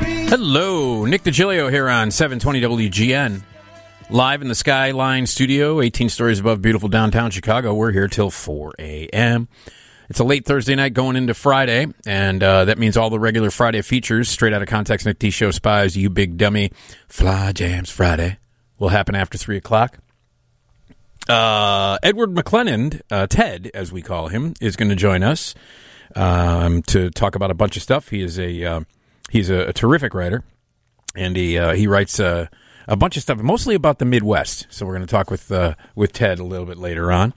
Hello, Nick DiGilio here on 720 WGN. Live in the Skyline Studio, 18 stories above beautiful downtown Chicago. We're here till 4 a.m. It's a late Thursday night going into Friday, and uh, that means all the regular Friday features, straight out of context, Nick D Show Spies, You Big Dummy, Fly Jams Friday, will happen after 3 o'clock. Uh, Edward McLennan, uh, Ted, as we call him, is going to join us um, to talk about a bunch of stuff. He is a uh, he's a, a terrific writer, and he uh, he writes uh, a bunch of stuff, mostly about the Midwest. So we're going to talk with uh, with Ted a little bit later on.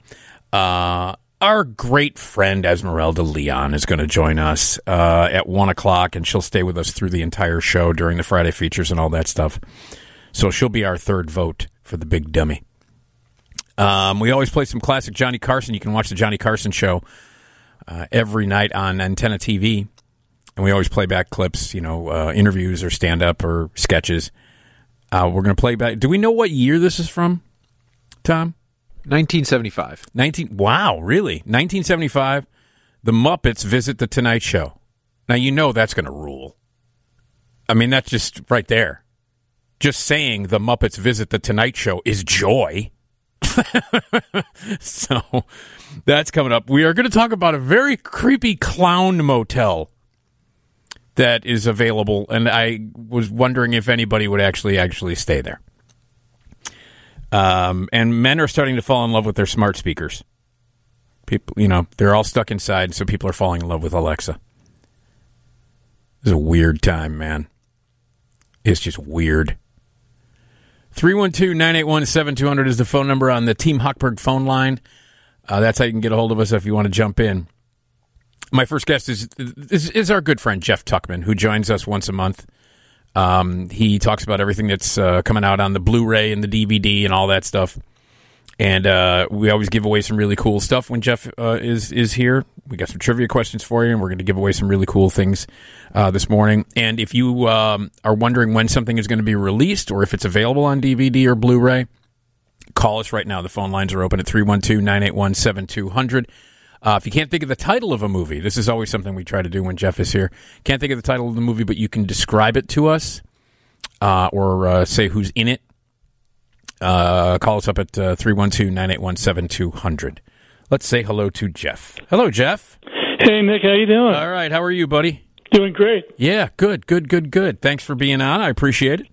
Uh, our great friend Esmeralda Leon is going to join us uh, at one o'clock, and she'll stay with us through the entire show during the Friday features and all that stuff. So she'll be our third vote for the big dummy. Um, we always play some classic Johnny Carson. You can watch the Johnny Carson show uh, every night on Antenna TV, and we always play back clips, you know, uh, interviews or stand up or sketches. Uh, we're going to play back. Do we know what year this is from, Tom? 1975. 19 Wow, really? 1975, the Muppets visit the Tonight Show. Now you know that's going to rule. I mean, that's just right there. Just saying the Muppets visit the Tonight Show is joy. so that's coming up. We are going to talk about a very creepy clown motel that is available and I was wondering if anybody would actually actually stay there. Um, and men are starting to fall in love with their smart speakers. People, you know, they're all stuck inside, so people are falling in love with Alexa. This is a weird time, man. It's just weird. 312 981 7200 is the phone number on the Team Hochberg phone line. Uh, that's how you can get a hold of us if you want to jump in. My first guest is, is, is our good friend Jeff Tuckman, who joins us once a month. Um, he talks about everything that's uh, coming out on the Blu-ray and the DVD and all that stuff. And uh, we always give away some really cool stuff when Jeff uh, is is here. We got some trivia questions for you, and we're going to give away some really cool things uh, this morning. And if you um, are wondering when something is going to be released or if it's available on DVD or Blu-ray, call us right now. The phone lines are open at 312 981 7200. Uh, If you can't think of the title of a movie, this is always something we try to do when Jeff is here. Can't think of the title of the movie, but you can describe it to us uh, or uh, say who's in it. Uh, call us up at 312 981 7200. Let's say hello to Jeff. Hello, Jeff. Hey Nick, how you doing? All right. How are you, buddy? doing great. Yeah, good, good, good, good. Thanks for being on. I appreciate it.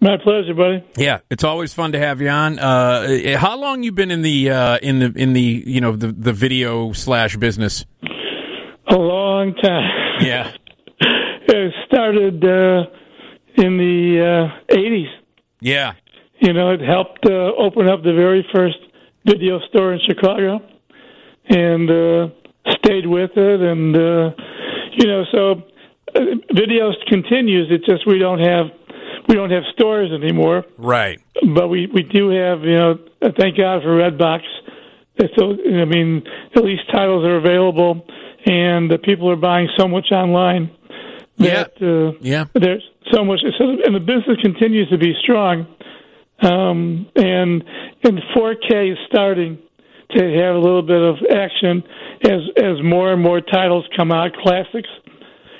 My pleasure, buddy. Yeah, it's always fun to have you on. Uh, how long you been in the uh, in the in the you know the the video slash business? A long time. Yeah, It started uh, in the uh, '80s. yeah, You know, it helped uh, open up the very first video store in Chicago, and uh, stayed with it. And uh, you know, so uh, video continues. It's just we don't have we don't have stores anymore. right. but we we do have you know uh, thank God for Redbox. It's So I mean, at least titles are available, and the people are buying so much online that uh, Yeah. there's so much. So and the business continues to be strong, um, and and 4K is starting to have a little bit of action as as more and more titles come out, classics.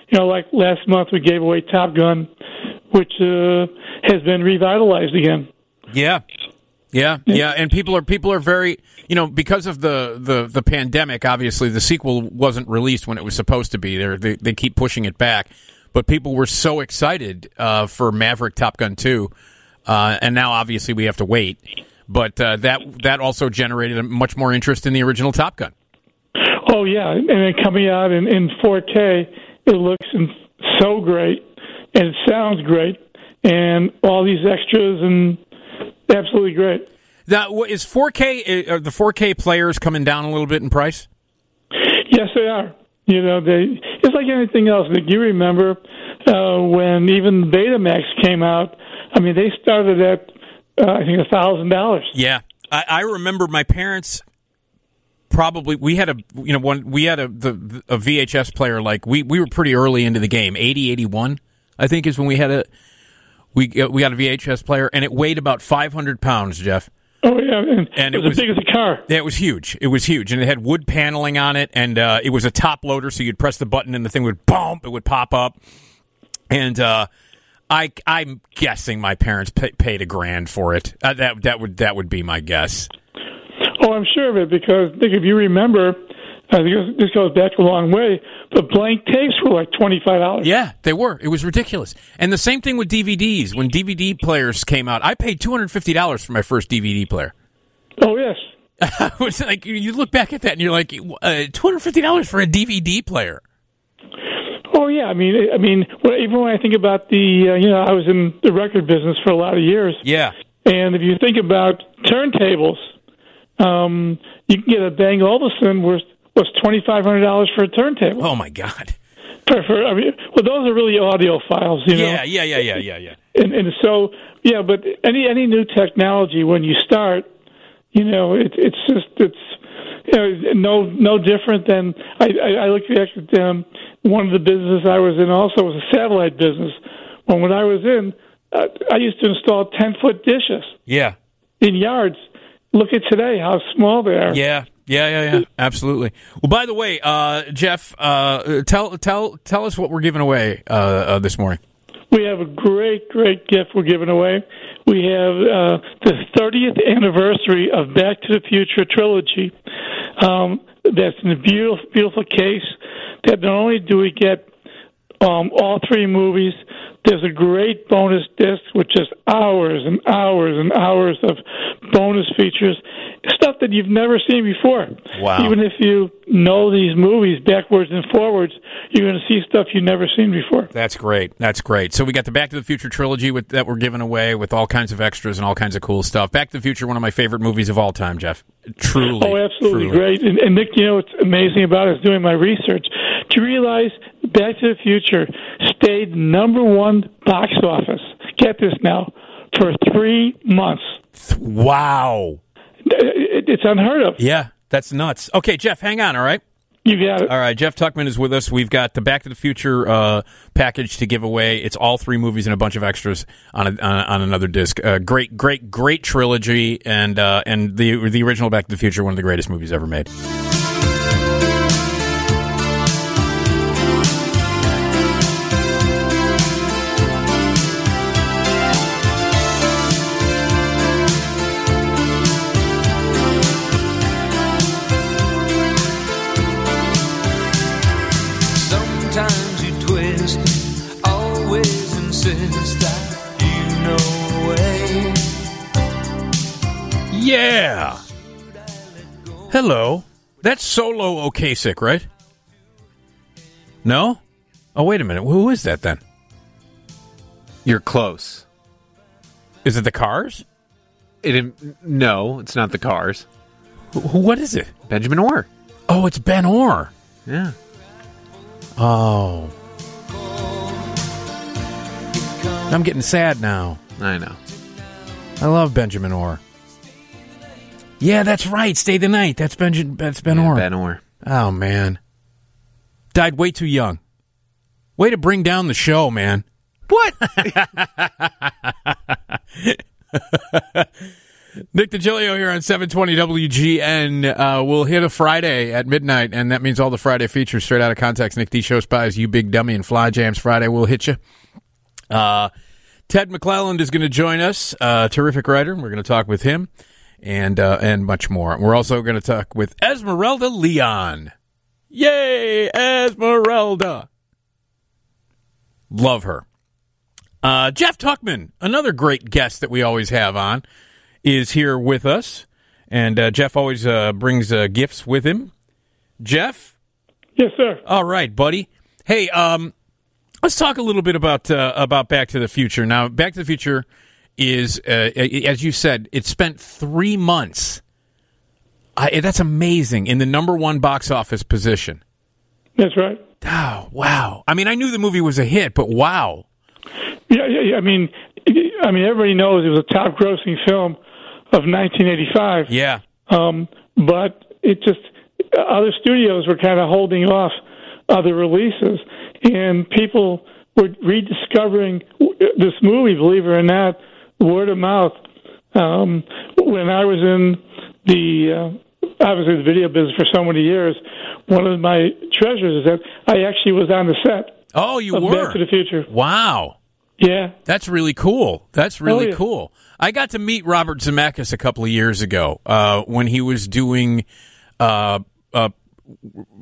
You know, like last month we gave away Top Gun, which uh, has been revitalized again. Yeah. Yeah, yeah, and people are people are very you know because of the, the, the pandemic. Obviously, the sequel wasn't released when it was supposed to be. They're, they they keep pushing it back, but people were so excited uh, for Maverick Top Gun two, uh, and now obviously we have to wait. But uh, that that also generated much more interest in the original Top Gun. Oh yeah, and then coming out in, in 4K, it looks in, so great, and it sounds great, and all these extras and absolutely great. Now, wh- is 4K are the 4K players coming down a little bit in price? Yes, they are. You know, they it's like anything else. Nick, you remember uh, when even Betamax came out? I mean, they started at uh, I think a thousand dollars. Yeah, I, I remember my parents probably we had a you know one we had a the a VHS player like we we were pretty early into the game 80 81 I think is when we had a we uh, we got a VHS player and it weighed about 500 pounds Jeff Oh yeah, and, And it it was, was- as big as a car. yeah, it was huge it was huge and it had wood paneling on it and uh, it was a top loader so you'd press the button and the thing would bump it would pop up and uh, I I'm guessing my parents pa paid a grand for it. Uh, that that would that would be my guess. Oh, I'm sure of it because I think if you remember, uh, this goes back a long way, but blank tapes were like twenty five dollars. Yeah, they were. It was ridiculous. And the same thing with DVDs. When DVD players came out, I paid two hundred fifty dollars for my first DVD player. Oh yes, I was like, you- you look back at that and you're like, uh, two hundred fifty dollars for a DVD player. oh yeah. I mean, I mean, when- even when I think about the, uh, you know, I was in the record business for a lot of years, Yeah, and if you think about turntables, um, you can get a Bang Olufsen worth was twenty five hundred dollars for a turntable. Oh my god. For, for, I mean, well, those are really audio files, you know. Yeah, yeah, yeah, yeah, yeah, yeah. And, and so, yeah, but any any new technology when you start, you know, it, it's just it's you know, no no different than I, I, I look back at um, one of the businesses I was in also was a satellite business. When when I was in, uh, I used to install ten foot dishes Yeah. in yards. Look at today, how small they are. Yeah. Yeah, yeah, yeah, absolutely. Well, by the way, uh, Jeff, uh, tell tell tell us what we're giving away uh, uh, this morning. We have a great, great gift we're giving away. We have uh, the 30th anniversary of Back to the Future trilogy. Um, that's in a beautiful, beautiful case that not only do we get um, all three movies, there's a great bonus disc with just hours and hours and hours of bonus features, stuff that you've never seen before. Wow. Even if you know these movies backwards and forwards, you're going to see stuff you've never seen before. That's great. That's great. So we got the Back to the Future trilogy with, that we're giving away with all kinds of extras and all kinds of cool stuff. Back to the Future, one of my favorite movies of all time, Jeff. Truly. Oh, absolutely truly. great. And, and Nick, you know what's amazing about it is doing my research to realize Back to the Future stayed number one box office. Get this now for three months. Wow. It- It's unheard of. Yeah, that's nuts. Okay, Jeff, hang on, all right? You got it. All right, Jeff Tuckman is with us. We've got the Back to the Future uh, package to give away. It's all three movies and a bunch of extras on a, on, on another disc. Uh, great, great, great trilogy, and uh, and the the original Back to the Future, one of the greatest movies ever made. Sometimes you twist, and always insist that you know the way. Yeah. Hello. That's Solo Okasic, right? No. Oh, wait a minute. Who is that then? You're close. Is it the Cars? It im- no, it's not the cars. Wh- wh- What is it? Benjamin Orr. Oh, it's Ben Orr. Yeah. Oh, I'm getting sad now. I know. I love Benjamin Orr. Yeah, that's right. Stay the night. That's Benjamin. That's Ben Yeah, Orr. Ben Orr. Oh man, died way too young. Way to bring down the show, man. What? Nick DiGilio here on 720 WGN. Uh, we'll hit a Friday at midnight, and that means all the Friday features straight out of context. Nick D Show Spies, You Big Dummy, and Fly Jams Friday will hit you. Uh, Ted McClelland is going to join us, uh, terrific writer. We're going to talk with him and uh, and much more. We're also going to talk with Esmeralda Leon. Yay, Esmeralda! Love her. Uh, Jeff Tuckman, another great guest that we always have on, is here with us. And uh, Jeff always uh, brings uh, gifts with him. Jeff, Yes, sir. all right, buddy. Hey, um, let's talk a little bit about uh, about Back to the Future. Now, Back to the Future is, uh, as you said, it spent three months. I, that's amazing in the number one box office position. That's right. Oh, wow! I mean, I knew the movie was a hit, but wow, Yeah, yeah, yeah. I mean, I mean, everybody knows it was a top grossing film of 1985. yeah, Um, but it just other studios were kind of holding off other releases, and people were rediscovering this movie. Believe it or not, word of mouth. Um, when I was in the uh, obviously the video business for so many years, one of my treasures is that I actually was on the set Oh, you of were Back to the Future. Wow. Yeah. That's really cool. That's really Oh, yeah. cool. I got to meet Robert Zemeckis a couple of years ago uh, when he was doing uh, a,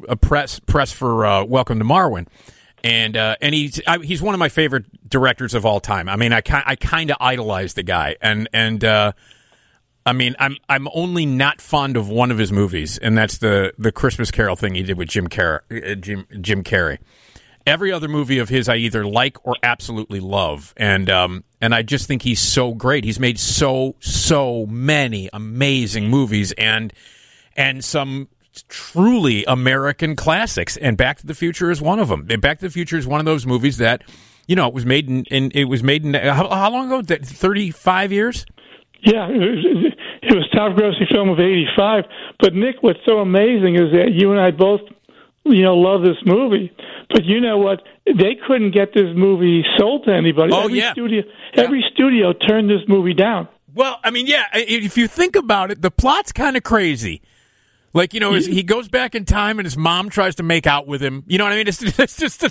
a press press for uh, Welcome to Marwin, and uh, and he's I, he's one of my favorite directors of all time. I mean, I ki- I kind of idolize the guy, and and uh, I mean, I'm I'm only not fond of one of his movies, and that's the the Christmas Carol thing he did with Jim Car- uh, Jim Jim Carrey. Every other movie of his, I either like or absolutely love, and um and I just think he's so great. He's made so so many amazing movies, and and some truly American classics. And Back to the Future is one of them. And Back to the Future is one of those movies that. You know, it was made in, in it was made in how, how long ago? Thirty five years. Yeah, it was, it was top grossing film of '85. But Nick, what's so amazing is that you and I both, you know, love this movie. But you know what? They couldn't get this movie sold to anybody. Oh, every yeah. Studio, Every studio turned this movie down. Well, I mean, yeah. i- If you think about it, the plot's kind of crazy. Like you know, his, he goes back in time, and his mom tries to make out with him. You know what I mean? It's, it's just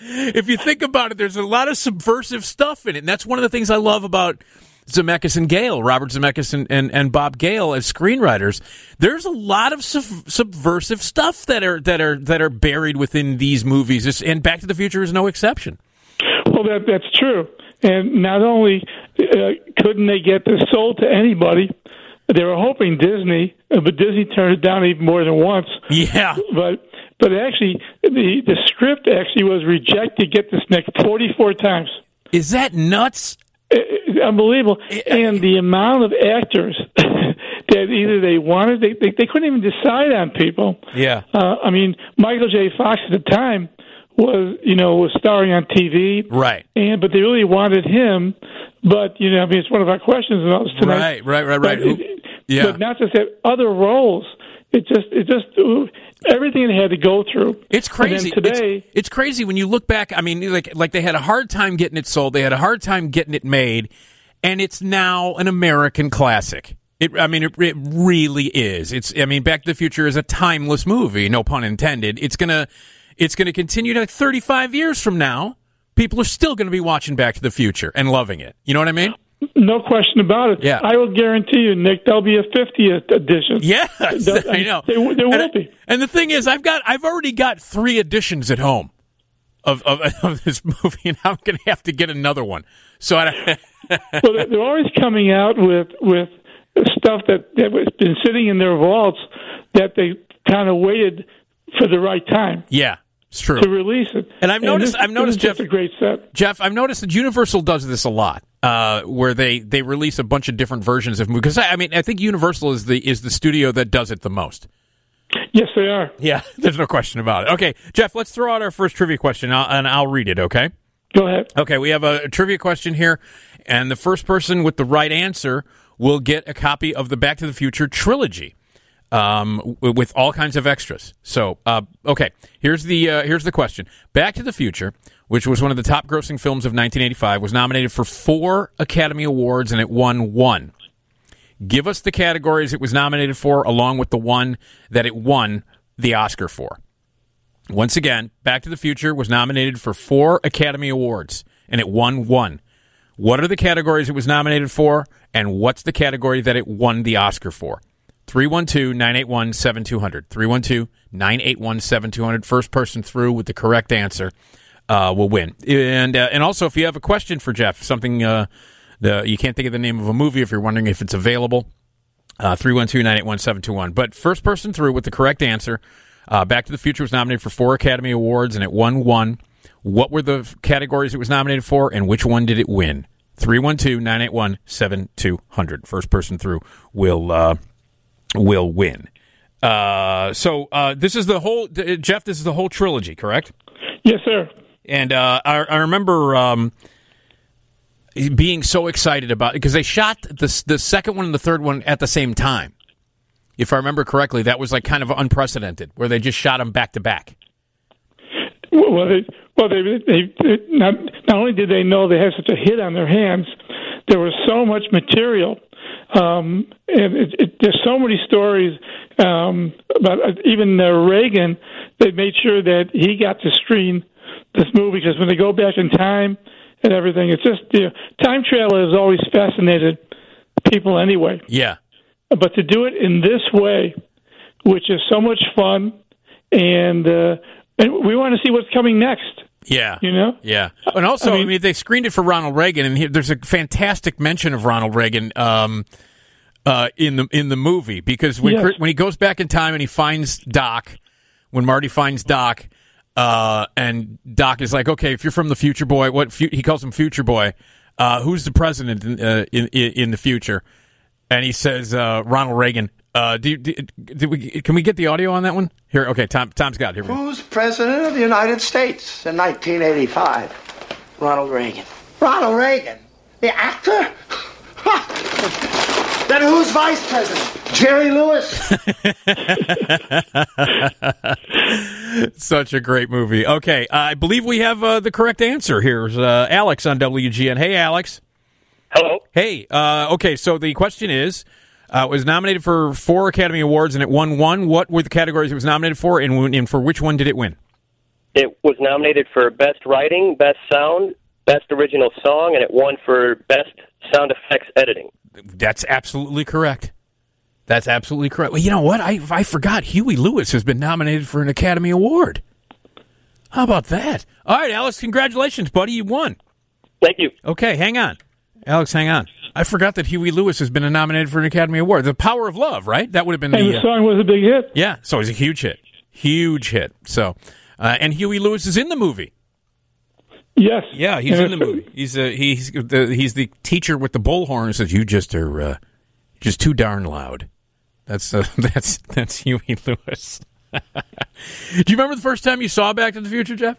if you think about it, there's a lot of subversive stuff in it, and that's one of the things I love about Zemeckis and Gale, Robert Zemeckis and, and, and Bob Gale as screenwriters. There's a lot of sub- subversive stuff that are that are that are buried within these movies, It's- and Back to the Future is no exception. Well, that that's true. And not only uh, couldn't they get this sold to anybody, they were hoping Disney, uh, but Disney turned it down even more than once. Yeah. But but actually, the the script actually was rejected. Get this, Nick, forty four times. Is that nuts? Eh, It's unbelievable. And the amount of actors that either they wanted, they, they, they couldn't even decide on people. Yeah. Uh, I mean, Michael J. Fox at the time was, you know, was starring on TV. Right. And, but they really wanted him. But, you know, I mean, it's one of our questions tonight. Right, right, right, right. But, it- Who- yeah. but not just that, other roles. It just, it just, everything they had to go through. It's crazy. And then today, it's, it's crazy when you look back. I mean, like like they had a hard time getting it sold. They had a hard time getting it made, and it's now an American classic. It, I mean, it, it really is. It's. I mean, Back to the Future is a timeless movie. No pun intended. It's gonna it's gonna continue to thirty five years from now. People are still going to be watching Back to the Future and loving it. You know what I mean? no question about it. Yeah. I will guarantee you, Nick, there'll be a 50th edition. Yes, There- I know. there w- there and, will be. And the thing is, I've got I've already got three editions at home of of, of this movie, and I'm going to have to get another one. So I, well, they're- they're always coming out with with stuff that that has been sitting in their vaults that they kind of waited for the right time yeah, it's true. to release it. And I've noticed- this- I've noticed, this is just Jeff- a great set. Jeff, I've noticed that Universal does this a lot, uh, where they, they release a bunch of different versions of movies. Because I, I mean, I think Universal is the is the studio that does it the most. Yes, they are. Yeah, there's no question about it. Okay, Jeff, let's throw out our first trivia question, and I'll, and I'll read it. Okay. Go ahead. Okay, we have a, trivia question here, and the first person with the right answer will get a copy of the Back to the Future trilogy um, w- with all kinds of extras. So, uh, okay, here's the uh, here's the question: Back to the Future, which was one of the top-grossing films of 1985, was nominated for four Academy Awards and it won one. Give us the categories it was nominated for, along with the one that it won the Oscar for. Once again, Back to the Future was nominated for four Academy Awards, and it won one. What are the categories it was nominated for, and what's the category that it won the Oscar for? 312 981 7200. 312 981 7200. First person through with the correct answer uh, will win. And uh, and also, if you have a question for Jeff, something uh, the, you can't think of the name of a movie, if you're wondering if it's available, 312 981 721. But first person through with the correct answer. Uh, Back to the Future was nominated for four Academy Awards and it won one. What were the f- categories it was nominated for and which one did it win? 312 981 7200. First person through will, uh, will win. Uh, so uh, this is the whole, d- Jeff, this is the whole trilogy, correct? Yes, sir. And uh, I, I remember um, being so excited about because they shot the the second one and the third one at the same time. If I remember correctly, that was like kind of unprecedented, where they just shot them back to back. Well, they, well, they, they, they not, not only did they know they had such a hit on their hands, there was so much material, um, and it, it, there's so many stories um, about uh, even uh, Reagan. They made sure that he got to screen this movie because when they go back in time and everything. It's just the you know, time travel has always fascinated people anyway. Yeah. But to do it in this way, which is so much fun, and uh, and we want to see what's coming next. Yeah. You know? Yeah. And also, I I mean, mean- they screened it for Ronald Reagan, and he, there's a fantastic mention of Ronald Reagan um, uh, in the in the movie because when Yes. Chris- when he goes back in time and he finds Doc, when Marty finds Doc, uh, and Doc is like, "Okay, if you're from the future, boy, what fu-? he calls him Future Boy, uh, who's the president in, uh, in in in the future?" And he says, uh, "Ronald Reagan." Uh, do, you- do, do we, can we get the audio on that one? Here, okay. Tom, Tom's got it. Here we go. Who's president of the United States in 1985? Ronald Reagan. Ronald Reagan. The actor? then who's vice president? Jerry Lewis. Such a great movie. Okay, I believe we have uh, the correct answer. Here's uh, Alex on WGN. Hey, Alex. Hello. Hey. Uh, okay, so the question is: uh, it was nominated for four Academy Awards and it won one. What were the categories it was nominated for, and, when- and for which one did it win? It was nominated for Best Writing, Best Sound, Best Original Song, and it won for Best Sound Effects Editing. That's absolutely correct. That's absolutely correct. Well, you know what? I I forgot Huey Lewis has been nominated for an Academy Award. How about that? All right, Alex. Congratulations, buddy. You won. Thank you. Okay, hang on. Alex, hang on. I forgot that Huey Lewis has been nominated for an Academy Award. The Power of Love, right? That would have been And the. the uh, song was a big hit. yeah, so it was a huge hit. Huge hit. So, uh, and Huey Lewis is in the movie. Yes. Yeah, he's And in the it's- movie. He's uh, he's the, he's the teacher with the bullhorn who says, "You just are uh, just too darn loud." That's uh, that's that's Huey Lewis. Do you remember the first time you saw Back to the Future, Jeff?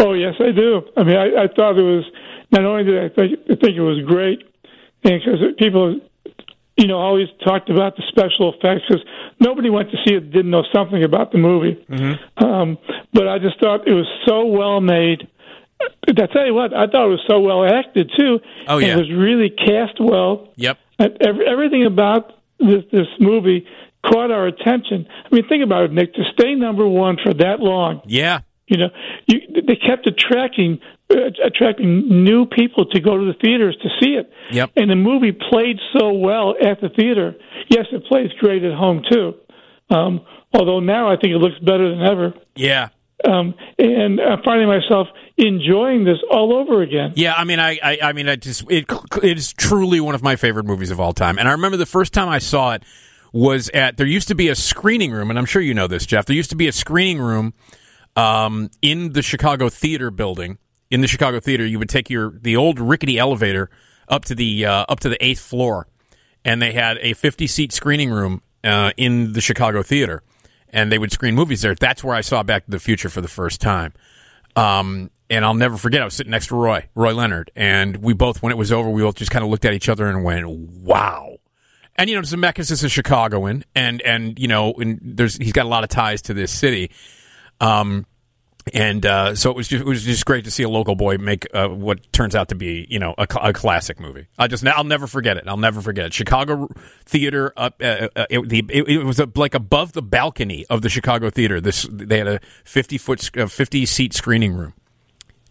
Oh yes, I do. I mean, I, I thought it was not only did I think I think it was great, because people, you know, always talked about the special effects because nobody went to see it didn't know something about the movie. Mm-hmm. Um, but I just thought it was so well made. Uh, I tell you what, I thought it was so well acted too. Oh, yeah. it was really cast well. Yep. And Every, everything about this this movie caught our attention. I mean, think about it, Nick. To stay number one for that long, Yeah. you know, you, they kept attracting uh, attracting new people to go to the theaters to see it. Yep. And the movie played so well at the theater. Yes, it plays great at home too. Um, although now I think it looks better than ever. Yeah. Um, and I'm finding myself enjoying this all over again. Yeah, I mean, I, I, I mean, I just it, it is truly one of my favorite movies of all time. And I remember the first time I saw it was at there used to be a screening room, and I'm sure you know this, Jeff. There used to be a screening room um, in the Chicago Theater building. In the Chicago Theater, you would take your the old rickety elevator up to the uh, up to the eighth floor, and they had a 50 seat screening room uh, in the Chicago Theater, and they would screen movies there. That's where I saw Back to the Future for the first time. Um, and I'll never forget, I was sitting next to Roy, Roy Leonard, and we both, when it was over, we both just kind of looked at each other and went, wow. And, you know, Zemeckis is a Chicagoan, and, and you know, and there's, he's got a lot of ties to this city. Um, and uh, so it was just it was just great to see a local boy make uh, what turns out to be you know a, cl- a classic movie. I just I'll never forget it. I'll never forget it. Chicago Theater up uh, uh, it, the, it, it was uh like above the balcony of the Chicago Theater. This they had a fifty foot sc- uh, fifty seat screening room.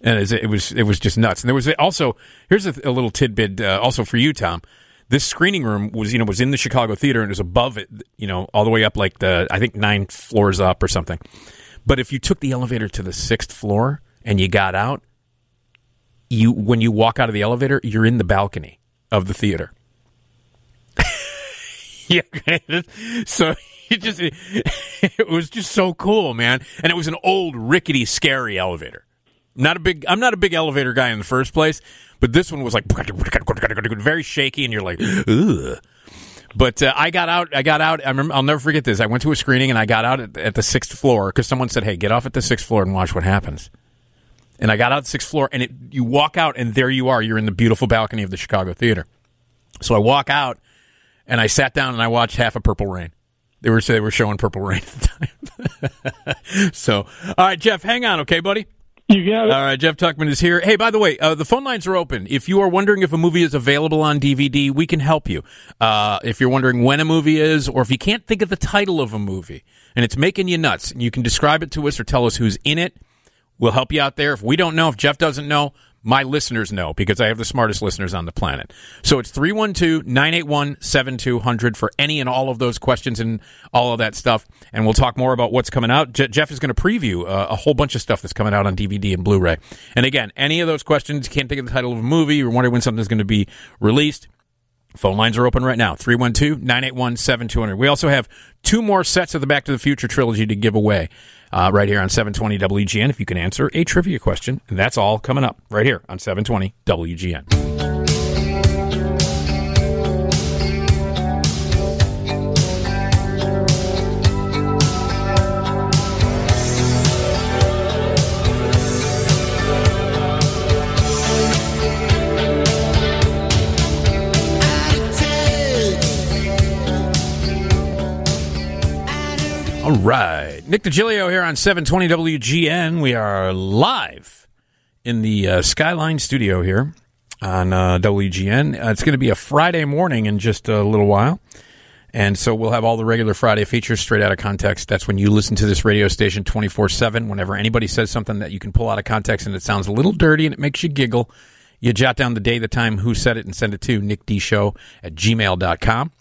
And it was- it was it was just nuts. And there was also here's a, a little tidbit uh, also for you, Tom. This screening room was you know was in the Chicago Theater and it was above it, you know, all the way up like the I think nine floors up or something. But if you took the elevator to the sixth floor and you got out, you when you walk out of the elevator, you're in the balcony of the theater. yeah, so it just it was just so cool, man. And it was an old rickety, scary elevator. Not a big. I'm not a big elevator guy in the first place, but this one was like very shaky, and you're like, ugh. But uh, I got out. I got out. I remember, I'll never forget this. I went to a screening and I got out at, at the sixth floor because someone said, "Hey, get off at the sixth floor and watch what happens." And I got out the sixth floor, and it, you walk out, and there you are. You're in the beautiful balcony of the Chicago Theater. So I walk out, and I sat down and I watched half of Purple Rain. They were they were showing Purple Rain at the time. so, all right, Jeff, hang on, okay, buddy. You got it. All right, Jeff Tuckman is here. Hey, by the way, uh, the phone lines are open. If you are wondering if a movie is available on DVD, we can help you. Uh, if you're wondering when a movie is, or if you can't think of the title of a movie and it's making you nuts, and you can describe it to us or tell us who's in it, we'll help you out there. If we don't know, if Jeff doesn't know, My listeners know because I have the smartest listeners on the planet. So it's 312 981 7200 for any and all of those questions and all of that stuff. And we'll talk more about what's coming out. Je- Jeff is going to preview uh, a whole bunch of stuff that's coming out on DVD and Blu ray. And again, any of those questions, you can't think of the title of a movie or wonder when something's going to be released. Phone lines are open right now 312 981 7200. We also have two more sets of the Back to the Future trilogy to give away uh, right here on 720 WGN if you can answer a trivia question. And that's all coming up right here on 720 WGN. All right. Nick DiGilio here on 720 WGN. We are live in the uh, Skyline studio here on uh, WGN. Uh, it's going to be a Friday morning in just a little while. And so we'll have all the regular Friday features straight out of context. That's when you listen to this radio station 24 7. Whenever anybody says something that you can pull out of context and it sounds a little dirty and it makes you giggle, you jot down the day, the time, who said it, and send it to nickdshow at gmail.com.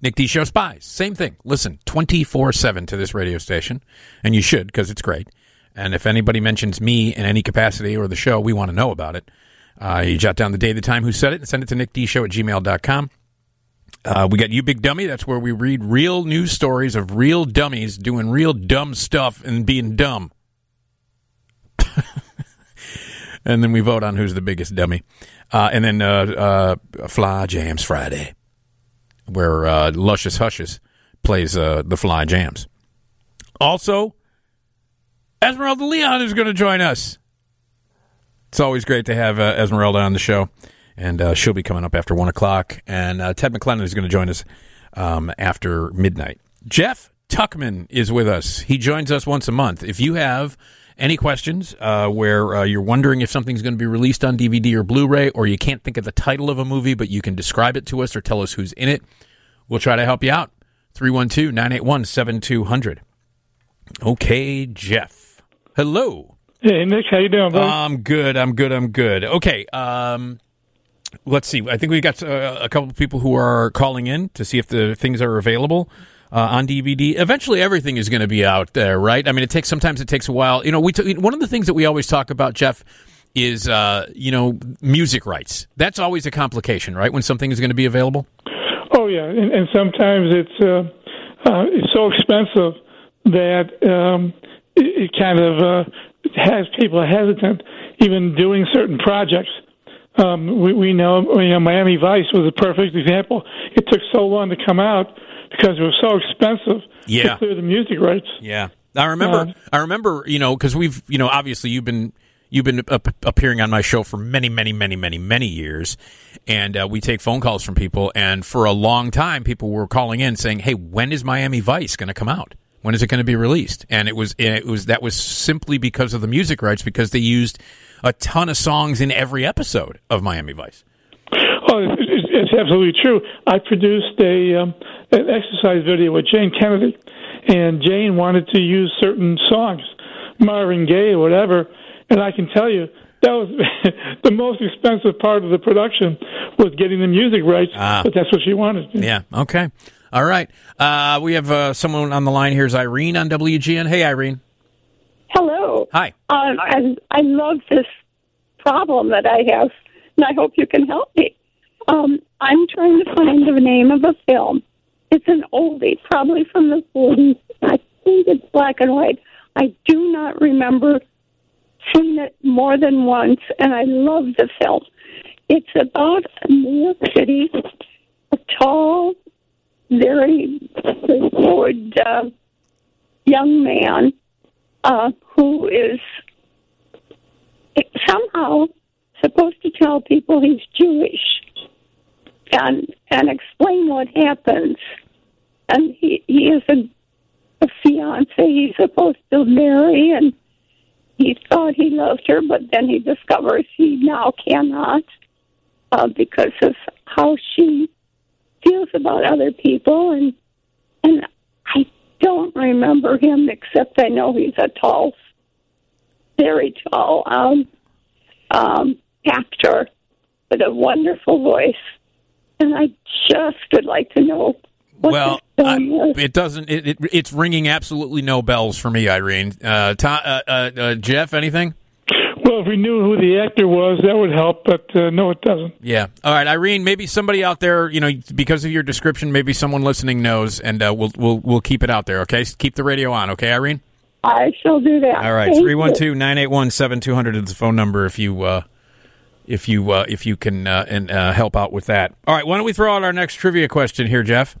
Nick D Show Spies, same thing. Listen 24 7 to this radio station, and you should because it's great. And if anybody mentions me in any capacity or the show, we want to know about it. Uh, you jot down the day, the time, who said it, and send it to nickdshow at gmail.com. Uh, we got You Big Dummy. That's where we read real news stories of real dummies doing real dumb stuff and being dumb. and then we vote on who's the biggest dummy. Uh, and then uh, uh, Fly Jams Friday where uh, Luscious Hushes plays uh, the Fly Jams. Also, Esmeralda Leon is going to join us. It's always great to have uh, Esmeralda on the show, and uh, she'll be coming up after one o'clock. And uh, Ted McLennan is going to join us um, after midnight. Jeff Tuckman is with us. He joins us once a month. If you have any questions uh, where uh, you're wondering if something's going to be released on DVD or Blu-ray, or you can't think of the title of a movie, but you can describe it to us or tell us who's in it, we'll try to help you out. 312 981 7200. Okay, Jeff. Hello. Hey, Nick, how you doing, bro? I'm good. I'm good. I'm good. Okay. Um, let's see. I think we've got uh, a couple of people who are calling in to see if the things are available uh, on DVD. Eventually, everything is going to be out there, right? I mean, it takes sometimes it takes a while. You know, we t- one of the things that we always talk about, Jeff. Is uh, you know music rights? That's always a complication, right? When something is going to be available. Oh yeah, and, and sometimes it's uh, uh, it's so expensive that um, it, it kind of uh, has people hesitant even doing certain projects. Um, we, we know, you know Miami Vice was a perfect example. It took so long to come out because it was so expensive Yeah. to clear the music rights. Yeah, I remember. Yeah. I remember. You know, because we've you know obviously you've been you've been up, appearing on my show for many, many, many, many, many years, and uh, we take phone calls from people. And for a long time, people were calling in saying, "Hey, when is Miami Vice going to come out?" When is it going to be released? And it was it was that was simply because of the music rights because they used a ton of songs in every episode of Miami Vice. Oh, it, it, it's absolutely true. I produced a um, an exercise video with Jane Kennedy, and Jane wanted to use certain songs, Marvin Gaye or whatever, and I can tell you that was the most expensive part of the production was getting the music rights, but that's what she wanted. Yeah. Okay. All right. Uh, we have uh, someone on the line. Here's Irene on WGN. Hey, Irene. Hello. Hi. Um, I, I love this problem that I have, and I hope you can help me. Um, I'm trying to find the name of a film. It's an oldie, probably from the 40s. I think it's black and white. I do not remember seen it more than once, and I love the film. It's about New York City, a tall, very forward uh, young man uh, who is somehow supposed to tell people he's Jewish and and explain what happens. And he he is a, a fiance he's supposed to marry, and he thought he loved her, but then he discovers he now cannot uh, because of how she feels about other people and and I don't remember him except I know he's a tall, very tall um, um, actor with a wonderful voice, and I just would like to know what well, this I, film is. it doesn't. It, it, it's ringing absolutely no bells for me, Irene. Uh, Tom, uh, uh, uh, Jeff, anything? Well, if we knew who the actor was, that would help, but uh, no, it doesn't. Yeah. All right, Irene. Maybe somebody out there, you know, because of your description, maybe someone listening knows, and uh, we'll we'll we'll keep it out there. Okay, keep the radio on. Okay, Irene. I shall do that. All right, Thank you. 312 981 7200 is the phone number if you uh, if you uh, if you can uh, and uh, help out with that. All right, why don't we throw out our next trivia question here, Jeff?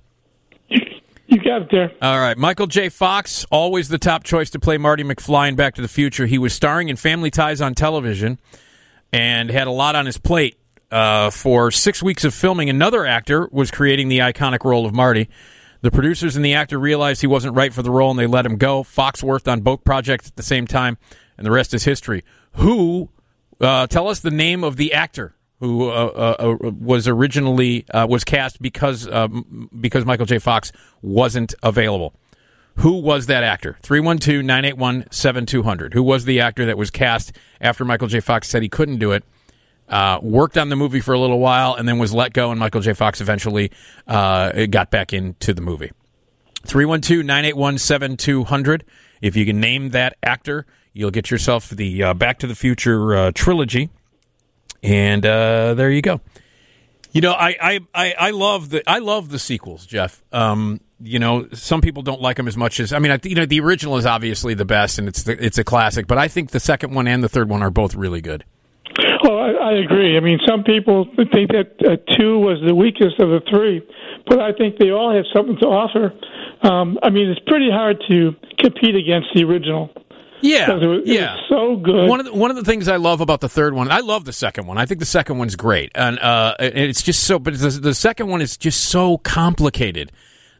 You got it there. All right, Michael J. Fox, always the top choice to play Marty McFly in Back to the Future. He was starring in Family Ties on television and had a lot on his plate. Uh, for six weeks of filming, another actor was creating the iconic role of Marty. The producers and the actor realized he wasn't right for the role and they let him go. Fox worked on both projects at the same time, and the rest is history. Who, uh, tell us the name of the actor who uh, uh, uh, was originally uh, was cast because um, because Michael J. Fox wasn't available. Who was that actor? 312 981 7200. Who was the actor that was cast after Michael J. Fox said he couldn't do it? Uh, worked on the movie for a little while and then was let go, and Michael J. Fox eventually uh, got back into the movie. 312 981 7200. If you can name that actor, you'll get yourself the uh, Back to the Future uh, trilogy. And uh, there you go. You know, I, I, I, I love the I love the sequels, Jeff. Um, you know, some people don't like them as much as I mean, I, you know, the original is obviously the best and it's the, it's a classic, but I think the second one and the third one are both really good. Oh, I, I agree. I mean, some people think that uh, two was the weakest of the three, but I think they all have something to offer. Um, I mean, it's pretty hard to compete against the original. Yeah, Because it was, it was yeah. so good. One of the, one of the things I love about the third one, I love the second one. I think the second one's great, and uh, and it's just so. But the, the second one is just so complicated.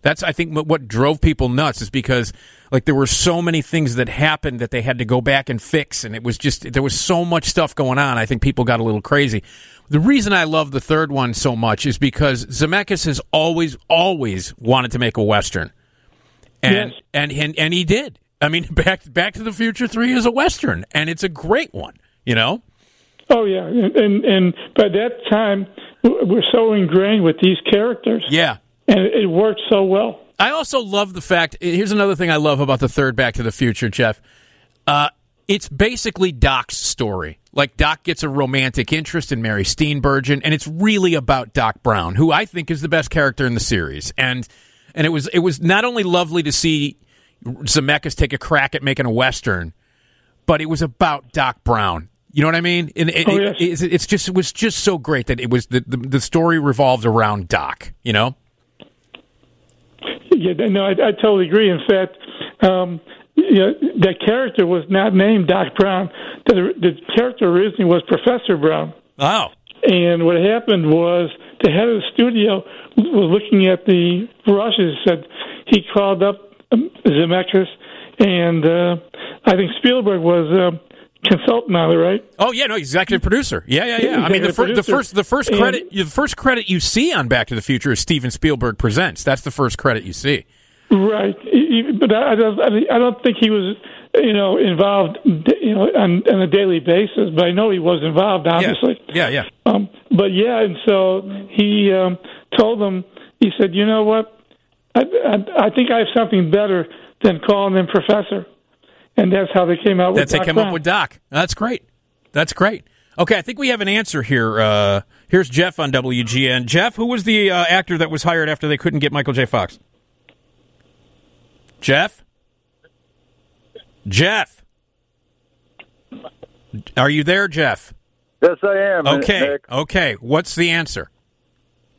That's I think what- what drove people nuts is because like there were so many things that happened that they had to go back and fix, and it was just there was so much stuff going on. I think people got a little crazy. The reason I love the third one so much is because Zemeckis has always always wanted to make a western and Yes. and and and he did. I mean, back Back to the Future Three is a western, and it's a great one. You know, Oh yeah, and and, and by that time w- we're so ingrained with these characters, yeah. and it, it worked so well. I also love the fact. Here's another thing I love about the third Back to the Future, Jeff. Uh, it's basically Doc's story. Like Doc gets a romantic interest in Mary Steenburgen, and it's really about Doc Brown, who I think is the best character in the series. And and it was it was not only lovely to see Zemeckis take a crack at making a western, but it was about Doc Brown. You know what I mean? And it, Oh, it- it's, it's just it was just so great that it was the, the the story revolved around Doc. You know? Yeah, no, I, I totally agree. In fact, um, you know, that character was not named Doc Brown. The, the character originally was Professor Brown. Oh, And what happened was the head of the studio was looking at the brushes. Said he called up um, Zemeckis, and uh, I think Spielberg was uh, consultant on it, right? Oh yeah, no, executive producer. Yeah, yeah, yeah. I mean, the, Executive fir- the producer. first, the first And- credit, the first credit you see on Back to the Future is Steven Spielberg presents. That's the first credit you see. Right, He- he- but I I don't, I mean, I don't think he was, you know, involved, you know, on, on a daily basis. But I know he was involved, obviously. Yeah, yeah, Um, but yeah, and so he um, told them, he said, you know what? I, I, I think I have something better than calling them professor. And that's how they came out with That's they Doc came Brown. up with Doc. That's great. That's great. Okay, I think we have an answer here. Uh, here's Jeff on WGN. Jeff, who was the uh, actor that was hired after they couldn't get Michael J. Fox? Jeff. Jeff. Are you there, Jeff? Yes, I am. Okay. Nick. Okay. What's the answer?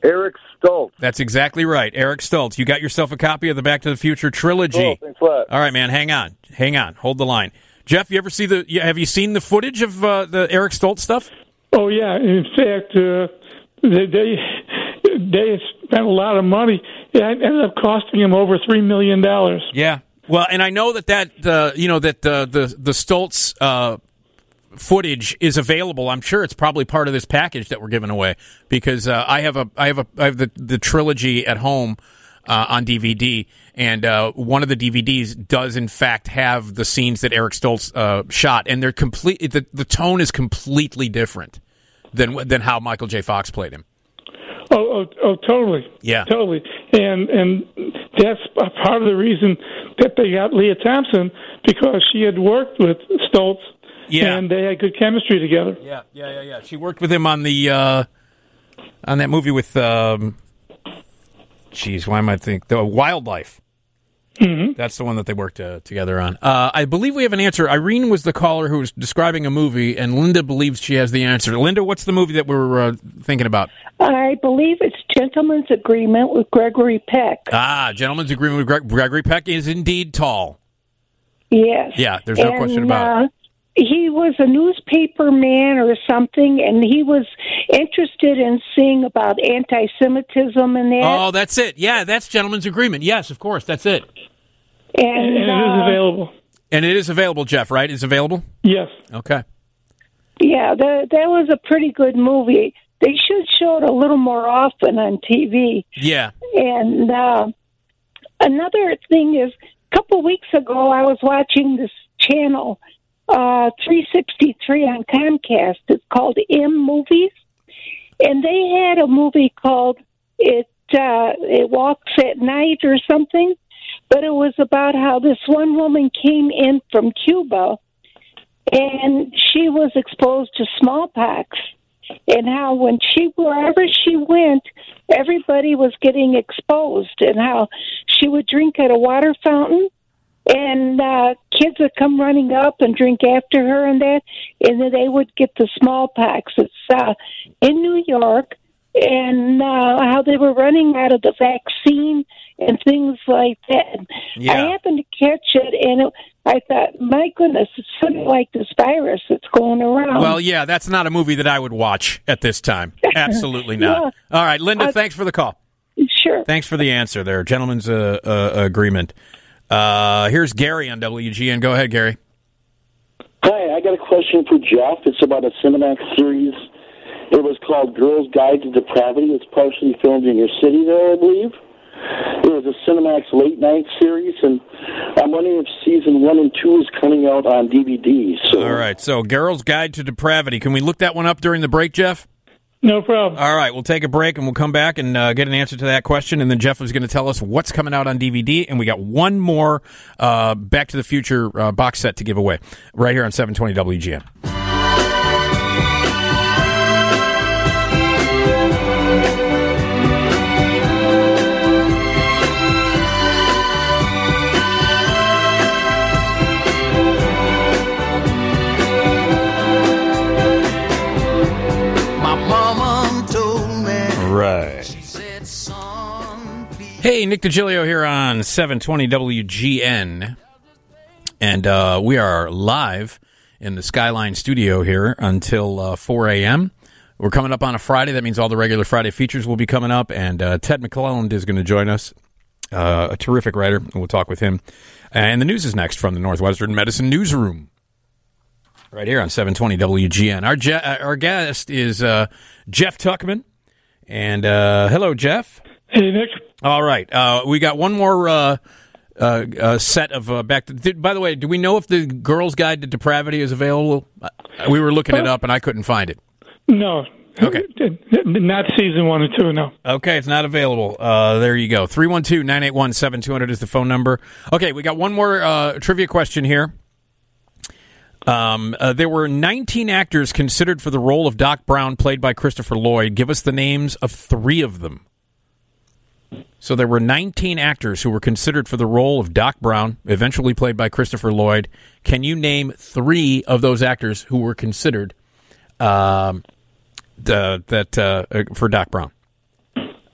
Eric Stoltz. That's exactly right. Eric Stoltz, you got yourself a copy of the Back to the Future trilogy. Cool, thanks a lot. All right, man, hang on. Hang on. Hold the line. Jeff, you ever see the you- have you seen the footage of uh, the Eric Stoltz stuff? Oh, yeah. In fact, uh, they, they, they spent a lot of money. It ended up costing him over $3 million. Yeah. Well, and I know that that uh, you know that the the the Stoltz uh, footage is available. I'm sure it's probably part of this package that we're giving away because uh, I have a I have a I have the the trilogy at home. uh, on DVD, and uh, one of the DVDs does in fact have the scenes that Eric Stoltz uh, shot, and they're complete. The, the tone is completely different than than how Michael J. Fox played him. Oh, oh, oh totally. Yeah. Totally. And and that's a part of the reason that they got Leah Thompson because she had worked with Stoltz. Yeah. And they had good chemistry together. Yeah, yeah, yeah, yeah. She worked with him on the uh, on that movie with. Um, geez, why am I think the wildlife? Mm-hmm. That's the one that they worked uh, together on. Uh, I believe we have an answer. Irene was the caller who was describing a movie, and Linda believes she has the answer. Linda, what's the movie that we're uh, thinking about? I believe it's Gentleman's Agreement with Gregory Peck. Ah, Gentleman's Agreement with Greg- Gregory Peck is indeed tall. Yes. Yeah, there's no And, question about it. uh, He was a newspaper man or something, and he was interested in seeing about anti Semitism and that. Oh, that's it. Yeah, that's Gentleman's Agreement. Yes, of course, that's it. And, and it is uh, available. And it is available, Jeff. Right? It's available. Yes. Okay. yeah, that, that was a pretty good movie. They should show it a little more often on TV. Yeah. And uh, another thing is, a couple weeks ago, I was watching this channel, uh, 363 on Comcast. It's called M Movies, and they had a movie called "It uh, It Walks at Night" or something. But it was about how this one woman came in from Cuba, and she was exposed to smallpox and how when she wherever she went, everybody was getting exposed, and how she would drink at a water fountain, and uh, kids would come running up and drink after her, and that, and then they would get the smallpox. It's uh, in New York, and uh, how they were running out of the vaccine and things like that. Yeah. I happened to catch it, and it, I thought, my goodness, it's sort of like this virus that's going around. Well, yeah, that's not a movie that I would watch at this time. Absolutely not. All right, Linda, thanks for the call. sure. Thanks for the answer there. Gentleman's uh, uh, agreement. Uh, here's Gary on WGN. Go ahead, Gary. Hi, I got a question for Jeff. It's about a Cinemax series. It was called Girls Guide to Depravity. It's partially filmed in your city there, I believe. It was a Cinemax late night series, and I'm wondering if season one and two is coming out on DVD. So, All right, so Girl's Guide to Depravity. Can we look that one up during the break, Jeff? No problem. All right, we'll take a break and we'll come back and uh, get an answer to that question. And then Jeff is going to tell us what's coming out on DVD. And we got one more uh, Back to the Future uh, box set to give away right here on 720 WGN. My mama told me. Right. She said, son, please. Hey, Nick DiGilio here on 720 WGN. And uh, we are live in the Skyline studio here until uh, 4 a.m. We're coming up on a Friday. That means all the regular Friday features will be coming up. And uh, Ted McClelland is going to join us, uh, a terrific writer. And we'll talk with him. And the news is next from the Northwestern Medicine Newsroom. Right here on 720 WGN. Our, je- uh, our guest is uh, Jeff Tuckman. And uh, hello, Jeff. Hey, Nick. All right, uh, we got one more uh, uh, uh, set of uh, back. To, did, by the way, do we know if the Girls Guide to Depravity is available? Uh, We were looking it up and I couldn't find it. No. Okay. Not season one and two, no. Okay, it's not available. Uh, there you go. 312 981 7200 is the phone number. Okay, we got one more uh, trivia question here. Um, uh, there were 19 actors considered for the role of Doc Brown, played by Christopher Lloyd. Give us the names of three of them. So there were 19 actors who were considered for the role of Doc Brown, eventually played by Christopher Lloyd. Can you name three of those actors who were considered um, uh, that uh, uh, for Doc Brown?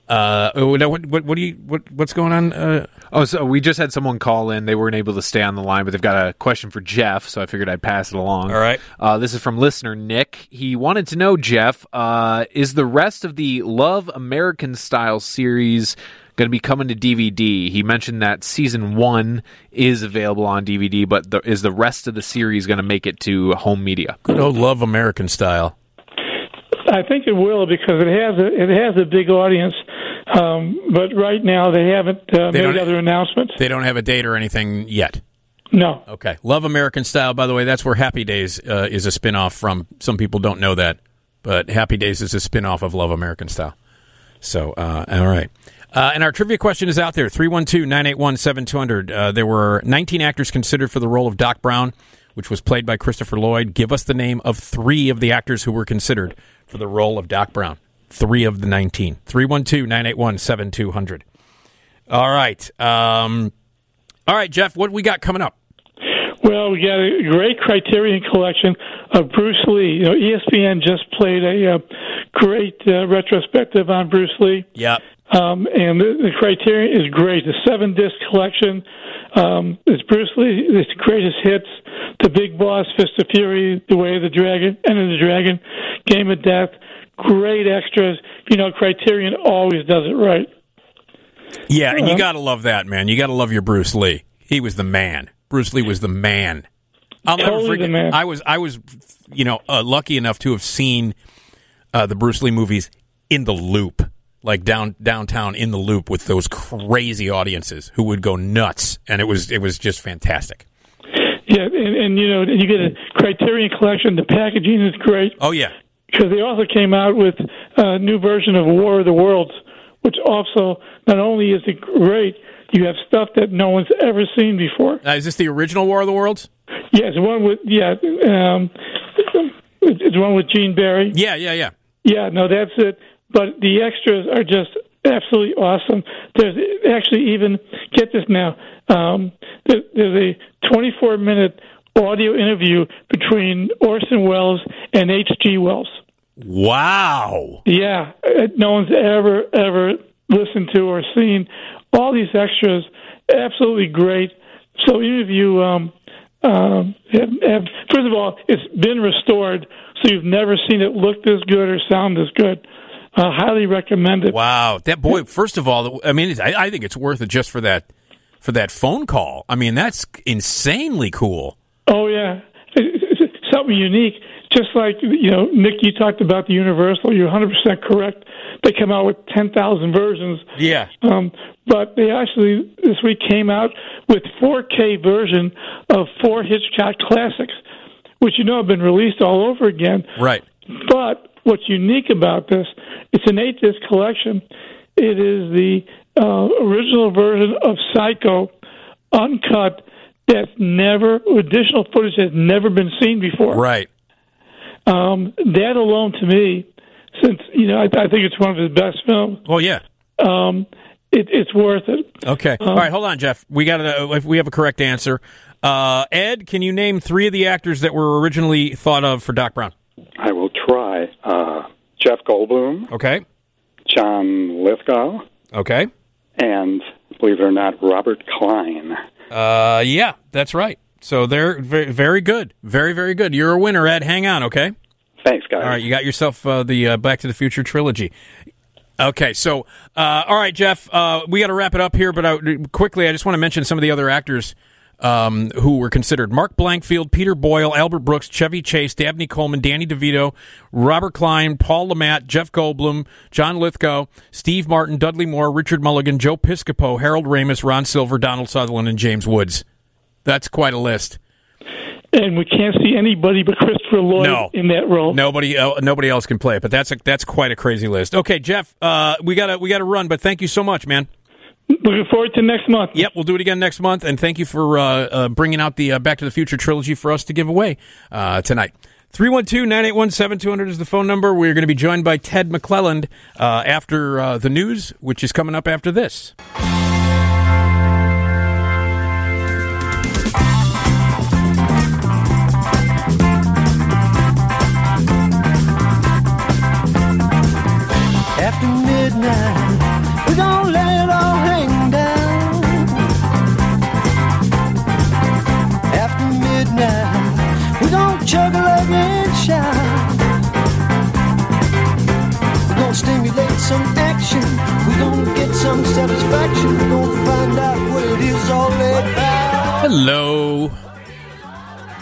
Uh, oh, now what, what, what do you what, what's going on? Uh, Oh, so we just had someone call in. They weren't able to stay on the line, but they've got a question for Jeff, so I figured I'd pass it along. All right. Uh, this is from listener Nick. He wanted to know, Jeff, uh, is the rest of the Love American Style series going to be coming to DVD? He mentioned that season one is available on DVD, but the, is the rest of the series going to make it to home media? good old love American style. I think it will because it has a it has a big audience. Um, but right now they haven't uh, They made don't- other announcements. They don't have a date or anything yet. No. Okay. Love American Style, by the way, that's where Happy Days uh, is a spin off from. Some people don't know that, but Happy Days is a spin off of Love American Style. So, uh, all right. Uh, and our trivia question is out there 312 981 7200. Uh, There were 19 actors considered for the role of Doc Brown, which was played by Christopher Lloyd. Give us the name of three of the actors who were considered for the role of Doc Brown. Three of the 19. 312 981 7200. All right. Um, all right, Jeff, what we got coming up? Well, we got a great Criterion collection of Bruce Lee. You know, E ESPN just played a uh, great uh, retrospective on Bruce Lee. Yep. Um, and the, the Criterion is great. The seven disc collection. Um, it's Bruce Lee, his greatest hits, The Big Boss, Fist of Fury, The Way of the Dragon, End of the Dragon, Game of Death. Great extras. You know, Criterion always does it right. Yeah, and you got to love that, man. You got to love your Bruce Lee. He was the man. Bruce Lee was the man. I'll never Totally the forget. man. I was I was you know, uh, lucky enough to have seen uh, the Bruce Lee movies in the loop, like down downtown in the loop with those crazy audiences who would go nuts and it was it was just fantastic. Yeah, and, and you know, you get a Criterion collection. The packaging is great. Oh yeah. because they also came out with a new version of War of the Worlds, which also not only is it great, you have stuff that no one's ever seen before. Uh, is this the original War of the Worlds? Yes, one with yeah, um, it's it's one with Gene Barry. Yeah, yeah, yeah. Yeah, no, that's it. But the extras are just absolutely awesome. There's actually even get this now. Um, there, there's a 24 minute audio interview between Orson Welles and H.G. Wells. Wow. Yeah, uh, no one's ever ever listened to or seen all these extras. Absolutely great. So even if you um, um, have, have, first of all, it's been restored, so you've never seen it look this good or sound this good. Uh, highly recommend it. Wow, that boy! First of all, I mean, it's- I, I think it's worth it just for that for that phone call. I mean, that's insanely cool. Oh yeah, It- it's- it's something unique. Just like you know, Nick, you talked about the Universal. You're 100 percent correct. They come out with 10,000 versions. Yeah, Um, but they actually this week came out with 4K version of four Hitchcock classics, which you know have been released all over again. right. But what's unique about this? It's an eight disc collection. It is the uh, original version of Psycho, uncut. That's never additional footage that's never been seen before. Right. Um, that alone, to me, since you know, I, I think it's one of his best films. Oh yeah. Um, it, it's worth it. Okay. Uh-huh. All right. Hold on, Jeff. We got to. If we have a correct answer, uh, Ed, can you name three of the actors that were originally thought of for Doc Brown? I will try. Uh, Jeff Goldblum, Okay. John Lithgow, Okay. and believe it or not, Robert Klein. Uh, yeah, that's right. So they're very, very good. Very, very good. You're a winner, Ed. Hang on. Okay. Thanks, guys. All right, you got yourself uh, the uh, Back to the Future trilogy. Okay, so uh, all right, Jeff, uh, we got to wrap it up here, but I, quickly, I just want to mention some of the other actors um, who were considered: Mark Blankfield, Peter Boyle, Albert Brooks, Chevy Chase, Dabney Coleman, Danny DeVito, Robert Klein, Paul Lamatt, Jeff Goldblum, John Lithgow, Steve Martin, Dudley Moore, Richard Mulligan, Joe Piscopo, Harold Ramis, Ron Silver, Donald Sutherland, and James Woods. That's quite a list. and we can't see anybody but Christopher Lloyd No. in that role. Nobody, uh, nobody else can play it. But that's a, that's quite a crazy list. Okay, Jeff, uh, we gotta we gotta run. But thank you so much, man. Looking forward to next month. Yep, we'll do it again next month. And thank you for uh, uh, bringing out the uh, Back to the Future trilogy for us to give away uh, tonight. 312-981-7200 is the phone number. We're going to be joined by Ted McClelland uh, after uh, the news, which is coming up after this. After midnight, we're gonna let it all hang down. After midnight, we're gonna chug a lug and shout. We're gonna stimulate some action. We're gonna get some satisfaction. We're gonna find out what it is all about. Hello.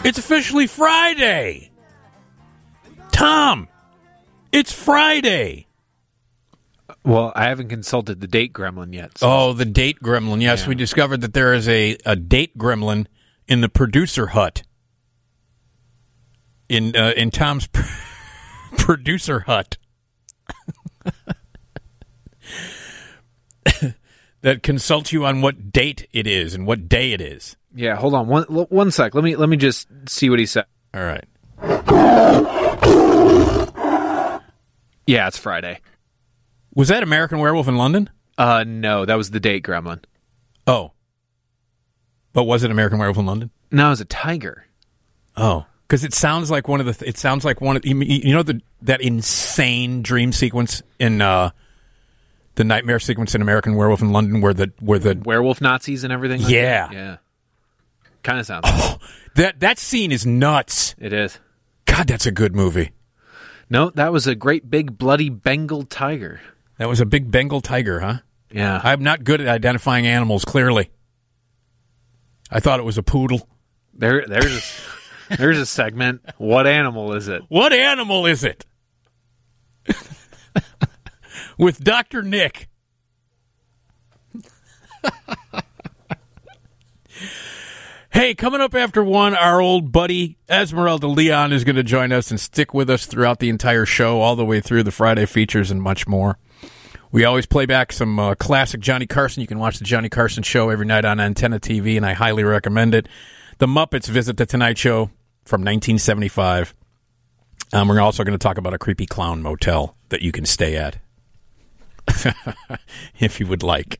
It's officially Friday. Tom, it's Friday. Well, I haven't consulted the date gremlin yet. Oh, the date gremlin. Yes, we discovered that there is a, a date gremlin in the producer hut. In uh, in Tom's pr- producer hut. that consults you on what date it is and what day it is. Yeah, hold on one l- one sec. Let me let me just see what he said. All right. Yeah, it's Friday. Was that American Werewolf in London? Uh, no, that was the date gremlin. Oh. But was it American Werewolf in London? No, it was a tiger. Oh, because it sounds like one of the. Th- it sounds like one of you you know the that insane dream sequence in uh, the nightmare sequence in American Werewolf in London, where the where the Werewolf Nazis and everything. like Yeah. Oh, that? yeah. Kind of sounds. that that scene is nuts. It is. God, that's a good movie. No, that was a great big bloody Bengal tiger. That was a big Bengal tiger, huh? Yeah. I'm not good at identifying animals. Clearly, I thought it was a poodle. There, there's, a, there's a segment. What animal is it? What animal is it? With Dr. Nick. hey, coming up after one, our old buddy Esmeralda Leon is going to join us and stick with us throughout the entire show, all the way through the Friday features and much more. We always play back some uh, classic Johnny Carson. You can watch the Johnny Carson show every night on Antenna TV, and I highly recommend it. The Muppets visit the Tonight Show from 1975. Um, we're also going to talk about a creepy clown motel that you can stay at if you would like.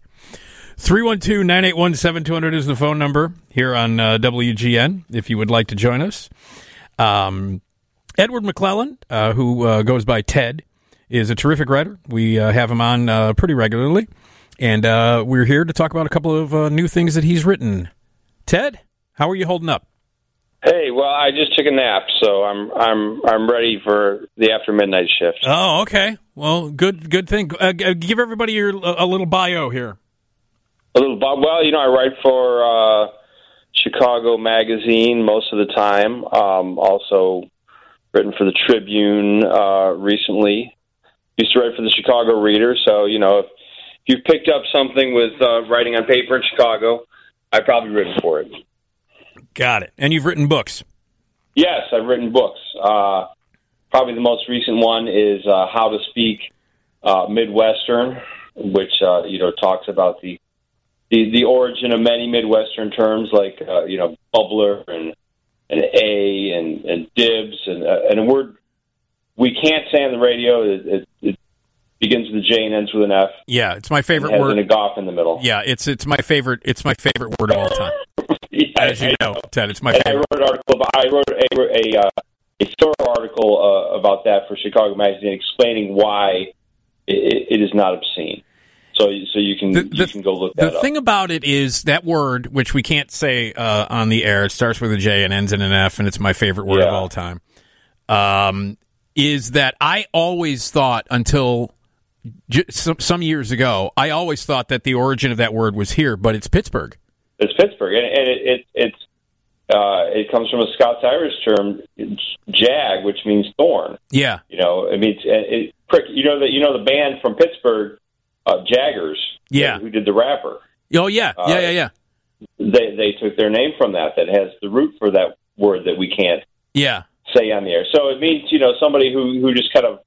312 981 7200 is the phone number here on uh, WGN if you would like to join us. Um, Edward McClellan, uh, who uh, goes by Ted, is a terrific writer. We uh, have him on uh, pretty regularly, and uh, we're here to talk about a couple of uh, new things that he's written. Ted, how are you holding up? Hey, well, I just took a nap, so I'm I'm I'm ready for the after midnight shift. Oh, okay. Well, good good thing. Uh, g- give everybody your uh, a little bio here. A little Bob. Well, you know, I write for uh, Chicago Magazine most of the time. Um, also, written for the Tribune uh, recently. Used to write for the Chicago Reader, so you know, if you've picked up something with uh, writing on paper in Chicago, I've probably written for it. Got it. And you've written books. Yes, I've written books. Uh, probably the most recent one is uh, How to Speak uh, Midwestern, which uh, you know talks about the, the the origin of many Midwestern terms like uh, you know bubbler and and a and and dibs and uh, and a word we can't say on the radio. It, it, it begins with a J and ends with an F. Yeah, it's my and favorite has word. and a golf in the middle. Yeah, it's it's my favorite. It's my favorite word of all time. As you know, Ted, it's my I favorite. wrote an article. About, I wrote a a, uh, a thorough article uh, about that for Chicago Magazine, explaining why it, it is not obscene. So so you can you can go look that The up. thing about it is that word, which we can't say uh, on the air, it starts with a J and ends in an F, and it's my favorite word of Yeah. all time. Um, is that I always thought until j- some, some years ago, I always thought that the origin of that word was here, but it's Pittsburgh. It's Pittsburgh, and, and it, it it's uh, it comes from a Scots Irish term, jag, which means thorn. Yeah. You know, I mean, it's, it, it, prick. You know that you know the band from Pittsburgh, uh, Jaggers. Yeah. who did the rapper? Oh yeah, Uh, yeah, yeah, yeah, They they took their name from that. That has the root for that word that we can't yeah. say on the air. So it means you know somebody who who just kind of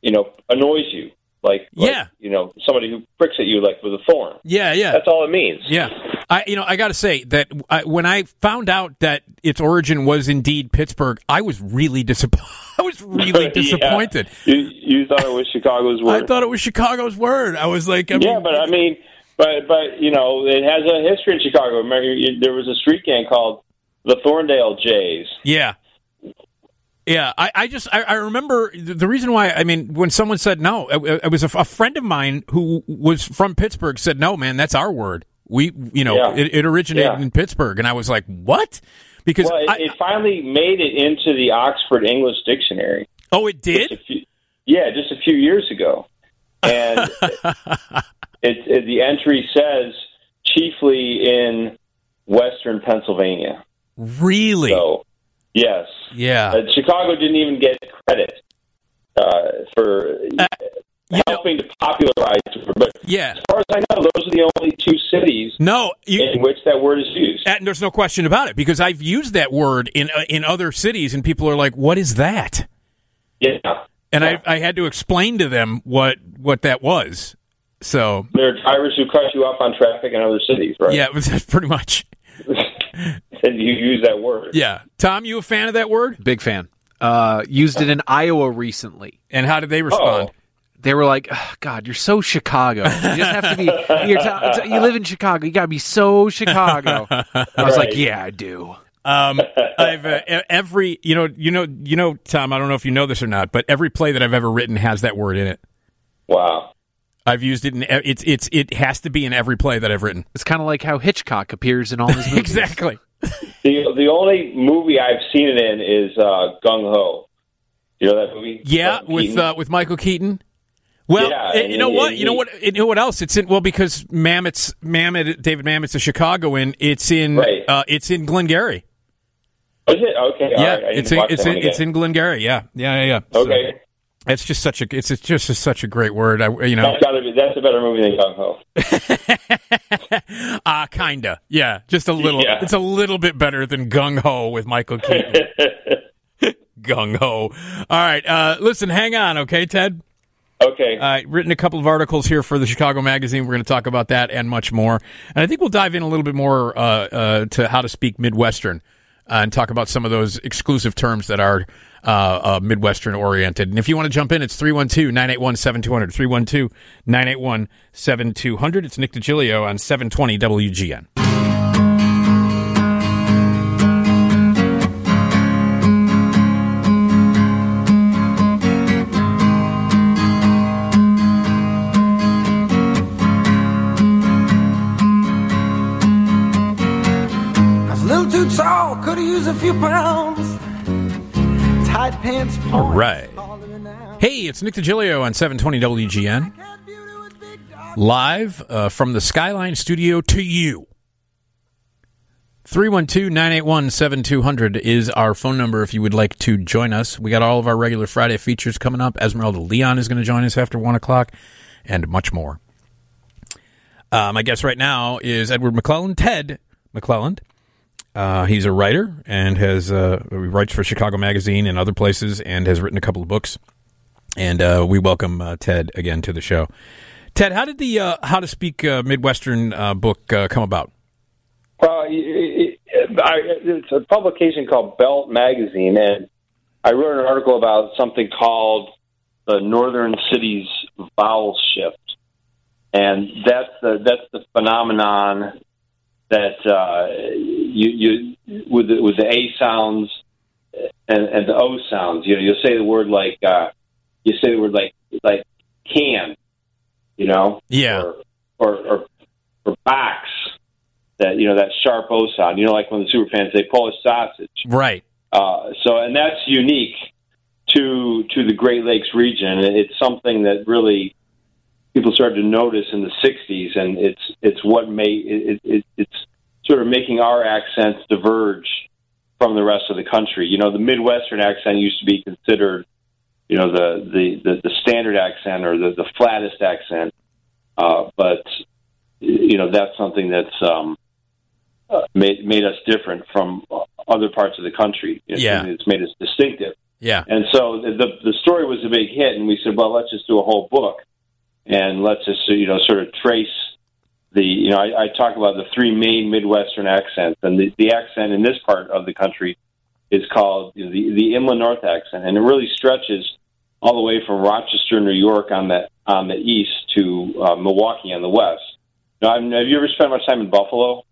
you know annoys you, like, like, Yeah. you know somebody who pricks at you like with a thorn. Yeah, yeah. That's all it means. Yeah, I you know I got to say that I, when I found out that its origin was indeed Pittsburgh, I was really disappointed. I was really Yeah. disappointed. You you thought it was Chicago's I word. thought it was Chicago's word. I was like, I yeah, mean, but I mean, but but you know it has a history in Chicago. Remember, you, there was a street gang called the Thorndale Jays. yeah. Yeah, I, I just I, I remember the the reason why I mean when someone said no, it, it was a, f- a friend of mine who was from Pittsburgh said no, man, that's our word. We you know Yeah. it, it originated Yeah. in Pittsburgh, and I was like, what? Because Well, it, I, it finally made it into the Oxford English Dictionary. oh, it did. Just a few, yeah, just a few years ago, and it, it, the entry says chiefly in Western Pennsylvania. Really? So, yes, yeah. Uh, Chicago didn't even get credit uh, for helping to popularize her. But yeah, as far as I know, those are the only two cities no, you, in which that word is used. and there's no question about it because I've used that word in uh, in other cities, and people are like, "What is that?" Yeah, and I I had to explain to them what what that was. So there are drivers who cut you off on traffic in other cities, right? yeah, it was pretty much. and you use that word. Yeah, Tom, you a fan of that word? Big fan. Uh, used it in Iowa recently. And how did they respond? They were like, "Ugh, "God, you're so Chicago. You just have to be. You're t- t- you live in Chicago. You gotta be so Chicago." I was like, Right. "Yeah, I do." Um, I've uh, e- every you know you know you know Tom. I don't know if you know this or not, but every play that I've ever written has that word in it. Wow. I've used it in e- it's it's it has to be in every play that I've written. It's kind of like how Hitchcock appears in all his movies. exactly. The the only movie I've seen it in is uh, Gung Ho. You know that movie? Yeah, Michael with Keaton? uh, with Michael Keaton. Well, Yeah, and you know and- what? and You know he- what? You know what else? It's in well because Mamet's Mamet David Mamet's a Chicagoan. It's in Right. uh, it's in Glengarry. Oh, Is it okay? all yeah, right, I need it's to in, watch it's that in, one it's again. in Glengarry. Yeah, yeah, yeah. yeah. So, Okay, it's just such a it's it's just such a great word. I you know that's gotta be that's a better movie than Gung Ho. Ah, kinda. Yeah, just a little. Yeah. It's a little bit better than Gung Ho with Michael Keaton. Gung Ho. All right, uh, listen, hang on, okay, Ted. Okay. All right, written a couple of articles here for the Chicago Magazine. We're going to talk about that and much more. And I think we'll dive in a little bit more uh, uh, to how to speak Midwestern uh, and talk about some of those exclusive terms that are uh, uh, Midwestern oriented. And if you want to jump in, it's 312 981 7200. 312 981 7200. It's Nick DiGilio on 720 WGN. I was a little too tall, could have used a few pounds. Tight pants, All right. Hey, it's Nick DiGilio on 720 WGN. Live uh, from the Skyline Studio to you. 312 981 7200 is our phone number if you would like to join us. We got all of our regular Friday features coming up. Esmeralda Leon is going to join us after 1 o'clock and much more. Uh, my guest right now is Edward McClellan, Ted McClelland. Uh, he's a writer and has uh, he writes for Chicago Magazine and other places, and has written a couple of books. And uh, we welcome uh, Ted again to the show. Ted, how did the uh, How to Speak uh, Midwestern uh, book uh, come about? Well, it, it, I, it's a publication called Belt Magazine, and I wrote an article about something called the Northern Cities Vowel Shift, and that's the that's the phenomenon that uh, you you with the, with the A sounds and, and the O sounds. You know, you'll say the word like uh, you say the word like like can, you know, Yeah, or or, or box that you know that sharp O sound. You know, like when the superfans say Polish sausage. right. Uh, so, and that's unique to to the Great Lakes region. It's something that really people started to notice in the '60s, and it's it's what made it, it, it's sort of making our accents diverge from the rest of the country. You know, the Midwestern accent used to be considered, you know, the the the, the standard accent or the the flattest accent, uh, but you know that's something that's um, uh, made made us different from uh, other parts of the country. It's, Yeah. it's made us distinctive. Yeah, And so the the- the story was a big hit, and we said, well, let's just do a whole book, and let's just you know sort of trace the you know I, I talk about the three main Midwestern accents, and the, the accent in this part of the country is called you know, the the Inland North accent, and it really stretches all the way from Rochester, New York, on the on the east to uh, Milwaukee on the west. Now, I'm, have you ever spent much time in Buffalo?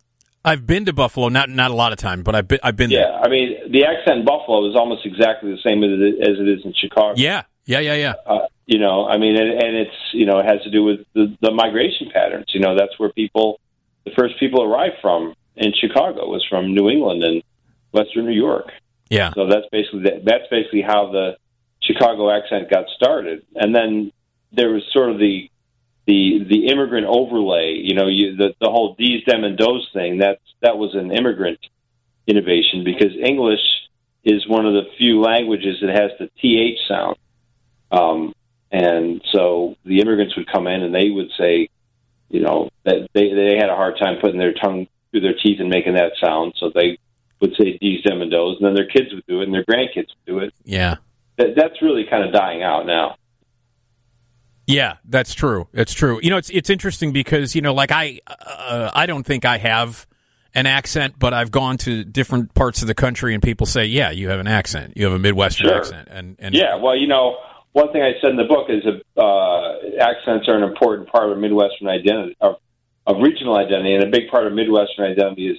I've been to Buffalo, not not a lot of time, but I've been I've been there. Yeah, I mean the accent in Buffalo is almost exactly the same as it, as it is in Chicago. Yeah, yeah, yeah, yeah. uh, you know, I mean, and, and it's you know, it has to do with the, the migration patterns. You know, that's where people, the first people arrived from in Chicago was from New England and Western New York. Yeah. So that's basically that's basically how the Chicago accent got started, and then there was sort of the the the immigrant overlay. You know, you, the the whole these them and those thing. That's that was an immigrant innovation because English is one of the few languages that has the th sound. Um, And so the immigrants would come in and they would say, you know, that they, they had a hard time putting their tongue through their teeth and making that sound. So they would say D's, them, and does. And then their kids would do it and their grandkids would do it. Yeah. That, that's really kind of dying out now. Yeah, that's true. That's true. You know, it's it's interesting because you know, like I, uh, I don't think I have an accent, but I've gone to different parts of the country and people say, yeah, you have an accent. You have a Midwestern Sure. accent, and and yeah, well, you know, one thing I said in the book is that uh, accents are an important part of Midwestern identity, of, of regional identity, and a big part of Midwestern identity is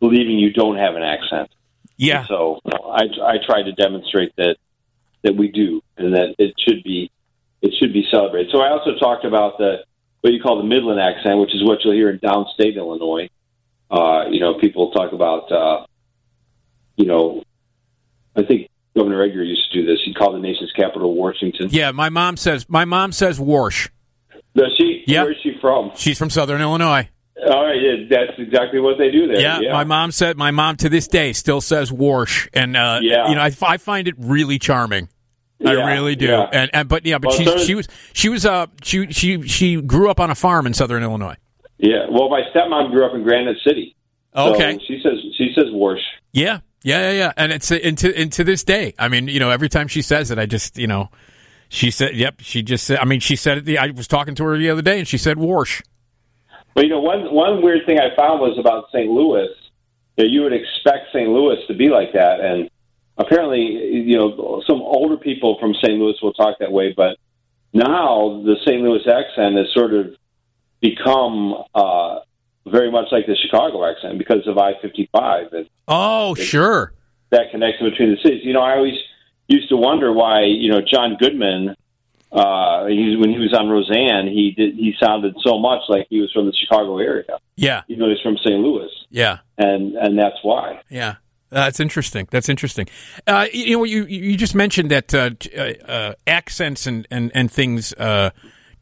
believing you don't have an accent. Yeah. So I, I tried to demonstrate that that we do, and that it should be it should be celebrated. So I also talked about the what you call the Midland accent, which is what you'll hear in downstate Illinois. Uh, you know, people talk about uh, you know, I think Governor Edgar used to do this. He called the nation's capital Washington. yeah. My mom says my mom says Warsh. Does she? Where's she from? She's from Southern Illinois. All right, yeah, that's exactly what they do there. Yeah, my mom said my mom to this day still says Warsh, and uh, Yeah. you know I, f- I find it really charming. Yeah, I really do, yeah. and, and but yeah, but Well, she's, so does- she was she was uh she she she grew up on a farm in Southern Illinois. Yeah, Well, my stepmom grew up in Granite City. So Okay. she says she says Warsh. Yeah, yeah, yeah, yeah. And it's and to, and to this day, I mean, you know, every time she says it, I just you know, she said, yep, she just said. I mean, she said it. The, I was talking to her the other day, and she said Warsh. But you know, one one weird thing I found was about St. Louis that you would expect St. Louis to be like that, and apparently, you know, some older people from St. Louis will talk that way, but now the St. Louis accent has sort of become uh, very much like the Chicago accent because of I fifty five and Oh, sure. that connection between the cities. You know, I always used to wonder why you know John Goodman. Uh, he, when he was on Roseanne, he did, he sounded so much like he was from the Chicago area Yeah, you know he's from St. Louis, yeah. and and that's why. Yeah. That's interesting. That's interesting. Uh, you you know, you you just mentioned that uh, t- uh, uh, accents and and and things uh,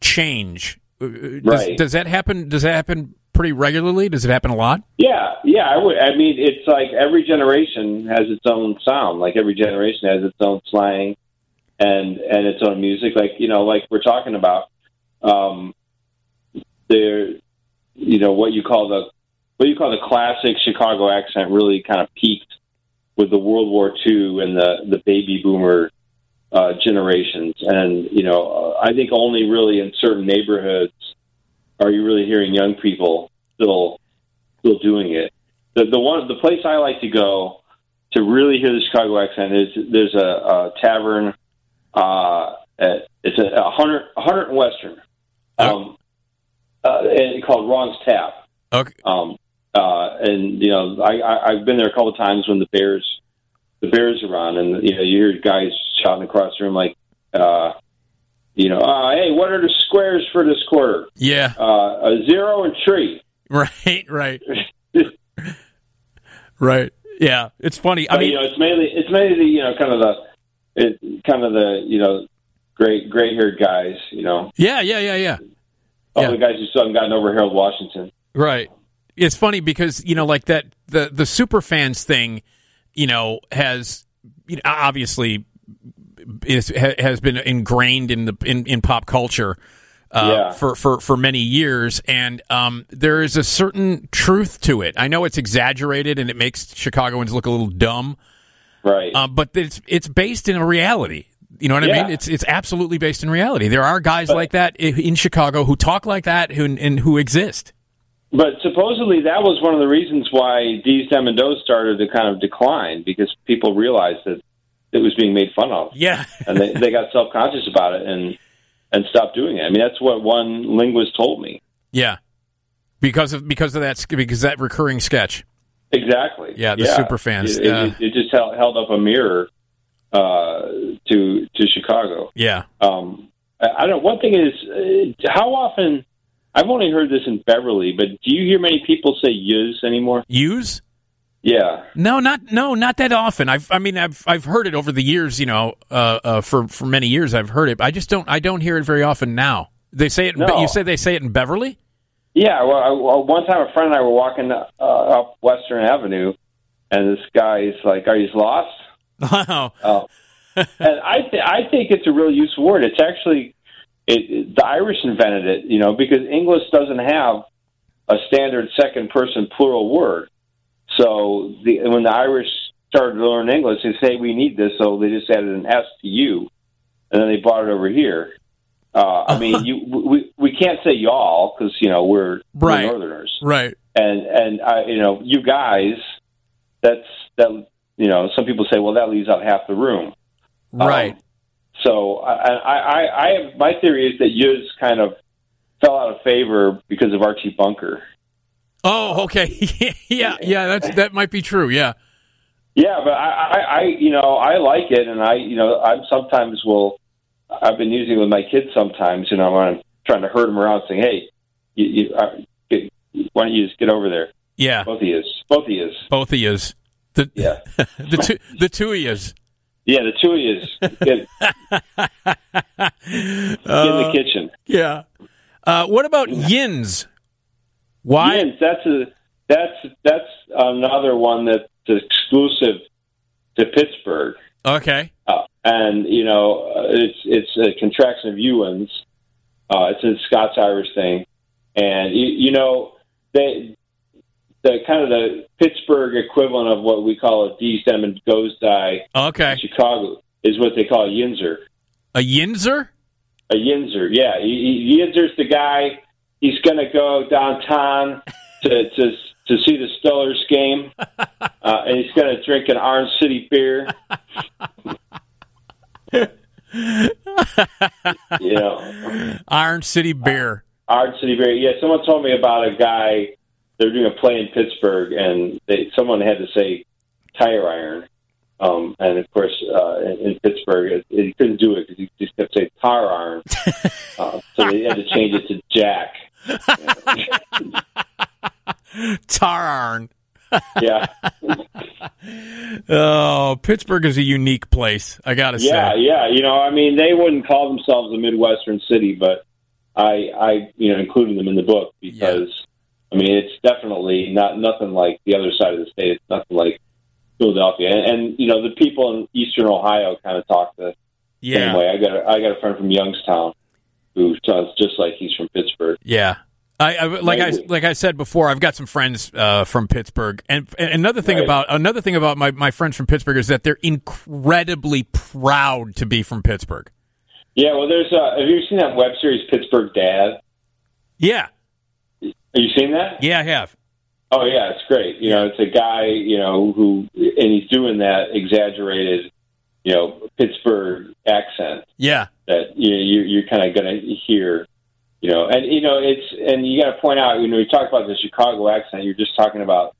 change. Uh, uh, Does, Right. does that happen? Does that happen pretty regularly? Does it happen a lot? Yeah, yeah. I would. I mean, it's like every generation has its own sound. Like every generation has its own slang, and and its own music. Like you know, like we're talking about, um, there, you know, what you call the what you call the classic Chicago accent really kind of peaked with the World War II and the the baby boomer uh, generations. And you know, uh, I think only really in certain neighborhoods are you really hearing young people still still doing it. The the one the place I like to go to really hear the Chicago accent is there's a, a tavern. Uh, at, it's a, a hundred a hundred and Western, um, uh, and called Ron's Tap. Okay. Um, uh, and you know, I, I I've been there a couple of times when the Bears the Bears are on, and you know, you hear guys shouting across the room like, uh, you know, uh, hey, what are the squares for this quarter? Yeah. Uh, a zero and three. Right. Right. right. Yeah. It's funny. I But, mean, you know, it's mainly it's mainly the you know kind of the it, kind of the you know great gray haired guys. You know, yeah. Yeah. Yeah. Yeah. all the guys who still haven't gotten over Harold Washington. Right. It's funny because you know, like that the the super fans thing, you know, has you know, obviously is ha, has been ingrained in the in, in pop culture uh, Yeah. for for for many years, and um, there is a certain truth to it. I know it's exaggerated and it makes Chicagoans look a little dumb, right? Uh, but it's it's based in a reality. You know what I Yeah. mean? It's it's absolutely based in reality. There are guys like that i- in Chicago who talk like that who, and who exist. But supposedly that was one of the reasons why D's Dem and Doe's started to kind of decline because people realized that it was being made fun of. Yeah. and they, they got self conscious about it and and stopped doing it. I mean, that's what one linguist told me. Yeah, because of because of that sk- because that recurring sketch. Exactly. Yeah, the super fans, It, it- uh, it, just held, held up a mirror uh, to to Chicago. Yeah, Um, I, I don't. know. One thing is, uh, how often? I've only heard this in Beverly, but do you hear many people say "use" anymore? Use? Yeah. No, not no, not that often. I've I mean I've I've heard it over the years. You know, uh, uh, for for many years I've heard it. But I just don't I don't hear it very often now. They say it. in Be- No. You say they say it in Beverly. Yeah, well, I, well, one time a friend and I were walking uh, up Western Avenue, and this guy's like, "Are you lost?" Wow. Oh. and I, th- I think it's a real useful word. It's actually It, the Irish invented it, you know, because English doesn't have a standard second person plural word. So the, when the Irish started to learn English, they say we need this, so they just added an S to you, and then they brought it over here. Uh, I mean, you we we can't say y'all because you know we're, we're Right. Northerners Right. and and I, you know, you guys, that's that. You know, some people say, well, that leaves out half the room. Right. So I, I, I, I have, my theory is that Yuz kind of fell out of favor because of Archie Bunker. Oh, okay. yeah, yeah. That's that might be true. Yeah. Yeah, but I, I, I, you know, I like it, and I, you know, I'm sometimes will. I've been using it with my kids sometimes, you know, when I'm trying to herd them around, saying, "Hey, you, you, uh, get, why don't you just get over there?" Yeah. both of you, both of you. Both of yous. The, yeah. the two the two of yous. Yeah, the two of you get, get in the Uh, kitchen. Yeah. Uh, what about yins? Why? Yins, that's a that's that's another one that's exclusive to Pittsburgh, Okay. uh, and you know uh, it's it's a contraction of Ewins. Uh, it's a Scots Irish thing, and you, you know they the kind of the Pittsburgh equivalent of what we call a D stem and goes die Oh, Okay. in Chicago is what they call a yinzer. A yinzer? A Yinzer, yeah. He- he- Yinzer's the guy. He's going to go downtown to, to to see the Stellars game, uh, and he's going to drink an Orange City beer. you know, Iron City beer. Orange City beer. Yeah, someone told me about a guy. They're doing a play in Pittsburgh, and they, someone had to say tire iron. Um, and of course, uh, in, in Pittsburgh, it, it couldn't do it because you just kept saying tar iron. uh, so they had to change it to Jack. Tararn. Yeah, Oh, Pittsburgh is a unique place. I gotta yeah, say. yeah. You know, I mean, they wouldn't call themselves a Midwestern city, but I, I, you know, included them in the book because, I mean, it's definitely not nothing like the other side of the state. It's nothing like Philadelphia, and, and you know, the people in Eastern Ohio kind of talk the Yeah. same way. I got, a, I got a friend from Youngstown who sounds just like he's from Pittsburgh. Yeah. I, I like I Maybe. like I said before. I've got some friends uh, from Pittsburgh, and, and another thing Right. about another thing about my, my friends from Pittsburgh is that they're incredibly proud to be from Pittsburgh. Yeah, well, there's. Uh, have you seen that web series Pittsburgh Dad? Yeah, Have you seen that? yeah, I have. Oh yeah, it's great. You know, it's a guy, you know, who and he's doing that exaggerated, you know, Pittsburgh accent Yeah, that you you you're kind of going to hear, you know, and you know it's and you got to point out, you know, you talk about the Chicago accent, you're just talking about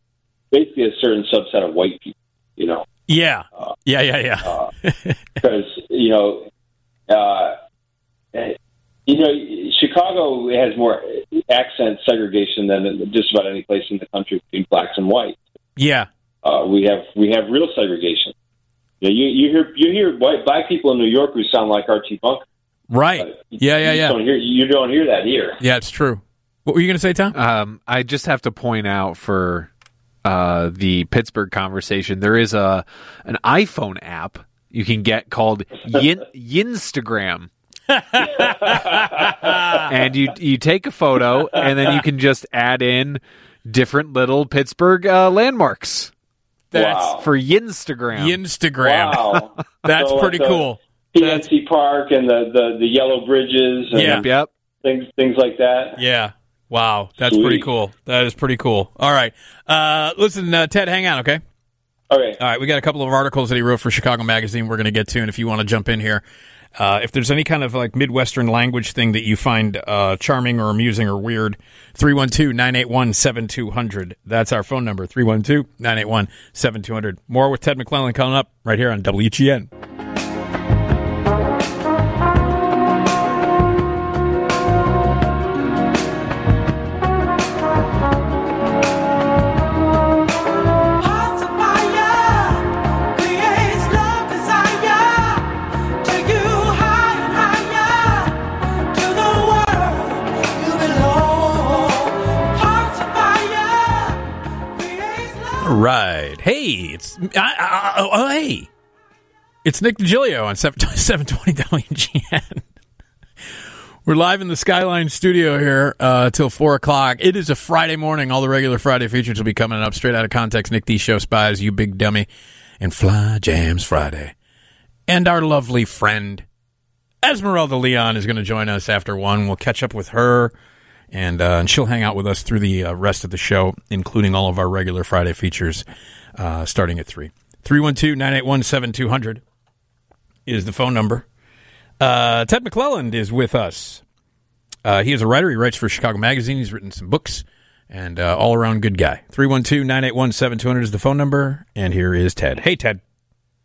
basically a certain subset of white people, you know, yeah, Uh, yeah, yeah, yeah. because you know, uh, eh, you know, Chicago has more accent segregation than just about any place in the country between blacks and whites. yeah, uh, we have we have real segregation. You, know, you you hear you hear white black people in New York who sound like Archie Bunker. right. Yeah, yeah, You yeah. Don't hear you don't hear that here. Yeah, it's true. What were you going to say, Tom? Um, I just have to point out for uh, the Pittsburgh conversation, there is a an iPhone app you can get called Yin, Yinstagram. and you you take a photo, and then you can just add in different little Pittsburgh uh, landmarks That's wow. for Yinstagram. Instagram. Wow. That's So, like, pretty the cool. PNC Park and the, the, the yellow bridges and Yeah. yep. things things like that. Yeah. Wow. That's Sweet. pretty cool. That is pretty cool. All right. Uh, listen, uh, Ted, hang on, okay? Okay. All right, we got a couple of articles that he wrote for Chicago Magazine. We're going to get to, and if you want to jump in here, uh, if there's any kind of like Midwestern language thing that you find uh, charming or amusing or weird, 312-981-7200. That's our phone number, 312-981-7200. More with Ted McClellan coming up right here on WGN. Right. Hey, it's I, I, I- oh, hey, it's Nick DiGilio on seven seven twenty WGN. We're live in the Skyline studio here uh, till 4 o'clock. It is a Friday morning. All the regular Friday features will be coming up straight out of context. Nick D. Show Spies, You Big Dummy, and Fly Jams Friday. And our lovely friend, Esmeralda Leon, is going to join us after 1. We'll catch up with her, and, uh, and she'll hang out with us through the uh, rest of the show, including all of our regular Friday features uh, starting at 3. 312 981 7200 is the phone number. Uh, Ted McClelland is with us. Uh, he is a writer. He writes for Chicago Magazine. He's written some books and uh, all around good guy. 312 981 7200 is the phone number. And here is Ted. Hey, Ted.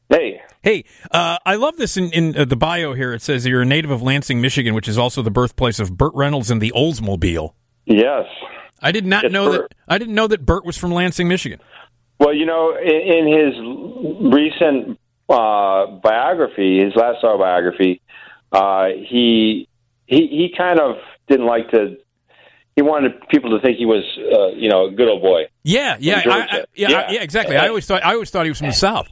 Hey. Hey. Uh, I love this in, in uh, the bio here. It says you're a native of Lansing, Michigan, which is also the birthplace of Burt Reynolds and the Oldsmobile. Yes. I did not know that. I didn't know that Burt was from Lansing, Michigan. Well, you know, in, in his recent uh, biography, his last autobiography, uh, he he he kind of didn't like to. He wanted people to think he was, uh, you know, a good old boy. Yeah, yeah, From I, Georgia. I- yeah, I- yeah, exactly. I always thought I always thought he was from the South.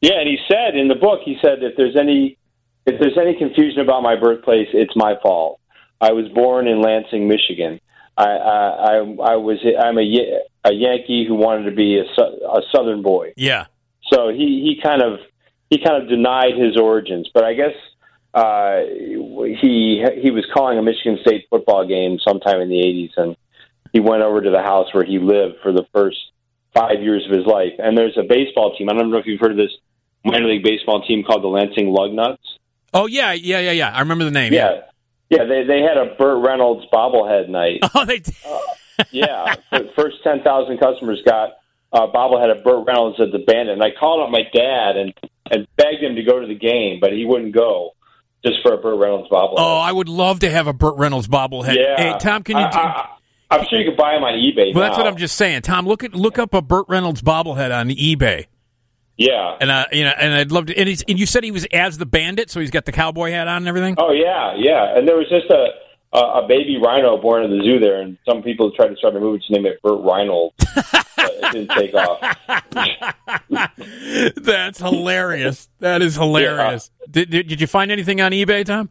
Yeah, and he said in the book, he said if there's any if there's any confusion about my birthplace, it's my fault. I was born in Lansing, Michigan. I I I, I was I'm a Ya- a Yankee who wanted to be a, sou- a Southern boy. Yeah. So he he kind of he kind of denied his origins, but I guess uh, he he was calling a Michigan State football game sometime in the '80s, and he went over to the house where he lived for the first five years of his life. And there's a baseball team. I don't know if you've heard of this minor league baseball team called the Lansing Lugnuts. Oh yeah, yeah, yeah, yeah. I remember the name. Yeah, yeah. They they had a Burt Reynolds bobblehead night. Oh, they did. yeah, the first ten thousand customers got uh, bobblehead of Burt Reynolds as the bandit, and I called up my dad and and begged him to go to the game, but he wouldn't go just for a Burt Reynolds bobblehead. Oh, I would love to have a Burt Reynolds bobblehead. yeah, Oh, Hey, Tom, can you? I, I, I'm sure you could buy him on eBay. well, that's now. what I'm just saying. Tom, look at look up a Burt Reynolds bobblehead on eBay, Yeah. and uh, you know, and I'd love to. And, he's, and you said he was as the bandit, so he's got the cowboy hat on and everything. Oh yeah, yeah. And there was just a a, a baby rhino born at the zoo there, and some people tried to start a movie to name it Burt Reynolds. but it didn't take off. that's hilarious. That is hilarious. Did, did did you find anything on eBay, Tom?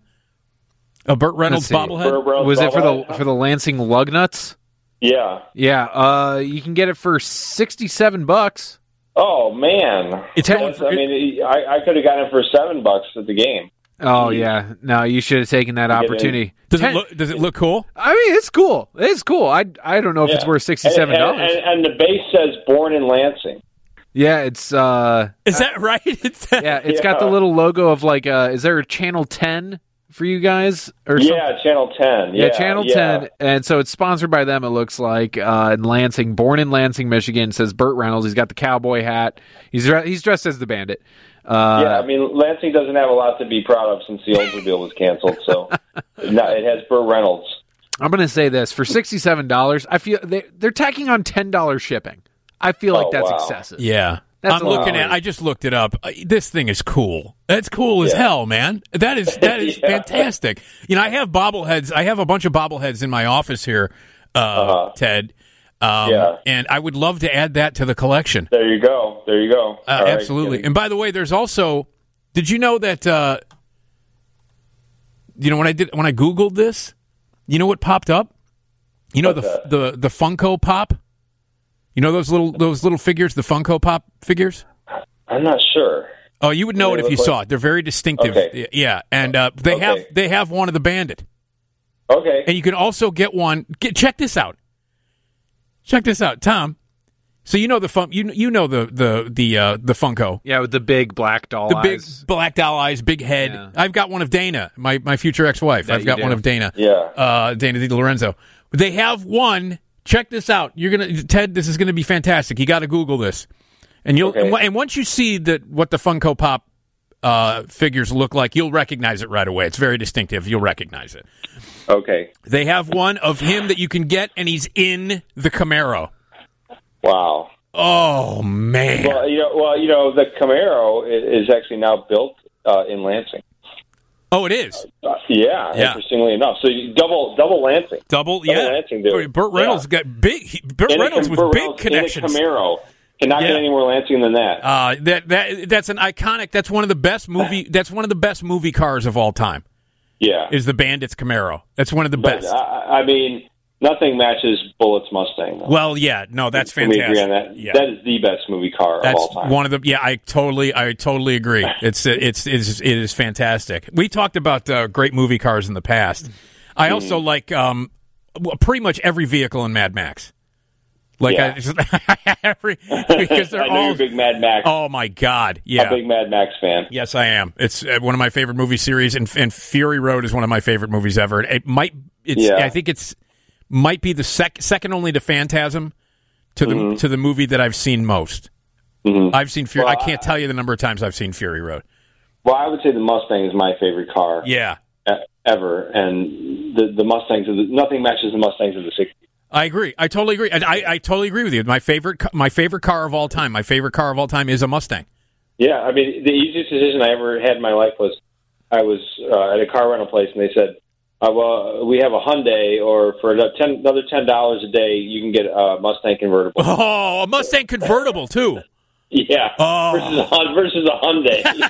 A Burt Reynolds Let's see. bobblehead. Was it for the for the Lansing Lugnuts? Yeah. Yeah, uh, you can get it for sixty-seven bucks. Oh man, It's going That's- I mean, I, I could have gotten it for seven bucks at the game. Oh yeah, no, you should have taken that Mm-hmm. Get in. opportunity. Does it look Does it look cool? I mean, it's cool. It's cool. I I don't know if Yeah. it's worth sixty-seven And, dollars. and, and the base says "Born in Lansing." Yeah, it's uh, Is that right? It's yeah, it's got the Yeah. little logo of like, uh, is there a channel ten for you guys or something? yeah, Channel Ten. Yeah, Yeah, Channel yeah. 10. And so it's sponsored by them, it looks like, uh, in Lansing. Born in Lansing, Michigan, says Burt Reynolds. He's got the cowboy hat. He's dre- he's dressed as the bandit. Uh, yeah, I mean, Lansing doesn't have a lot to be proud of since the Oldsmobile was canceled. So, no, it has Burt Reynolds. I'm going to say this for $67, I feel they, they're tacking on $10 shipping. I feel like Oh, that's wow. excessive. Yeah. That's I'm a lot. looking at. I just looked it up. Uh, This thing is cool. That's cool as Yeah. hell, man. That is that is Yeah. fantastic. You know, I have bobbleheads. I have a bunch of bobbleheads in my office here, uh, Ted. Um, Uh-huh. Yeah. And I would love to add that to the collection. There you go. There you go. Uh, All right. absolutely. And by the way, there's also. Did you know that? Uh, you know when I did when I googled this, you know what popped up? You know the What's the the Funko Pop. You know those little those little figures, the Funko Pop figures. I'm not sure. Oh, you would know it if you saw it. They're very distinctive. Oh, Okay. Yeah, and uh, they Okay. have they have one of the bandit, Okay. and you can also get one. Get, check this out. Check this out, Tom. So you know the fun, you you know the the the uh, the Funko, Yeah, with the big black doll the big eyes. black doll eyes, big head. Yeah. I've got one of Dana, my my future ex wife. That I've you got do. one of Dana. Yeah. uh, Dana Di Lorenzo. They have one. Check this out. You're gonna Ted. This is gonna be fantastic. You got to Google this, and you'll Okay. and, w- and once you see that what the Funko Pop uh, figures look like, you'll recognize it right away. It's very distinctive. You'll recognize it. Okay. They have one of him that you can get, and he's in the Camaro. Wow. Oh man! Well, you know, well, you know, the Camaro i- is actually now built uh, in Lansing. oh, it is Uh, yeah, Yeah. Interestingly enough, so you double double Lansing. double. Yeah, Lansing, dude. Burt Reynolds got big. He, Burt In a Reynolds Cam- with Burt big Reynolds in a connections. Camaro cannot Yeah. get any more Lansing than that. Uh, that that that's an iconic. That's one of the best movie. That's one of the best movie cars of all time. Yeah. uh, Is the Bandits Camaro? That's one of the But, best. I, I mean, nothing matches Bullet's Mustang. though. well, yeah, no, that's Can we fantastic. agree on that? Yeah. That is the best movie car That's of all time. one of the yeah. I totally, I totally agree. It's it's it's it is fantastic. We talked about uh, great movie cars in the past. I Mm. also like um, well, pretty much every vehicle in Mad Max. Like Yeah. I, every because they're I know all you're a big Mad Max. Oh my god, yeah. A big Mad Max fan. Yes, I am. It's uh, one of my favorite movie series, and, and Fury Road is one of my favorite movies ever. It might, it's, Yeah. I think it's might be the sec- second only to Phantasm to the Mm-hmm. to the movie that I've seen most. I've seen Fury. I can't tell you the number of times I've seen Fury Road. Well, I would say the Mustang is my favorite car Yeah, e- ever, and the the Mustangs of the, nothing matches the Mustangs of the '60s. I agree. I totally agree. And I, I totally agree with you. My favorite, ca- my favorite car of all time. My favorite car of all time is a Mustang. Yeah, I mean, the easiest decision I ever had in my life was I was uh, at a car rental place, and they said, uh, "Well, we have a Hyundai, or for another ten, another ten dollars a day, you can get a Mustang convertible." Oh, a Mustang convertible too. Yeah, Oh. versus a Hun- versus a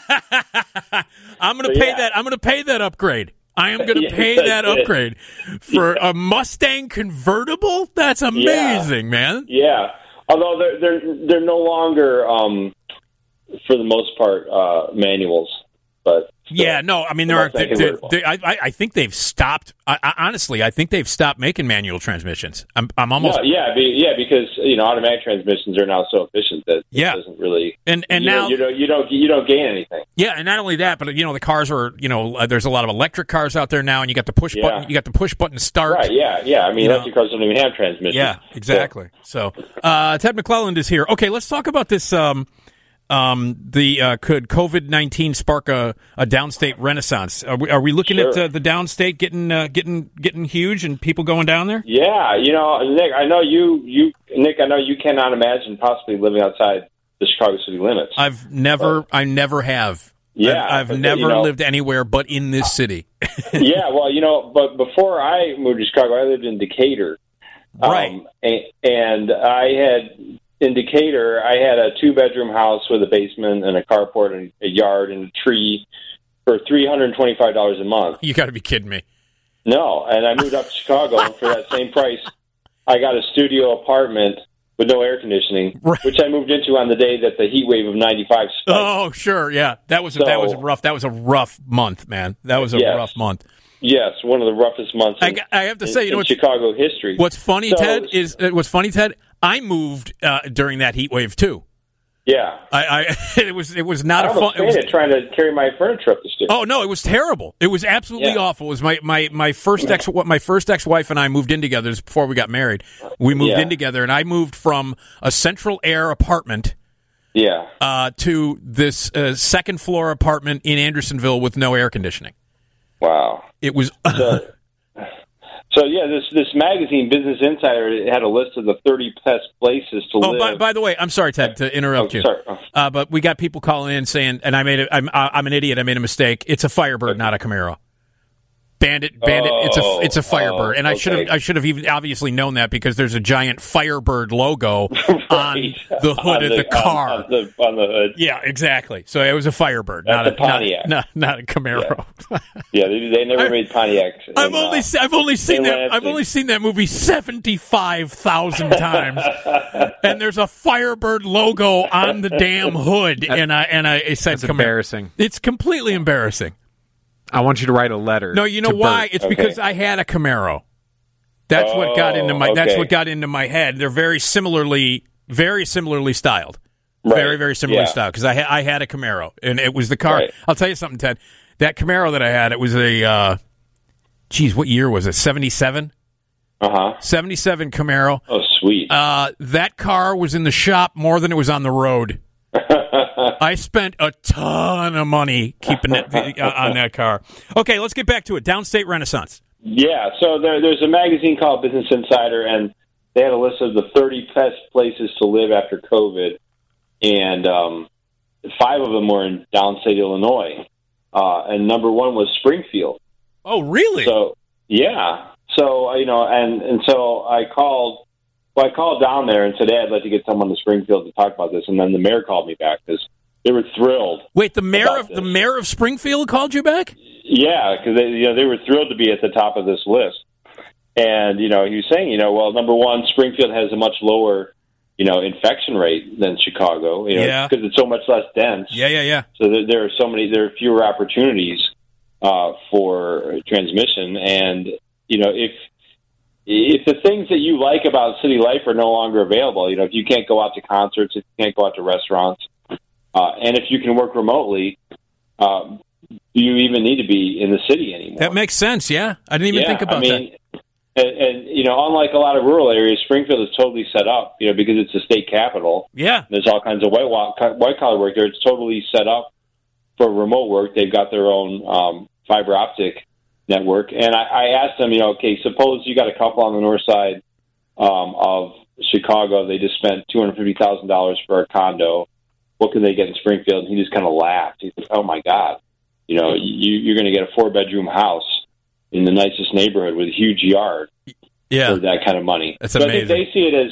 Hyundai. I'm gonna So, pay yeah. that. I'm gonna pay that upgrade. I am gonna Yeah, pay that's that it. upgrade for a Mustang convertible. That's amazing, man. yeah, although they're they're they're no longer, um, for the most part, uh, manuals, but Yeah, no, I mean there are. Mustang They, they, convertible. they, I, I- I think they've stopped. I, I, honestly, I think they've stopped making manual transmissions. I'm, I'm almost. No, yeah, be, yeah, because you know automatic transmissions are now so efficient that Yeah. it doesn't really And and you now don't, you don't you don't you don't gain anything. Yeah, and not only that, but you know the cars are you know uh, there's a lot of electric cars out there now, and you got the push Yeah. button, you got the push button start. Right? Yeah, yeah. I mean, You know. electric cars don't even have transmissions. Yeah, exactly. So uh, Ted McClelland is here. Okay, let's talk about this. Um, um, the uh, could COVID nineteen spark a, a downstate renaissance? Are we, are we looking at Sure. uh, the downstate getting uh, getting getting huge and people going down there? Yeah, you know, Nick. I know you. You, Nick. I know you cannot imagine possibly living outside the Chicago city limits. I've never, I never have. Yeah, I've, but, I've you never know- lived anywhere but in this city. yeah, well, you know, but before I moved to Chicago, I lived in Decatur. Right. and, and I had in Decatur, I had a two bedroom house with a basement and a carport and a yard and a tree for three hundred and twenty five dollars a month. You got to be kidding me. No, and I moved up to Chicago, and for that same price, I got a studio apartment with no air conditioning, Right. which I moved into on the day that the heat wave of '95 spiked. Oh, sure, yeah. That was a, that was a So- rough. That was a rough month, man. That was a Yes. rough month. Yes, one of the roughest months. I in- g- I have to in- say, you know in what's- Chicago history. What's funny, So- Ted, is uh, what's funny, Ted. I moved uh, during that heat wave too. Yeah, I, I it was it was not I a fun. almost It fainted was, trying to carry my furniture up the stairs. oh no, it was terrible. It was absolutely Yeah. awful. It was my my my first ex what my first ex wife and I moved in together. This is before we got married. We moved Yeah. in together, and I moved from a central air apartment Yeah, uh, to this uh, second floor apartment in Andersonville with no air conditioning. wow. It was So yeah, this this magazine, Business Insider, had a list of the 30 best places to Oh, live. by, by the way, I'm sorry, Ted, to interrupt Oh, you. sorry. Oh. Uh, but we got people calling in saying, and I made a, I'm I- I'm an idiot. I made a mistake. It's a Firebird, not a Camaro. Bandit, Bandit. it's a Oh, it's a Firebird, oh, and I should have okay. I should have even obviously known that because there's a giant Firebird logo on the hood On of the car. on, on the, on the hood. yeah, exactly. So it was a Firebird, not That's a Pontiac. not, not, not a Camaro. Yeah, they, they never made Pontiacs. in, I've only uh, se- I've only seen that I've Lansing. only seen that movie seventy five thousand times, and there's a Firebird logo on the damn hood, and I and I it said That's come here. embarrassing. It's completely embarrassing. I want you to write a letter. No, you know to Bert. why? It's Okay. because I had a Camaro. That's what got Oh, into my that's okay. what got into my head. They're very similarly very similarly styled. Right. Very very similarly Yeah. styled because I ha- I had a Camaro and it was the car. Right. I'll tell you something, Ted. That Camaro that I had, it was a uh, geez, what year was it? Seventy seven. Uh huh. 77 Camaro. Oh, sweet. Uh, that car was in the shop more than it was on the road. I spent a ton of money keeping that uh, on that car. Okay, let's get back to it. Downstate Renaissance. yeah. So there, there's a magazine called Business Insider, and they had a list of the 30 best places to live after COVID, and um, five of them were in downstate Illinois, uh, and number one was Springfield. Oh, really? So yeah, so uh, you know, and and so I called. Well, I called down there and said, "Hey, I'd like to get someone to Springfield to talk about this." And then the mayor called me back because They were thrilled. Wait, the mayor of the mayor of Springfield called you back? Yeah, because they, you know, they were thrilled to be at the top of this list. And, you know, he was saying, you know, well, number one, Springfield has a much lower, you know, infection rate than Chicago, you know, Yeah. because it's so much less dense. Yeah, yeah, yeah. So there, there are so many, there are fewer opportunities uh, for transmission. And, you know, if, if the things that you like about city life are no longer available, you know, if you can't go out to concerts, if you can't go out to restaurants, uh, and if you can work remotely, uh, do you even need to be in the city anymore? That makes sense. Yeah, I didn't even Yeah, think about I mean, And, and you know, unlike a lot of rural areas, Springfield is totally set up. You know, because it's a state capital. Yeah. there's all kinds of white wa- white collar work there. It's totally set up for remote work. They've got their own um, fiber optic network. And I, I asked them, you know, okay, suppose you got a couple on the north side um, of Chicago. They just spent two hundred fifty thousand dollars for a condo. What can they get in Springfield? And he just kind of laughed. He said, "Oh my God, you know, you, you're going to get a four bedroom house." in the nicest neighborhood with a huge yard yeah. for that kind of money. That's so I amazing. think they see it as,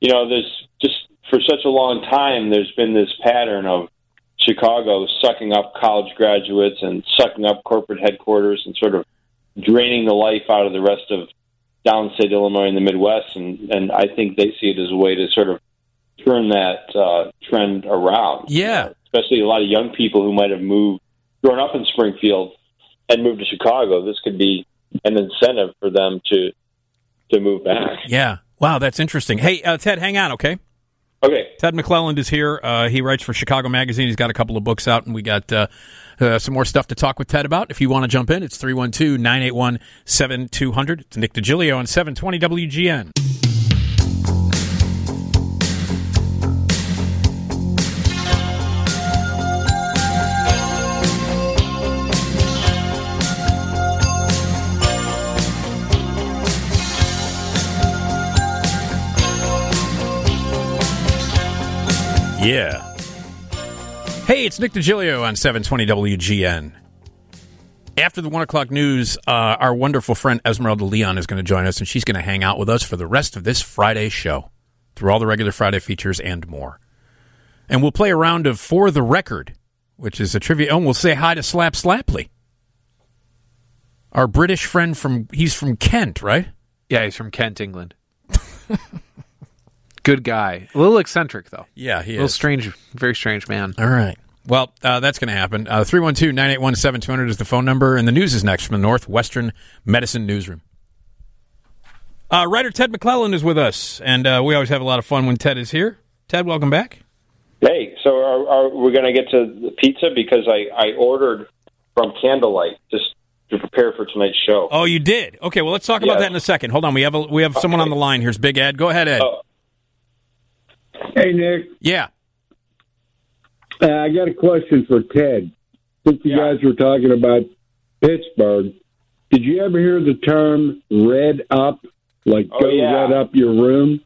you know, there's just for such a long time, there's been this pattern of Chicago sucking up college graduates and sucking up corporate headquarters and sort of draining the life out of the rest of downstate Illinois and the Midwest. And, and I think they see it as a way to sort of turn that uh, trend around Yeah. especially a lot of young people who might have moved, grown up in Springfield, and moved to Chicago. This could be an incentive for them to to move back. Yeah. Wow, that's interesting. Hey, uh, Ted, hang on, okay? Okay. Ted McClelland is here. Uh, he writes for Chicago Magazine. He's got a couple of books out, and we got uh, uh, some more stuff to talk with Ted about. If you want to jump in, it's 312 981 7200. It's Nick DiGilio on 720 WGN. Yeah. Hey, it's Nick DiGilio on 720 WGN. After the one o'clock news, uh, our wonderful friend Esmeralda Leon is going to join us, and she's going to hang out with us for the rest of this Friday show through all the regular Friday features and more. And we'll play a round of For the Record, which is a trivia, oh, and we'll say hi to Slap Slapley. Our British friend from, he's from Kent, right? Yeah, he's from Kent, England. Good guy. A little eccentric, though. Yeah, he A little is. strange, very strange man. All right. Well, uh, that's going to happen. 312 981 7200 is the phone number, and the news is next from the Northwestern Medicine Newsroom. Uh, writer Ted McClellan is with us, and uh, we always have a lot of fun when Ted is here. Ted, welcome back. Hey, so are, are we going to get to the pizza because I I ordered from Candlelight just to prepare for tonight's show. Oh, you did. Okay, well, let's talk about Yes. that in a second. Hold on, we have a, we have someone on the line. Here's Big Ed. Go ahead, Ed. Oh. Hey, Nick. Yeah. Uh, I got a question for Ted. Since you guys were talking about Pittsburgh, did you ever hear the term "red up"? Like Oh, go yeah. red up your room?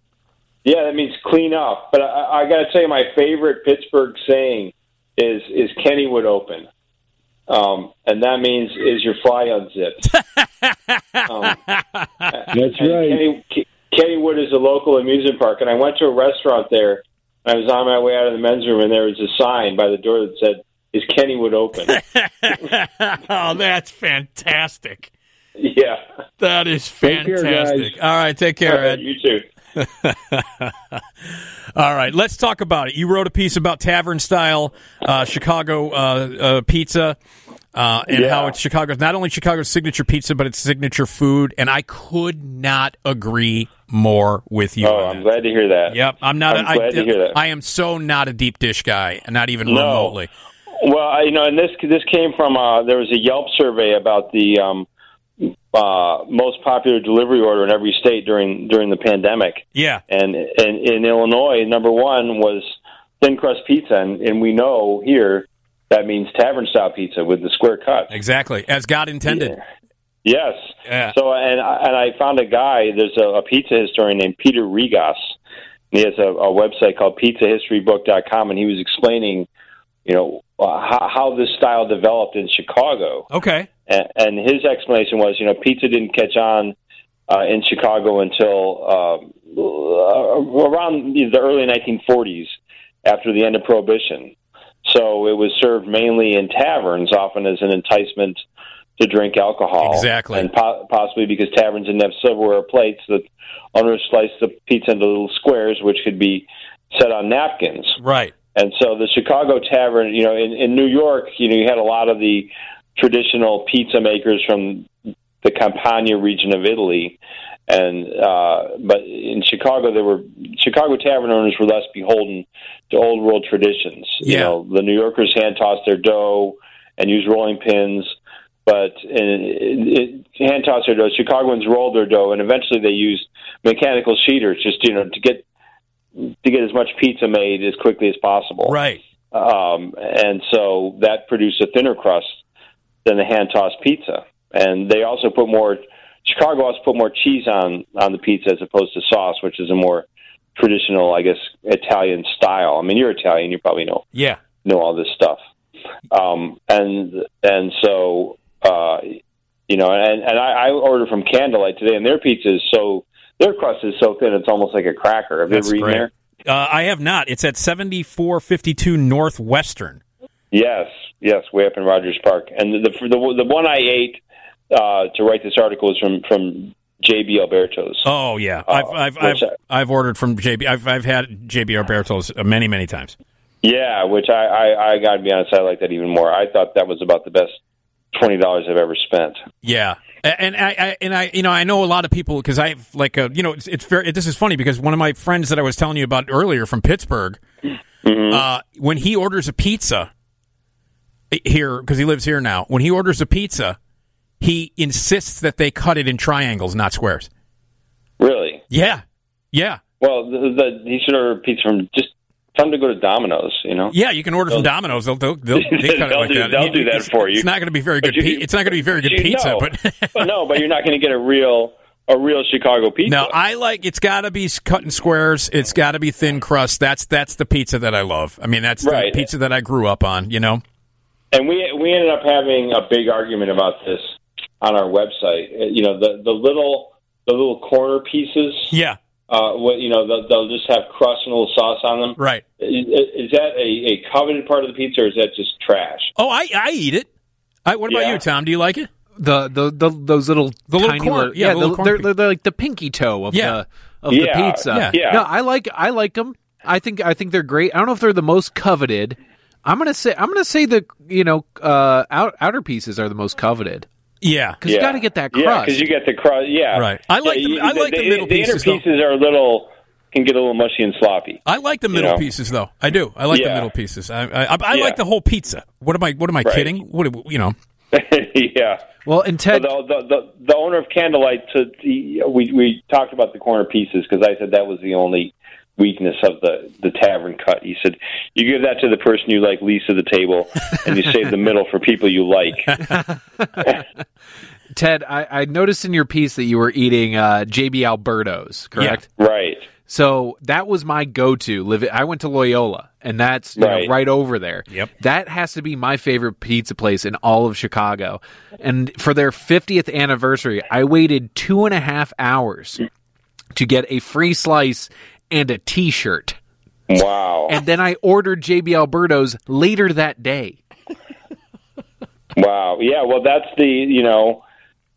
Yeah, that means clean up. But I, I got to tell you, my favorite Pittsburgh saying is is Kennywood open, um, and that means is your fly unzipped. um, That's right. Kenny, Ke- Kennywood is a local amusement park, and I went to a restaurant there. And I was on my way out of the men's room, and there was a sign by the door that said, "Is Kennywood open?" oh, that's fantastic. yeah, that is Take care, guys. fantastic. All right, take care, All right, Ed. You too. All right, let's talk about it. You wrote a piece about tavern style uh, Chicago uh, uh, pizza uh, and Yeah. how it's Chicago's not only Chicago's signature pizza, but it's signature food. And I could not agree more with you. Oh, I'm glad to hear that. Yep, I'm not. I'm a, I- glad to hear that. I am so not a deep dish guy, not even No. remotely. Well, I, you know, and this this came from uh, there was a Yelp survey about the um, uh, most popular delivery order in every state during during the pandemic, Yeah. and and in Illinois, number one was thin crust pizza, and, and we know here that means tavern style pizza with the square cut. Exactly, as God intended. Yes. So and I- and I found a guy. There's a, a pizza historian named Peter Rigas. And he has a, a website called PizzaHistoryBook.com, and he was explaining, you know, uh, how, how this style developed in Chicago. Okay. And, and his explanation was, you know, pizza didn't catch on uh, in Chicago until um, uh, around the early 1940s, after the end of Prohibition. So it was served mainly in taverns, often as an enticement to drink alcohol. Exactly. And po- possibly because taverns didn't have silverware or plates, the owners sliced the pizza into little squares, which could be set on napkins. Right. And so the Chicago Tavern, you know, in, in New York, you know, you had a lot of the traditional pizza makers from the Campania region of Italy. And uh, but in Chicago, there were Chicago tavern owners were less beholden to old world traditions. You Yeah. know, the New Yorkers hand toss their dough and use rolling pins, but in, it, hand toss their dough. Chicagoans rolled their dough, and eventually they used mechanical sheeters just you know to get to get as much pizza made as quickly as possible. Right. Um, and so that produced a thinner crust than the hand tossed pizza. And they also put more Chicago also put more cheese on on the pizza as opposed to sauce, which is a more traditional, I guess, Italian style. I mean, you're Italian, you probably know Yeah. know all this stuff. Um, and and so uh, you know, and and I, I ordered from Candlelight today, and their pizza is so their crust is so thin, it's almost like a cracker. Have That's you ever eaten great. there? Uh, I have not. It's at 7452 Northwestern. Yes, yes, way up in Rogers Park. And the the, the one I ate uh, to write this article is from from JB Alberto's. Uh, Oh yeah, I've I've I've, what's that? I've ordered from JB. I've I've had JB Alberto's uh, many many times. Yeah, which I I, I got to be honest, I like that even more. I thought that was about the best twenty dollars I've ever spent. Yeah, A- and I, I and I you know I know a lot of people because I've like a, you know it's, it's very this is funny because one of my friends that I was telling you about earlier from Pittsburgh, Mm-hmm. uh, when he orders a pizza i- here because he lives here now, when he orders a pizza, he insists that they cut it in triangles, not squares. Really? Yeah, yeah, Well, the, the, he should order pizza from just tell him to go to Domino's. You know? yeah. You can order from They'll- Domino's; they'll they'll, they'll they cut it They'll like do- that. they'll do that It's- for you. It's not going to be very good. But you- pi- it's not going to be very good You- pizza, no. but but no, but you're not going to get a real a real Chicago pizza. No, I like it's got to be cut in squares. It's got to be thin crust. That's that's the pizza that I love. I mean, that's Right. the pizza that I grew up on. You know, and we we ended up having a big argument about this on our website. Uh, You know, the the little the little corner pieces. Yeah. Uh, what you know, they'll, they'll just have crust and a little sauce on them. right? Is, is that a, a coveted part of the pizza, or is that just trash? Oh, I I eat it. I, what about you, Tom? Do you like it? The the, the those little The little tiny corn- little- yeah, the the- little corn they're, pi- they're, they're like the pinky toe of Yeah. the of Yeah, the pizza. yeah. No, I like I like them. I think I think they're great. I don't know if they're the most coveted. I'm gonna say I'm gonna say the you know uh, out, outer pieces are the most coveted. Yeah, because you got to get that crust. Yeah, because you get the crust. Yeah, Right. I like Yeah, the- you- I like the middle the pieces, though. inner pieces are a little can get a little mushy and sloppy. I like the You middle know? pieces though. I do. I like the Yeah. middle pieces. I I, I, I Yeah. like the whole pizza. What am I? What am I Right. kidding? What am- you know? yeah. Well, and Ted, the, the, the, the owner of Candlelight, to the, we we talked about the corner pieces because I said that was the only weakness of the the tavern cut. He said you give that to the person you like least at the table, and you save the middle for people you like. Ted, I, I noticed in your piece that you were eating uh, JB Alberto's, correct? Right. So that was my go-to. Live. I went to Loyola, and that's you know, Right. right over there. Yep. That has to be my favorite pizza place in all of Chicago. And for their 50th anniversary, I waited two and a half hours to get a free slice and a T-shirt, Wow. and then I ordered JB Alberto's later that day. Wow. Yeah. Well, that's the you know,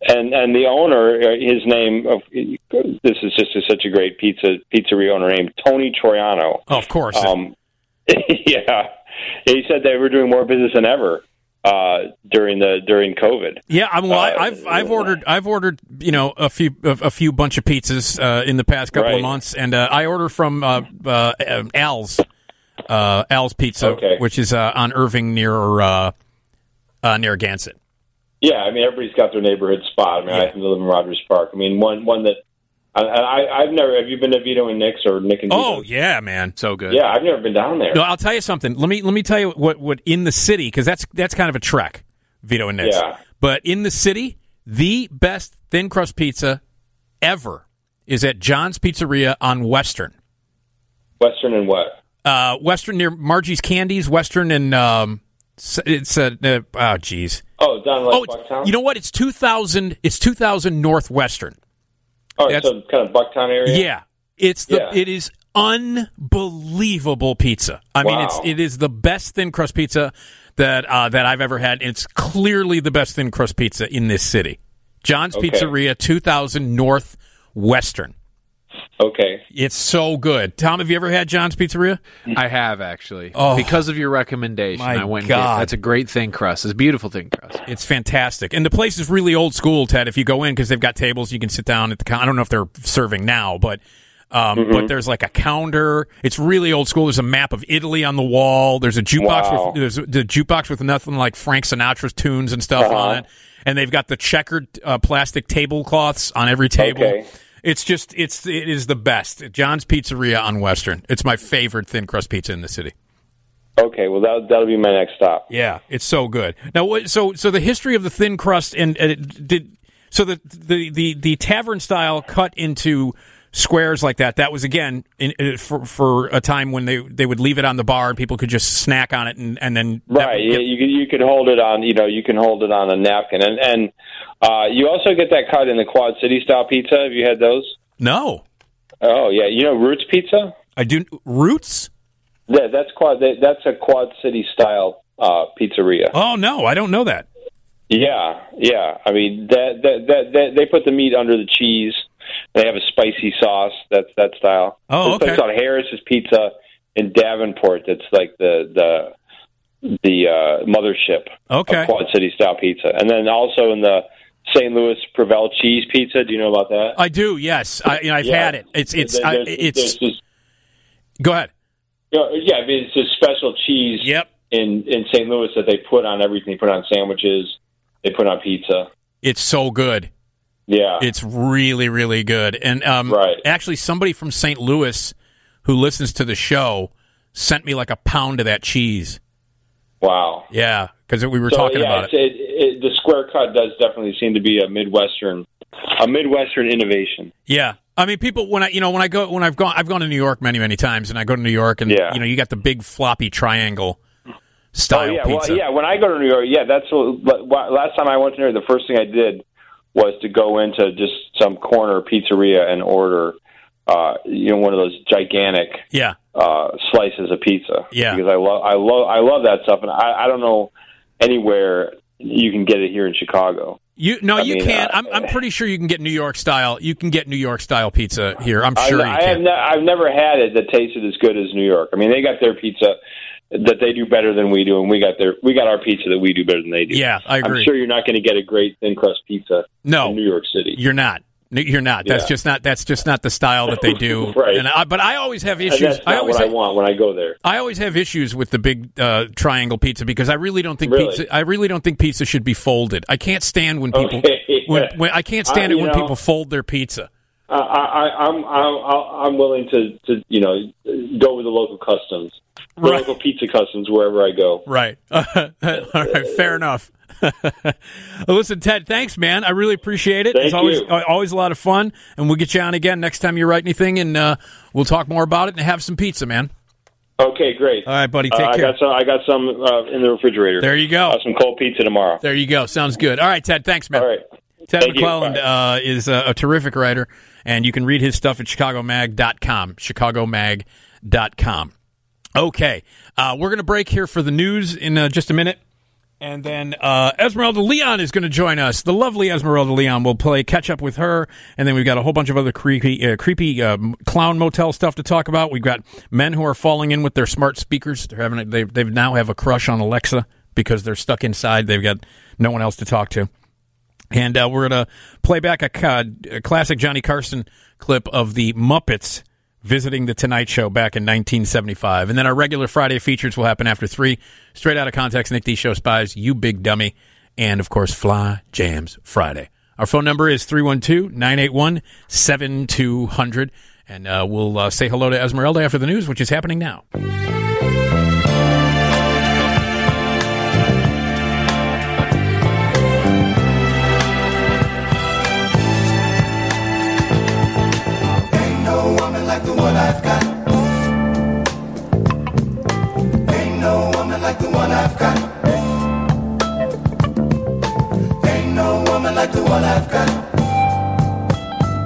and and the owner, uh, his name of this is just a, such a great pizza pizzeria owner named Tony Troiano. Oh, of course. Um, yeah, he said they were doing more business than ever uh, during the during COVID. Yeah, I'm. Oh, Well, I, I've I've ordered I've ordered you know a few a, a few bunch of pizzas uh, in the past couple of Right. months, and uh, I order from uh, uh, um, Al's uh, Al's Pizza, Okay. which is uh, on Irving near uh, uh, near Gansett. Yeah, I mean everybody's got their neighborhood spot. I mean I happen to live in Rogers Park. I mean one one that and and I I've never have you been to Vito and Nick's or Nick and Oh Vito's? yeah, man. So good. yeah, I've never been down there. No, I'll tell you something. Let me let me tell you what what in the city because that's that's kind of a trek, Vito and Nick's. Yeah. But in the city, the best thin crust pizza ever is at John's Pizzeria on Western. Western and what? uh, Western near Margie's Candies, Western and um, s- it's a uh, oh geez, Oh, down like oh, Bucktown. it's- you know what? It's two thousand. It's two thousand Northwestern. oh, that's- so kind of Bucktown area. Yeah, it's the Yeah. it is unbelievable pizza. I mean, it's Wow. it is the best thin crust pizza that uh, that I've ever had. It's clearly the best thin crust pizza in this city. John's Okay. Pizzeria, two thousand North Western. Okay. It's so good. Tom, have you ever had John's Pizzeria? I have actually. Oh. because of your recommendation, My I went. and God. did- that's a great thing, crust. It's a beautiful thing, crust. It's fantastic, and the place is really old school, Ted. If you go in, because they've got tables, you can sit down at the. coun I don't know if they're serving now, but um, Mhm. but there's like a counter. It's really old school. There's a map of Italy on the wall. There's a jukebox. Wow. With, there's a the jukebox with nothing like Frank Sinatra's tunes and stuff Uh-huh. on it, and they've got the checkered uh, plastic tablecloths on every table. Okay. It's just it's it is the best. John's Pizzeria on Western. It's my favorite thin crust pizza in the city. Okay, well that that'll be my next stop. Yeah, it's so good. Now, what, so so the history of the thin crust and, and it did so the, the the the tavern style cut into squares like that. That was again in, in- for for a time when they they would leave it on the bar and people could just snack on it and and then that Right. would You, you could- you could hold it on you know you can hold it on a napkin and and uh, you also get that cut in the Quad City style pizza. Have you had those? No. Oh yeah, you know Roots Pizza. I do Roots. Yeah, that's quad. that- That's a Quad City style uh, pizzeria. Oh no, I don't know that. Yeah, yeah. I mean that that, that that they put the meat under the cheese. They have a spicy sauce. That's that style. Oh, This place okay. on Harris's Pizza in Davenport. That's like the the the uh, mothership Okay. of Quad City style pizza, and then also in the St. Louis Prevel cheese pizza. Do you know about that? I do. Yes, I, you know, I've Yeah. had it. It's it's There- I, there's- it's. there's this- Go ahead. you know, yeah, I mean, it's a special cheese. Yep. In in St. Louis, that they put on everything. They put on sandwiches. They put on pizza. It's so good. Yeah. It's really, really good. And um, actually, somebody from St. Louis who listens to the show sent me like a pound of that cheese. Wow. Yeah, because we were So, talking yeah, about it's- it. It, it. The square cut does definitely seem to be a midwestern, a midwestern innovation. Yeah. I mean, people when I you know when I go when I've gone I've gone to New York many many times and I go to New York and Yeah. you know you got the big floppy triangle style oh yeah, pizza. well yeah. When I go to New York, yeah, that's what, but wh- last time I went to New York. The first thing I did was to go into just some corner pizzeria and order, uh, you know, one of those gigantic Yeah. uh, slices of pizza. Yeah. because I love I love I love that stuff, and I, I don't know anywhere you can get it here in Chicago. You no, I you mean, uh, can't. I- I'm I'm pretty sure you can get New York style. You can get New York style pizza here. I'm sure I, you I can. have ne- I've never had it that tasted as good as New York. I mean, they got their pizza that they do better than we do, and we got their we got our pizza that we do better than they do. Yeah, I agree. I'm sure you're not going to get a great thin crust pizza No. in New York City. You're not. No, You're not. That's Yeah. just not. That's just not the style that they do. Right. And I, but I always have issues. And that's not I always what have, I want when I go there. I always have issues with the big uh, triangle pizza because I really don't think Really? pizza. I really don't think pizza should be folded. I can't stand when people. Okay. When, when, I can't stand I- it when you know- people fold their pizza. I, I, I'm I'm I'm willing to, to you know go with the local customs, the Right. local pizza customs wherever I go. Right. All right. Fair enough. Listen, Ted. Thanks, man. I really appreciate it. Thank it's always you. uh, always a lot of fun, and we'll get you on again next time you write anything, and uh, we'll talk more about it and have some pizza, man. Okay, great. All right, buddy. Take uh, care. I got some. I got some uh, in the refrigerator. There you go. Uh, some cold pizza tomorrow. There you go. Sounds good. All right, Ted. Thanks, man. All right. Ted Thank you. McClelland uh, is a, a terrific writer, and you can read his stuff at chicagomag.com. Chicagomag.com. Okay. Uh, we're going to break here for the news in uh, just a minute. And then uh, Esmeralda Leon is going to join us. The lovely Esmeralda Leon will play catch up with her, and then we've got a whole bunch of other creepy, uh, creepy um, clown motel stuff to talk about. We've got men who are falling in with their smart speakers. They're having a, they they now have a crush on Alexa because they're stuck inside. They've got no one else to talk to. And uh, we're going to play back a, ca- a classic Johnny Carson clip of the Muppets visiting the Tonight Show back in 1975. And then our regular Friday features will happen after 3. Straight out of context, Nick D. Show Spies, You Big Dummy, and of course, Fly Jams Friday. Our phone number is 312 981 7200. And uh, we'll uh, say hello to Esmeralda after the news, which is happening now. No woman like the one I've got. Ain't no woman like the one I've got. Ain't no woman like the one I've got.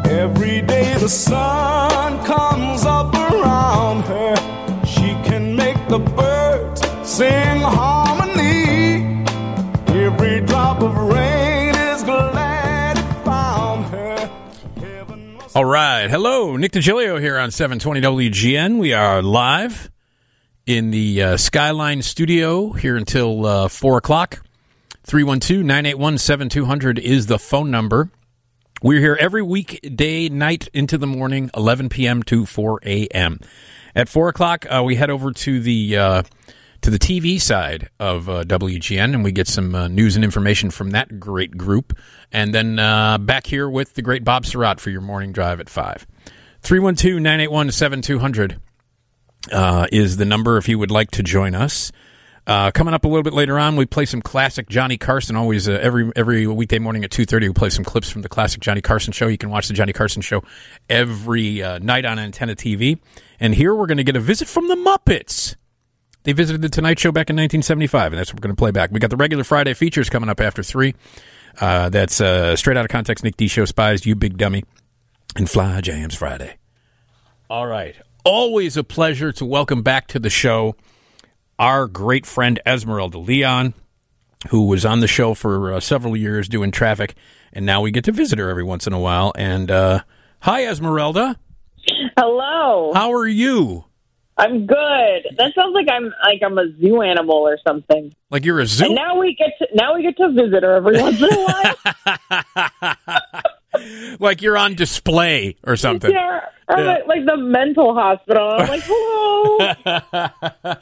Every day the sun comes up around. the birds sing harmony. Every drop of rain is glad it found her. All right. Hello, Nick DiGilio here on 720 WGN. We are live in the uh, Skyline studio here until uh, 4 o'clock. 312 981 7200 is the phone number. We're here every weekday night into the morning, 11 p.m. to 4 a.m. At 4 o'clock, uh, we head over to the. Uh, to the TV side of uh, WGN, and we get some uh, news and information from that great group. And then uh, back here with the great Bob Surratt for your morning drive at 5. 312 981 7200 uh, is the number if you would like to join us. Uh, coming up a little bit later on, we play some classic Johnny Carson. Always uh, every every weekday morning at two thirty, we play some clips from the classic Johnny Carson show. You can watch the Johnny Carson show every uh, night on Antenna TV. And here we're going to get a visit from the Muppets. They visited the Tonight Show back in 1975, and that's what we're going to play back. We got the regular Friday features coming up after three. Uh, that's uh, straight out of context. Nick D Show spies you, big dummy, and Fly Jams Friday. All right, always a pleasure to welcome back to the show our great friend Esmeralda Leon, who was on the show for uh, several years doing traffic, and now we get to visit her every once in a while. And uh, hi, Esmeralda, Hello. how are you? I'm good. That sounds like I'm like I'm a zoo animal or something. Like you're a zoo. And now we get to now we get to visit her every once in a while. like you're on display or something. yeah. I'm Yeah. at like the mental hospital. I'm like, hello.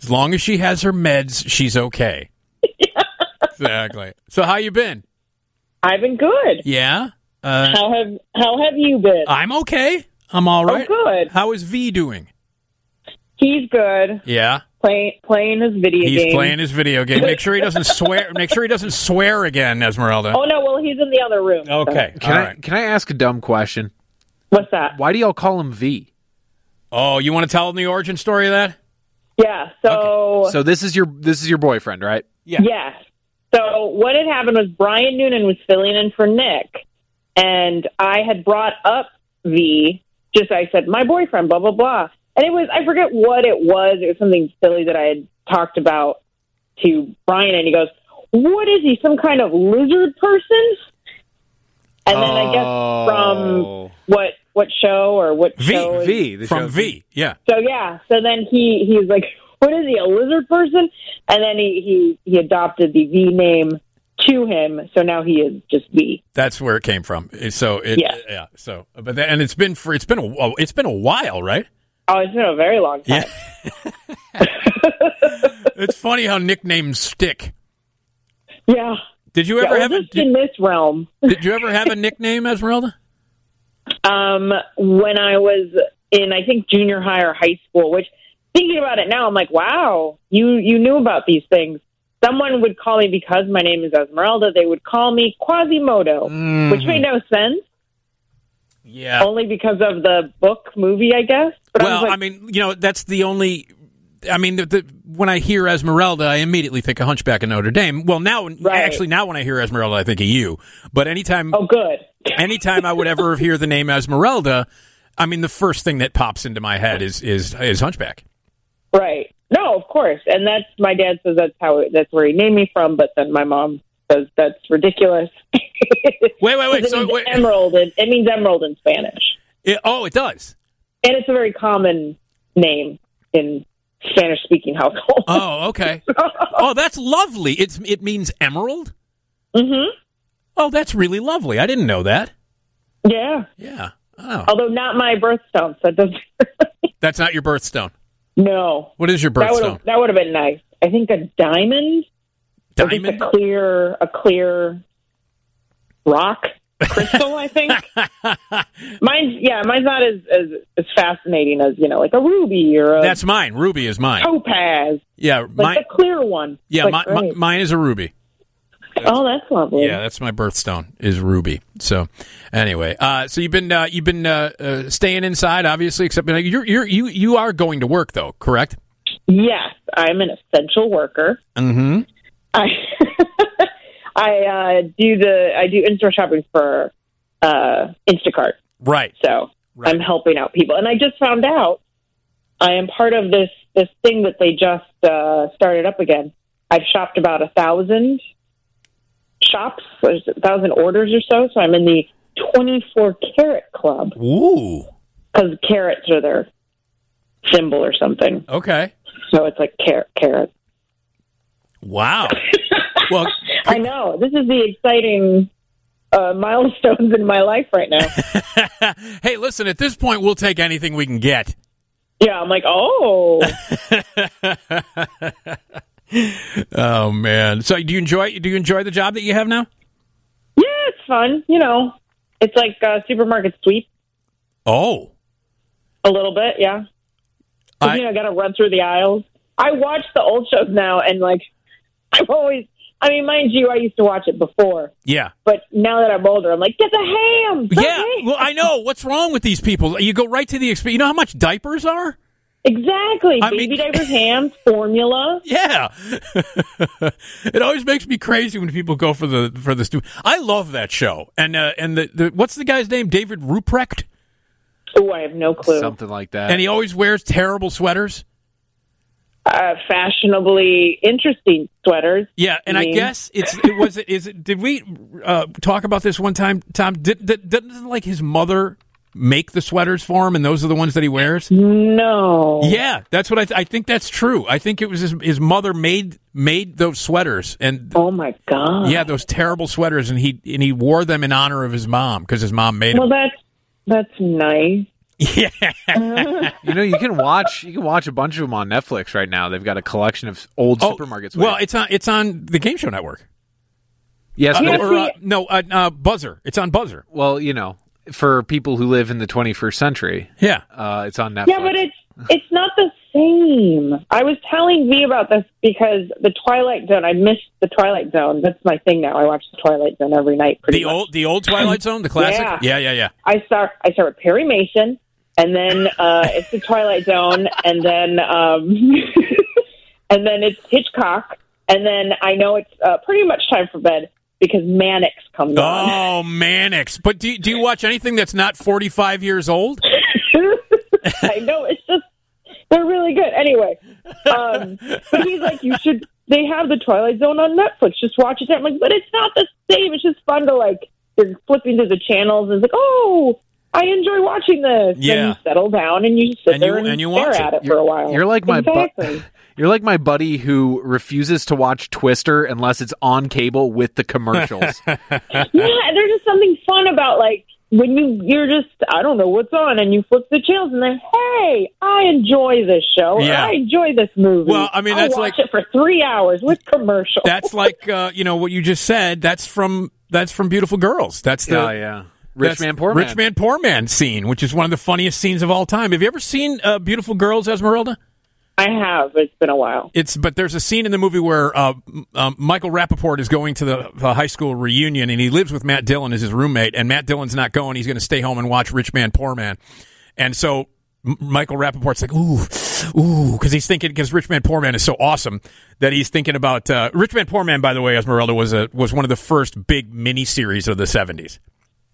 As long as she has her meds, she's okay. exactly. So how you been? I've been good. Yeah. Uh, How have how have you been? I'm okay. I'm all Oh, right. good. How is V doing? He's good. Yeah. Playing playing his video He's game. playing his video game. Make sure he doesn't swear. Make sure he doesn't swear again, Esmeralda. Oh no, well he's in the other room. so- Okay. Can all I right. can I ask a dumb question? What's that? Why do y'all call him V? Oh, you want to tell him the origin story of that? Yeah. So So this is your this is your boyfriend, right? Yeah. So what had happened was Brian Noonan was filling in for Nick, and I had brought up V. Just I said my boyfriend, blah blah blah, and it was I forget what it was. It was something silly that I had talked about to Brian, and he goes, "What is he? Some kind of lizard person?" And then I guess from what what show or what show is- from V. Yeah. so yeah, so then he he's like, what is he, a lizard person? And then he he he adopted the V name to him, so now he is just V. That's where it came from. So it, Yeah. yeah. So, but then, and it's been for it's been a it's been a while, right? Oh, it's been a very long time. Yeah. it's funny how nicknames stick. Yeah. Did you Yeah, ever or have a just in this realm? Did you ever have a nickname, Esmeralda? Um, when I was in, I think junior high or high school. Which, thinking about it now, I'm like, wow, you you knew about these things. Someone would call me because my name is Esmeralda. They would call me Quasimodo, which made no sense. Mm. Yeah. Only because of the book movie, I guess. But I was well, like, I mean, you know, that's the only. I mean, the, the, when I hear Esmeralda, I immediately think of Hunchback of Notre Dame. Well, now, actually, now when I hear Esmeralda, I think of you. But anytime, oh, good. anytime I would ever hear the name Esmeralda, I mean, the first thing that pops into my head is is is Hunchback. Right. No, of course. And that's my dad says that's how that's where he named me from, but then my mom says that's ridiculous. Wait, wait, wait. 'Cause it So, means wait. emerald. In, it means emerald in Spanish, It- oh, it does. and it's a very common name in Spanish-speaking households. Oh, okay. oh, that's lovely. It's it means emerald. Mm-hmm. Oh, that's really lovely. I didn't know that. yeah. Yeah. Oh, Although not my birthstone, so it doesn't. that's not your birthstone. No. What is your That would birthstone? have that would have been nice. I think a diamond. Or just Diamond? A clear, a clear rock crystal. I think. mine's yeah. Mine's not as, as as fascinating as you know, like a ruby or a That's mine. Ruby is mine. Oh, topaz, Yeah, like mine. a clear one. Yeah, Like, my, my, right. mine is a ruby. oh, that's lovely. Yeah, that's my birthstone is ruby. So, anyway, uh, so you've been uh, you've been uh, uh, staying inside, obviously. Except you're, you're you you you are going to work though, correct? Yes, I'm an essential worker. Mm-hmm. I I uh, do the I do in store shopping for uh, Instacart. Right. So I'm helping out people. And I just found out I am part of this this thing that they just uh, started up again. I've shopped about a thousand shops, a thousand orders or so. So I'm in the 24 carat club. Ooh. Because carrots are their symbol or something. Okay. So it's like carrot, carrot. Wow. well, I know. This is the exciting uh, milestones in my life right now. Hey, listen, at this point, we'll take anything we can get. yeah, I'm like, oh. Oh man! So, do you enjoy? Do you enjoy the job that you have now? Yeah, it's fun. You know, it's like uh, supermarket sweep Oh, a little bit. Yeah, 'Cause, I- you know, got to run through the aisles. I watch the old shows now, and like, I've always. I mean, mind you, I used to watch it before, yeah. but now that I'm older, I'm like, get the ham. get the Yeah. ham." Well, I know what's wrong with these people. You go right to the exp You know how much diapers are? Exactly. I Baby mean- diapers, ham, formula. Yeah. it always makes me crazy when people go for the for the stu- I love that show. And uh, and the, the what's the guy's name? David Ruprecht. Oh, I have no clue. Something like that. And he always wears terrible sweaters. Uh, fashionably interesting sweaters. Yeah, and I, mean, guess it's it was it is it did we uh, talk about this one time? Tom did, did didn't like his mother make the sweaters for him, and those are the ones that he wears. No. Yeah, that's what I, th- I think. That's true. I think it was his, his mother made made those sweaters, and oh my god. yeah, those terrible sweaters, and he and he wore them in honor of his mom because his mom made Well, them. that's that's nice. you know, you can watch you can watch a bunch of them on Netflix right now. They've got a collection of old Oh, supermarkets. Well, it's on it's on the Game Show Network. yes, Uh, but- or, uh, no, uh, uh, Buzzer. It's on Buzzer. well, you know, for people who live in the 21st century, yeah, uh, it's on Netflix. Yeah, but it's it's not the same. I was telling V about this because the Twilight Zone. I missed the Twilight Zone. That's my thing now. I watch the Twilight Zone every night. Pretty The much. old the old Twilight Zone, the classic. yeah, Yeah. yeah. yeah. I start I start with Perry Mason, and then uh, it's the Twilight Zone, and then um, and then it's Hitchcock, and then I know it's uh, pretty much time for bed because Mannix comes on. Oh, Mannix. But do, do you watch anything that's not 45 years old? I know it's just they're really good. Anyway, um, but he's like, you should. They have the Twilight Zone on Netflix. Just watch it. I'm like, but it's not the same. It's just fun to like. You're flipping through the channels and it's like, oh, I enjoy watching this. Yeah. And you settle down and you And sit you- there and, and you stare watch at it. it, for a while. You're like my bu- exactly. You're like my buddy who refuses to watch Twister unless it's on cable with the commercials. yeah, there's just something fun about like when you you're just I don't know what's on and you flip the channels and then hey, I enjoy this show. Yeah. I enjoy this movie. Well, I mean, I'll that's watch like- it for three hours with commercials. That's like, uh, you know, what you just said. That's from that's from Beautiful Girls. That's the Oh, yeah. Rich that's man, poor rich man. man, poor man scene, which is one of the funniest scenes of all time. Have you ever seen uh, Beautiful Girls, Esmeralda? I have. It's been a while. It's but there's a scene in the movie where uh, m- um, Michael Rappaport is going to the uh, high school reunion and he lives with Matt Dillon as his roommate and Matt Dillon's not going. He's going to stay home and watch Rich Man Poor Man, and so M- Michael Rappaport's like ooh ooh because he's thinking because Rich Man Poor Man is so awesome that he's thinking about uh, Rich Man Poor Man. By the way, Esmeralda was a was one of the first big miniseries of the '70s.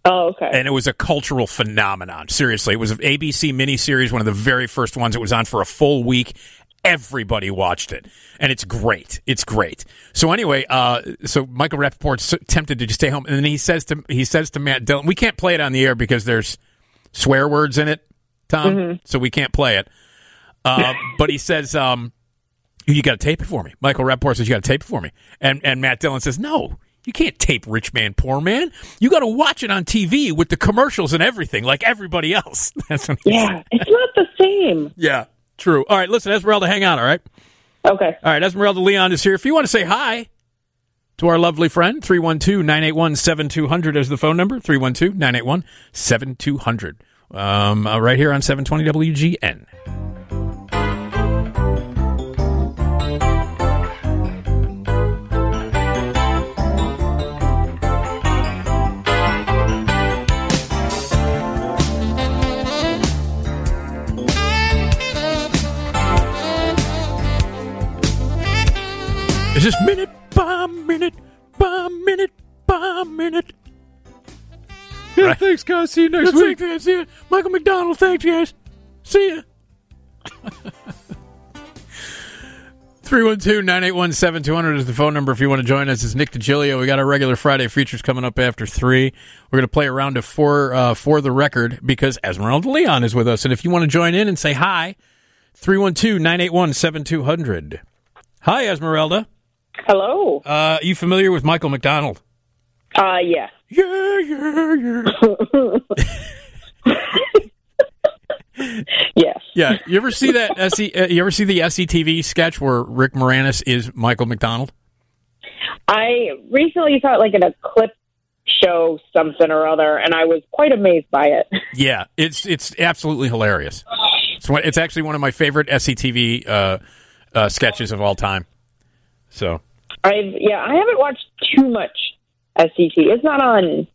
Oh, okay. And it was a cultural phenomenon. Seriously, it was an ABC miniseries, one of the very first ones. It was on for a full week. Everybody watched it, and it's great. It's great. So anyway, uh, so Michael Rappaport's tempted to just stay home, and then he says to he says to Matt Dillon, "We can't play it on the air because there's swear words in it, Tom. Mm-hmm. So we can't play it." Uh, but he says, um, "You got to tape it for me." Michael Rappaport says, "You got to tape it for me," and and Matt Dillon says, "No, you can't tape Rich Man Poor Man. You got to watch it on TV with the commercials and everything, like everybody else." That's what he Yeah, said. it's not the same. yeah, true. All right, listen, Esmeralda, hang on. All right, Okay. all right, Esmeralda Leon is here. If you want to say hi. To our lovely friend, 312 981 7200 is the phone number, 312 981 7200. Um, uh, Right here on 720 WGN. Is this minute by minute by minute by minute? Yeah, thanks, guys. See you next week. Michael McDonald, thanks, guys. See ya. 312 981 7200 is the phone number if you want to join us. It's Nick DiGilio. We got our regular Friday features coming up after 3. We're going to play a round of four uh, for the record because Esmeralda Leon is with us. And if you want to join in and say hi, 312 981 7200. Hi, Esmeralda. Hello. Uh, you familiar with Michael McDonald? Uh, yeah. Yeah, yeah, yes. Yeah. You ever see that? SC, uh, you ever see the SCTV sketch where Rick Moranis is Michael McDonald? I recently saw it like in a clip show, something or other, and I was quite amazed by it. Yeah, it's it's absolutely hilarious. It's one, it's actually one of my favorite SCTV uh, uh, sketches of all time. So I've yeah, I haven't watched too much SCT. It's not on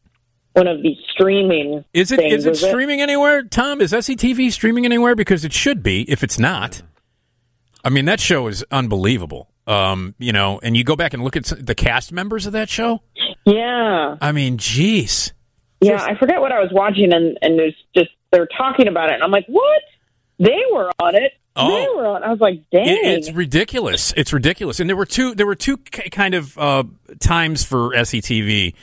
one of the streaming. is it things, is it streaming anywhere? Tom, is SCTV streaming anywhere? Because it should be. If it's not, I mean that show is unbelievable. Um, you know, and you go back and look at s- the cast members of that show. Yeah. I mean, jeez. Yeah, I forget what I was watching, and and there's just they're talking about it, and I'm like, what? They were on it. They Oh. were on. I was like, dang. It- it's ridiculous. It's ridiculous. And there were two. There were two k- kind of uh, times for E SETV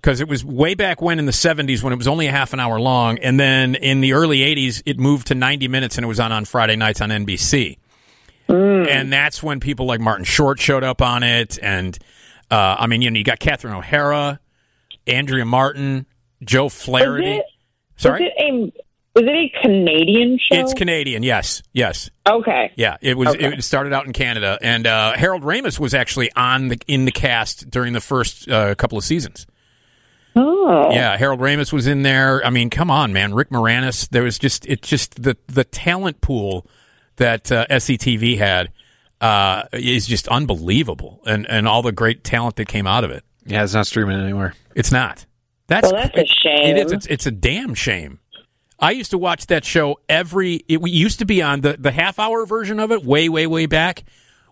because it was way back when in the '70s when it was only a half an hour long, and then in the early '80s it moved to 90 minutes and it was on on Friday nights on NBC. Mm. And that's when people like Martin Short showed up on it, and uh, I mean, you know, you got Catherine O'Hara, Andrea Martin, Joe Flaherty. Is it- Sorry, Is it a was it a Canadian show? it's Canadian. Yes, yes. okay. Yeah, it was. Okay. It started out in Canada, and uh, Harold Ramis was actually on the in the cast during the first uh, couple of seasons. Oh. Yeah, Harold Ramis was in there. I mean, come on, man, Rick Moranis. There was just it's just the the talent pool that uh, SCTV had uh, is just unbelievable, and and all the great talent that came out of it. Yeah, it's not streaming anywhere. It's not. That's well, that's a shame. It is. It's, it's a damn shame. I used to watch that show every. It we used to be on the the half hour version of it. Way way way back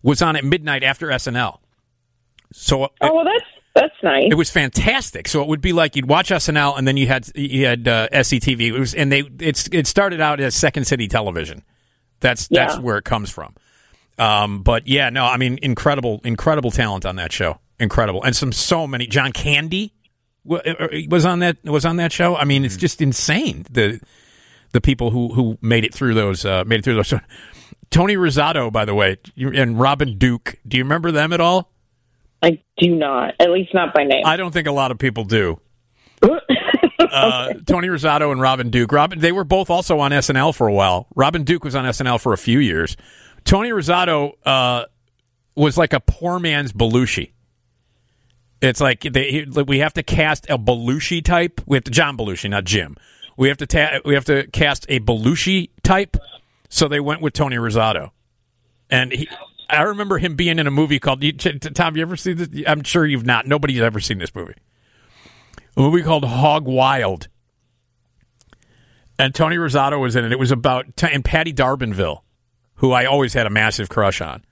was on at midnight after SNL. So uh, it, oh well, that's that's nice. it was fantastic. So it would be like you'd watch SNL and then you had you had uh, SCTV. It was and they it's it started out as Second City Television. That's that's Yeah. where it comes from. Um, but yeah, no, I mean incredible incredible talent on that show. Incredible and some so many John Candy wa- uh, was on that was on that show. I mean, it's just insane the the people who who made it through those uh, made it through those. Tony Rosato, by the way, you- and Robin Duke. Do you remember them at all? I do not, at least not by name. I don't think a lot of people do. uh, Tony Rosato and Robin Duke. Robin, they were both also on SNL for a while. Robin Duke was on SNL for a few years. Tony Rosato uh, was like a poor man's Belushi. It's like they, we have to cast a Belushi type. We have to John Belushi, not Jim. We have to ta- we have to cast a Belushi type. So they went with Tony Rosato, and he, I remember him being in a movie called you- t- t- Tom. You ever see this? I'm sure you've not. Nobody's ever seen this movie. A movie called Hog Wild, and Tony Rosato was in it. It was about t- and Patty Darbinville, who I always had a massive crush on.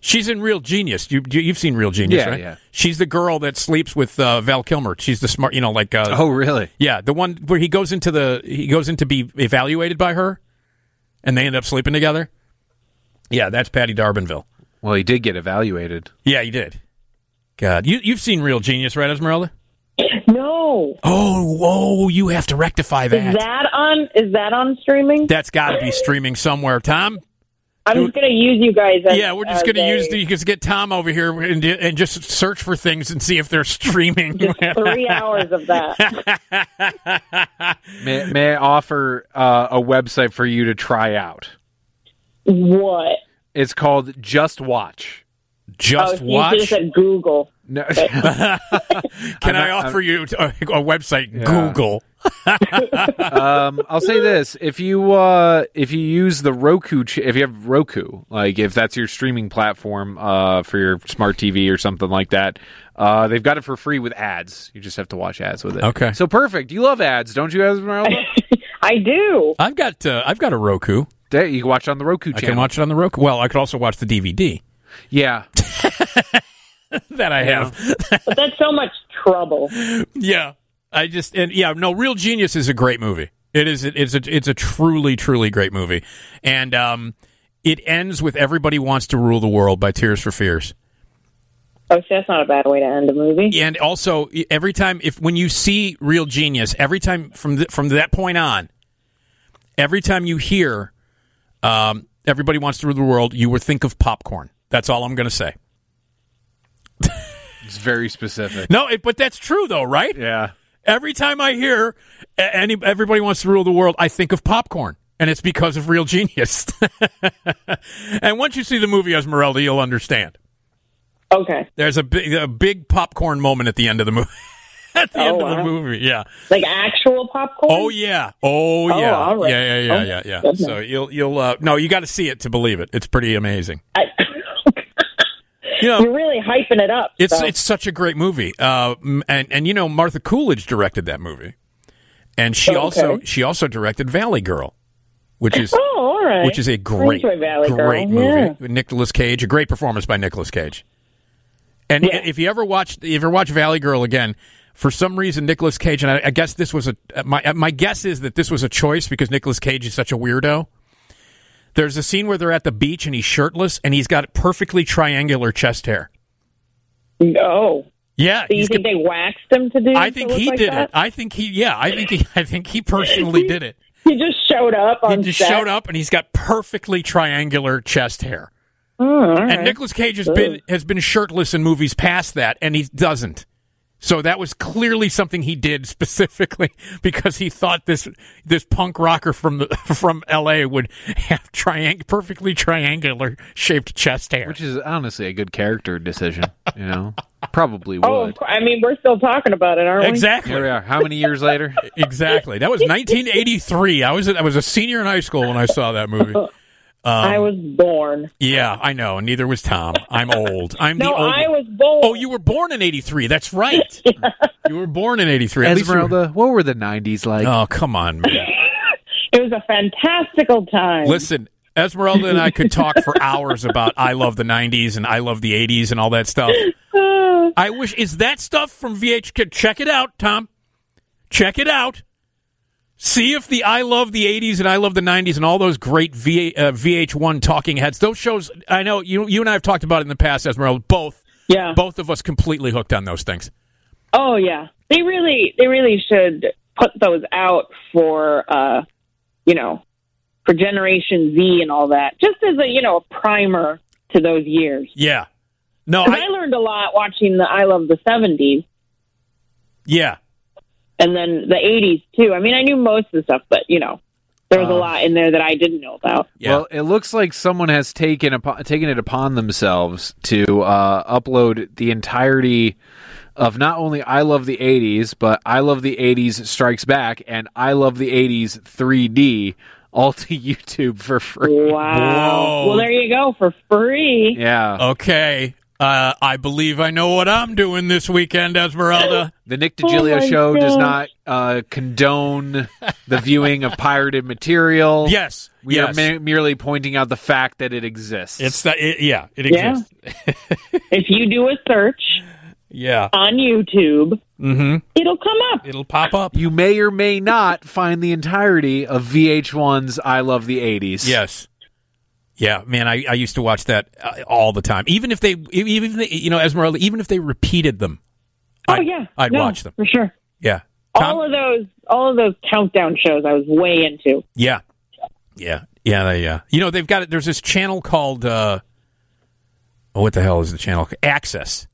She's in Real Genius. You, you you've seen Real Genius, Yeah, right? yeah. She's the girl that sleeps with uh, Val Kilmer. She's the smart, you know, like uh, Oh, really? yeah, the one where he goes into the he goes in to be evaluated by her, and they end up sleeping together. Yeah, that's Patty Darbinville. Well, he did get evaluated. Yeah, he did. God, you you've seen Real Genius, right, Esmeralda? no. Oh, whoa! You have to rectify Is that. that on? Is that on streaming? That's got to be streaming somewhere, Tom. I'm just gonna use you guys. As, Yeah, we're just as going to a- use the. You just get Tom over here and, and just search for things and see if they're streaming. three hours of that. May, may I offer uh, a website for you to try out? what? It's called Just Watch. just oh, You watch. just said Google. No, Can I'm I not- offer you a, a website? Google. um, I'll say this: if you uh, if you use the Roku, ch- if you have Roku, like if that's your streaming platform uh, for your smart TV or something like that, uh, they've got it for free with ads. You just have to watch ads with it. Okay. So perfect. You love ads, don't you, Esmeralda? I do. I've got uh, I've got a Roku. There, you can watch it on the Roku I channel. can watch it on the Roku. Well, I could also watch the DVD Yeah. that I have. But that's so much trouble. Yeah, I just and yeah, no, Real Genius is a great movie. It is it's a it's a truly truly great movie, and um, It ends with "Everybody Wants to Rule the World" by Tears for Fears. Oh, see, that's not a bad way to end a movie. And also, e- every time if when you see Real Genius, every time from th from that point on, every time you hear um, "Everybody Wants to Rule the World," you will think of popcorn. That's all I'm going to say. It's very specific. No, it, but that's true though, right? Yeah. Every time I hear a- any everybody wants to rule the world, I think of popcorn, and it's because of Real Genius. and once you see the movie Esmeralda, you'll understand. Okay. There's a big a big popcorn moment at the end of the movie. at Oh, the end of the movie, yeah. Like actual popcorn. Oh yeah. Oh Oh, yeah. all right. Yeah, yeah, yeah, Oh, yeah, yeah. goodness. So you'll you'll uh, no, you got to see it to believe it. It's pretty amazing. you are really hyping it up. It's so. it's such a great movie. Uh, m- and and you know Martha Coolidge directed that movie, and she Oh, Okay. also she also directed Valley Girl, which is oh, all right. which is a great I enjoy Valley great Girl. movie. Yeah. With Nicolas Cage, a great performance by Nicolas Cage. And if you ever watch if you ever watch Valley Girl again. For some reason, Nicolas Cage, and I, I guess this was a uh, my my guess is that this was a choice because Nicolas Cage is such a weirdo. There's a scene where they're at the beach and he's shirtless and he's got perfectly triangular chest hair. No. Yeah, Do Oh. you he's think they waxed him to do? I think he did it. I think he, yeah, I think he, I think he personally did it. He just showed up on He just set. showed up and he's got perfectly triangular chest hair. Oh, all right. And Nicolas Cage has been has been shirtless in movies past that, and he doesn't. So that was clearly something he did specifically because he thought this this punk rocker from the, from L.A. would have triang- perfectly triangular shaped chest hair. Which is honestly a good character decision, you know? Probably would. Oh, of cour- I mean, we're still talking about it, aren't we? Exactly. Here we are. How many years later? Exactly. That was 1983. I was I was a senior in high school when I saw that movie. Um, I was born. yeah, I know. and Neither was Tom. I'm old. I'm No, the old. I was born. Oh, you were born in '83. That's right. You were born in '83. At least you were- Esmeralda, what were the 90s like? Oh, come on, man. It was a fantastical time. Listen, Esmeralda and I could talk for hours about I love the '90s and I love the '80s and all that stuff. I wish is that stuff from VHK. Check it out, Tom. Check it out. See if the I love the '80s and I love the '90s and all those great v, uh, VH1 talking heads. Those shows, I know you you and I have talked about it in the past, Esmeralda. Both, yeah, both of us completely hooked on those things. Oh yeah, they really they really should put those out for uh, you know for Generation Z and all that, just as a you know a primer to those years. Yeah, no, 'Cause I, I, learned a lot watching the I Love the Seventies yeah, and then the Eighties too. I mean, I knew most of the stuff, but you know there Uh. was a Um, lot in there that I didn't know about. Well, it looks like someone has taken upon, taken it upon themselves to uh, upload the entirety of not only I Love the 80s, but I Love the 80s Strikes Back and I Love the 80s 3D all to YouTube for free. Wow. Uh, Well, there you go for free. Yeah. Okay. Uh, I believe I know what I'm doing this weekend, Esmeralda. The Nick Oh DiGilio my show does gosh. not uh, condone the viewing of pirated material. Yes, We yes. are me- merely pointing out the fact that it exists. It's the it, yeah, it Yeah. exists. if you do a search Yeah. on YouTube, Mm-hmm. it'll come up. It'll pop up. You may or may not find the entirety of VH1's I Love the 80s. Yes. Yeah, man, I, I used to watch that uh, all the time. Even if they, even if they, you know, Esmeralda, even if they repeated them, Oh yeah, I'd No, watch them. for sure. Yeah, all of those all of those countdown shows I was way into. yeah, yeah, yeah. They, uh, you know, they've got it. There's this channel called, uh, oh, what the hell is the channel? Access.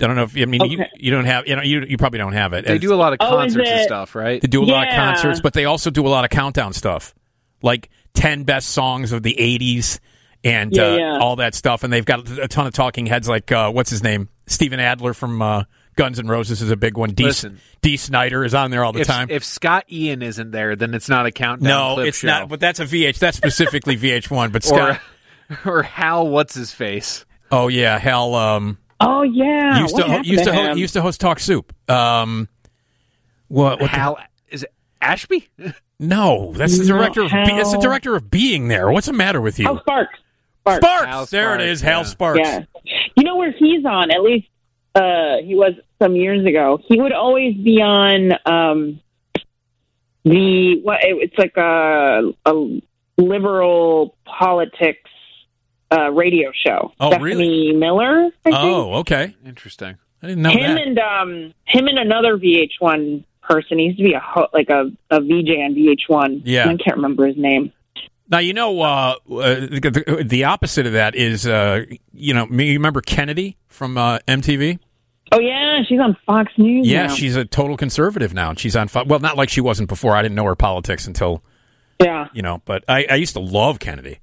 I don't know if I mean you, Okay. you don't have you know you, you probably don't have it. They do a lot of Oh, is concerts and it- stuff, right? They do a lot of Yeah. concerts, but they also do a lot of countdown stuff, like ten best songs of the '80s and Yeah, uh, yeah. all that stuff. And they've got a ton of talking heads, like uh, what's his name, Steven Adler from uh, Guns N' Roses is a big one. D. Listen. D. Snyder is on there all the if, time. if Scott Ian isn't there, then it's not a countdown. no, clip it's show. not. But that's a VH. That's specifically VH1. But Or, Scott. or Hal, what's his face? oh yeah, Hal. Um, Oh yeah, used what to ho- happened used to, ho- him? used to host Talk Soup. Um, what? what the- Hal is it Ashby? no, that's the No, director. Of be- that's the Hal- director of being there. What's the matter with you? Hal Sparks. Sparks. Sparks. Hal there it Sparks, is. Hal yeah. Sparks. Yeah, you know where he's on? At least uh, he was some years ago. He would always be on um, the what? It's like a, a liberal politics uh, radio show. Oh, Stephanie really? Miller. I think. Oh, okay. Interesting. I didn't know him that. and um him and another VH1 person. He used to be a ho- like a a VJ on VH1. Yeah. I can't remember his name. Now you know uh, uh, the, the opposite of that is uh, you know me. You remember Kennedy from uh, MTV? Oh yeah, she's on Fox News. Yeah, now. she's a total conservative now, and she's on. Fo- Well, not like she wasn't before. I didn't know her politics until yeah. you know. But I, I used to love Kennedy.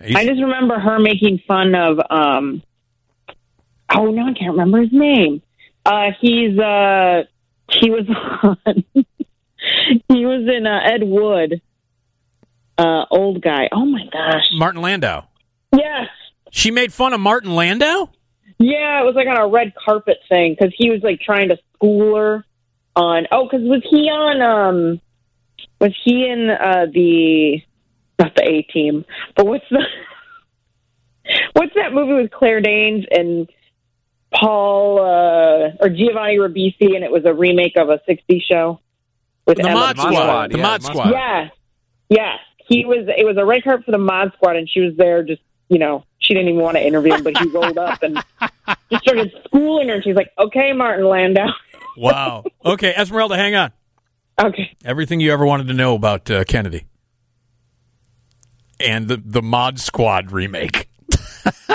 I just remember her making fun of um oh no, I can't remember his name. Uh he's uh he was on he was in uh, Ed Wood. Uh old guy. Oh my gosh. Martin Landau. Yes. She made fun of Martin Landau? Yeah, it was like on a red carpet thing cuz he was like trying to school her on Oh, cuz was he on um was he in uh the not the A team, but what's the What's that movie with Claire Danes and Paul uh, or Giovanni Ribisi, and it was a remake of a '60s show with The Emma Mod Squad. Stone. The Mod Squad. Yeah, yeah. He was. It was a red carpet for the Mod Squad, and she was there. Just you know, she didn't even want to interview him, but he rolled up and just started schooling her. And she's like, "Okay, Martin Landau." Wow. Okay, Esmeralda, hang on. Okay. Everything you ever wanted to know about uh, Kennedy and the the Mod Squad remake.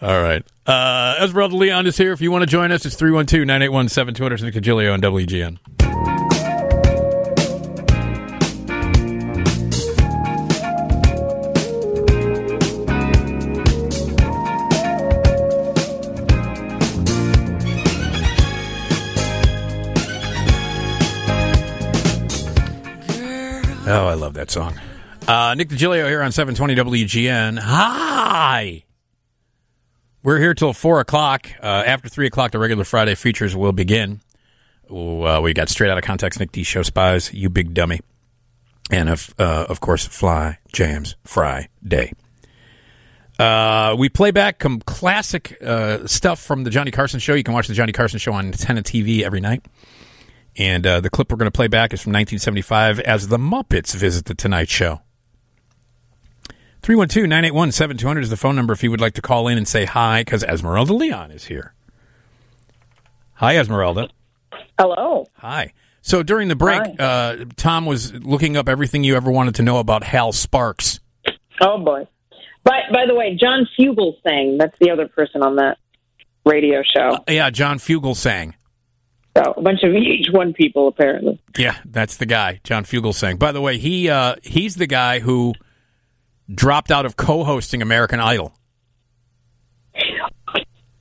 All right. Uh, Esmeralda Leon is here. If you want to join us, it's 312 981 7200 Nick Cagilio on WGN. Oh, I love that song. Uh, Nick DiGilio here on 720 WGN. Hi! We're here till 4 o'clock. Uh, after 3 o'clock, the regular Friday features will begin. Ooh, uh, we got straight out of context Nick D. Show Spies, You Big Dummy. And, of, uh, of course, Fly Jams Friday. Uh, we play back some classic uh, stuff from the Johnny Carson Show. You can watch the Johnny Carson Show on Antenna TV every night. And uh, the clip we're going to play back is from 1975 as the Muppets visit the Tonight Show. 312 981 7200 is the phone number if you would like to call in and say hi because Esmeralda Leon is here. Hi, Esmeralda. Hello. Hi. So during the break, uh, Tom was looking up everything you ever wanted to know about Hal Sparks. Oh boy. But by the way, John Fugel sang. That's the other person on that radio show. Yeah, John Fugel sang. So a bunch of VH1 people apparently. Yeah, that's the guy, John Fugelsang. By the way, he uh, he's the guy who dropped out of co-hosting American Idol.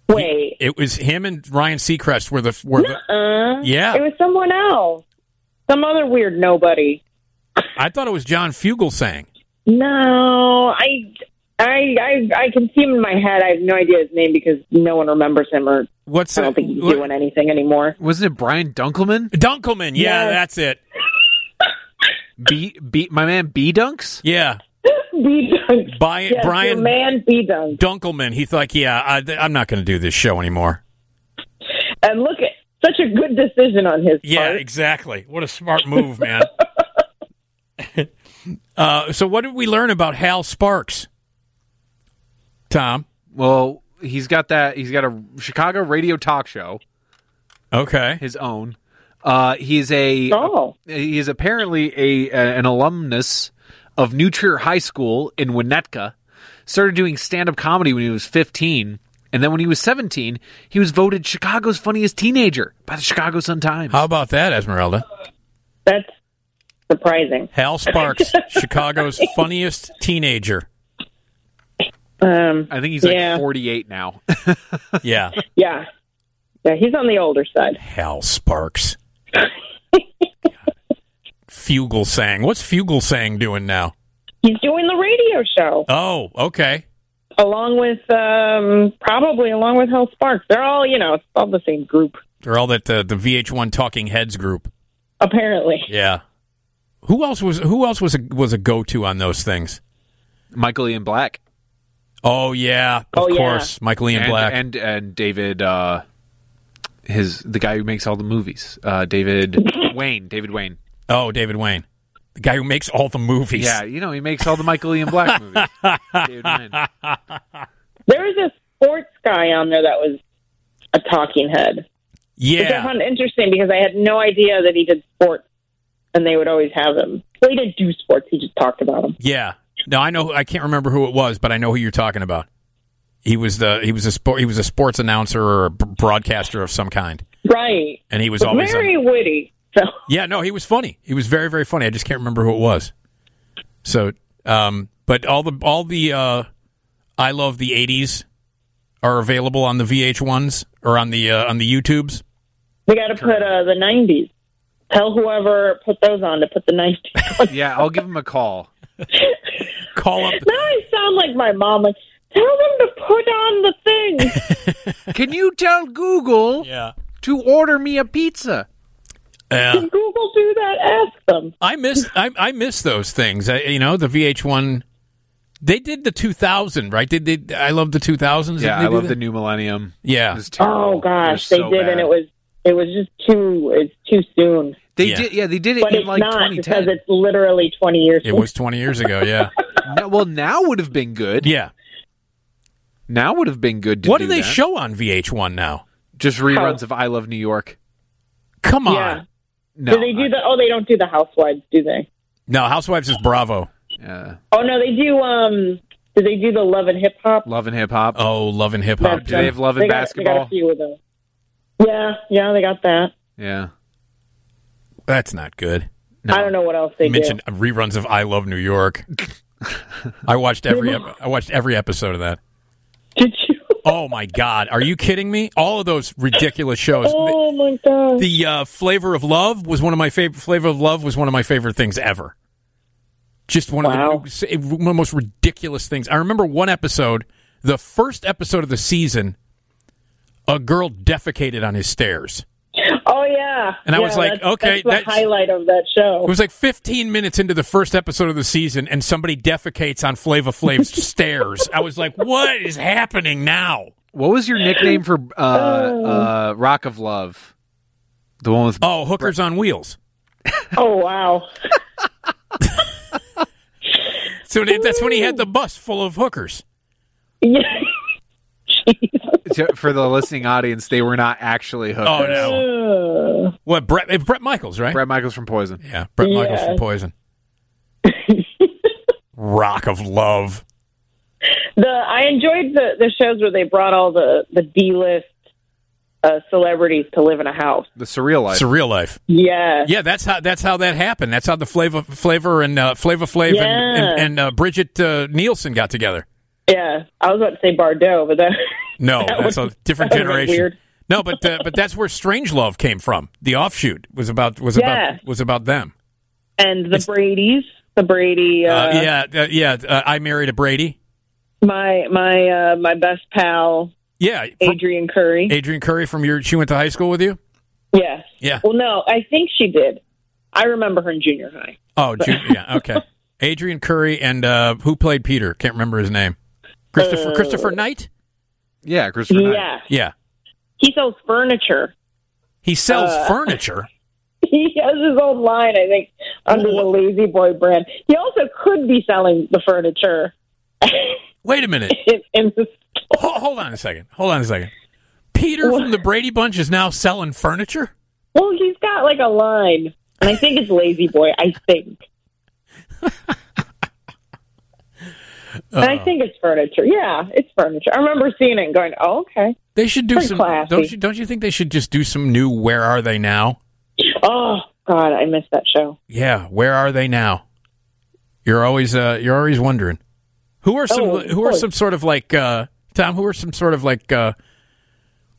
Wait. It was him and Ryan Seacrest were the were the. Uh, Yeah. It was someone else. Some other weird nobody. I thought it was John Fugelsang. No, I, I, I, I can see him in my head. I have no idea his name because no one remembers him, or What's I don't think he's doing anything anymore. Wasn't it Brian Dunkelman? Dunkelman, yeah, that's it. B, B, my man B Dunks? Yeah. B Dunks. Brian, Yes, Brian your man B Dunks. Dunkelman. He's like, yeah, I, I'm not going to do this show anymore. And look at such a good decision on his Yeah, exactly. What a smart move, man. uh, so, what did we learn about Hal Sparks? Tom. Well, he's got that. He's got a Chicago radio talk show. Okay. His own. Uh, he's a. Oh. He is apparently a, a an alumnus of Nutria High School in Winnetka. Started doing stand up comedy when he was 15. And then when he was 17, he was voted Chicago's funniest teenager by the Chicago Sun Times. How about that, Esmeralda? That's surprising. Hal Sparks, Chicago's funniest teenager. Um, I think he's yeah. like 48 now. Yeah, yeah, yeah. He's on the older side. Hal Sparks. Fugel sang. What's Fugel sang doing now? He's doing the radio show Oh, okay. along with um, probably along with Hell Sparks. They're all you know, it's all the same group They're all that uh, the VH1 Talking Heads group. apparently. Yeah. Who else was who else was a was a go to on those things? Michael Ian Black. Oh yeah, of Oh, yeah. course, Michael Ian and, Black. and and David uh his the guy who makes all the movies uh David Wayne David Wayne oh, David Wayne. The guy who makes all the movies. Yeah, you know, he makes all the Michael Ian Black movies. Dude, man. There was a sports guy on there that was a talking head. Which I Yeah. found interesting because I had no idea that he did sports, and they would always have him. Well, he didn't do sports; he just talked about them. Yeah. No, I know. I can't remember who it was, but I know who you're talking about. He was the he was a sport he was a sports announcer or a b- broadcaster of some kind, Right. and he was But always on- very witty. So yeah. No, he was funny. He was very very funny. I just can't remember who it was. So, um, but all the all the uh, I love the '80s are available on the VH1s or on the uh, on the YouTubes. we got to put uh, the '90s. Tell whoever put those on to put the '90s. yeah, I'll give him a call. Call up. now I sound like my mom. Like, tell them to put on the thing. Can you tell Google yeah. to order me a pizza? Yeah. Google do that. Ask them. Uh, I miss I, I miss those things. I, you know, the VH1. They did the 2000, right? Did they? I love the Yeah, 2000s. Didn't they I do love that? the new millennium. Yeah. Oh gosh, they so did, bad. and it was it was just too. It's too soon. They did, yeah, they did it but in it's like not 2010. because it's literally 20 years. It was 20 years ago, yeah. Now- well, now would have been good. Yeah. Now would have been good. To What do do they that. show on VH1 now? Just reruns of I Love New York. Come on. Yeah. No, do they do the? Oh, they don't do the housewives, do they? No, Housewives is Bravo. Yeah. Oh no, they do. Um, do they do the Love and Hip Hop? Love and Hip Hop. Oh, Love and Hip Hop. That's Do they have Love They and got, They got Basketball? a few of those. Yeah, yeah, they got that. Yeah. That's not good. I don't know what else they Mentioned do. reruns of I Love New York. I watched every ep- I watched every episode of that. Did you? Oh my god, are you kidding me? All of those ridiculous shows. Oh my god! The uh, flavor of love was one of my favorite. Flavor of love was one of my favorite things ever. Just one of the one of the most ridiculous things. I remember one episode, the first episode of the season. A girl defecated on his stairs. oh yeah. And I Yeah, was like, that's- okay, that's the that's- highlight of that show. It was like 15 minutes into the first episode of the season, and somebody defecates on Flava Flav's stairs. I was like, what is happening now? What was your nickname for uh, Oh. uh, Rock of Love? The one with Oh, hookers on wheels. oh wow! So that's when he had the bus full of hookers. Yeah. to- for the listening audience, they were not actually hooked. Oh no! What Brett? eh, Brett Michaels, right? Brett Michaels from Poison. Yeah, Brett Michaels from Yes. Poison. Rock of Love. The I enjoyed the the shows where they brought all the the D list uh, celebrities to live in a house. The Surreal Life. Surreal life. Yeah. Yeah, that's how that's how that happened. That's how the flavor flavor and uh, flavor flav and, Yeah. and, and uh, Bridget uh, Nielsen got together. Yeah, I was about to say Bardot, but that No, That that's a would've- different that would've been generation. weird. No, but uh, but that's where Strange Love came from. The offshoot was about was Yeah. about was about them. and the Brady's, the Brady. Uh, Uh, yeah, uh, yeah. Uh, I married a Brady. My my uh, my best pal Yeah, from Adrian Curry. Adrian Curry from your. She went to high school with you. yes. Yeah. Well, no, I think she did. I remember her in junior high. Oh, Ju- yeah, okay. Adrian Curry and uh, who played Peter? Can't remember his name. Christopher Uh, Christopher Knight. Yeah, Christopher Knight. Yeah, Yeah, he sells furniture. he sells Uh, furniture. He has his own line, I think, under the Lazy Boy brand. He also could be selling the furniture Wait a minute. in, in the Ho- hold on a second. Hold on a second. Peter from the Brady Bunch is now selling furniture. Well, he's got like a line, and I think it's Lazy Boy. I think. And I think it's furniture. Yeah, it's furniture. I remember seeing it and going, "Oh, okay." They should do Pretty some. classy. Don't you? Don't you think they should just do some new? Where are they now? Oh God, I missed that show. Yeah, where are they now? You're always uh, you're always wondering who are some Oh, of who are course. some sort of like uh, Tom who are some sort of like uh,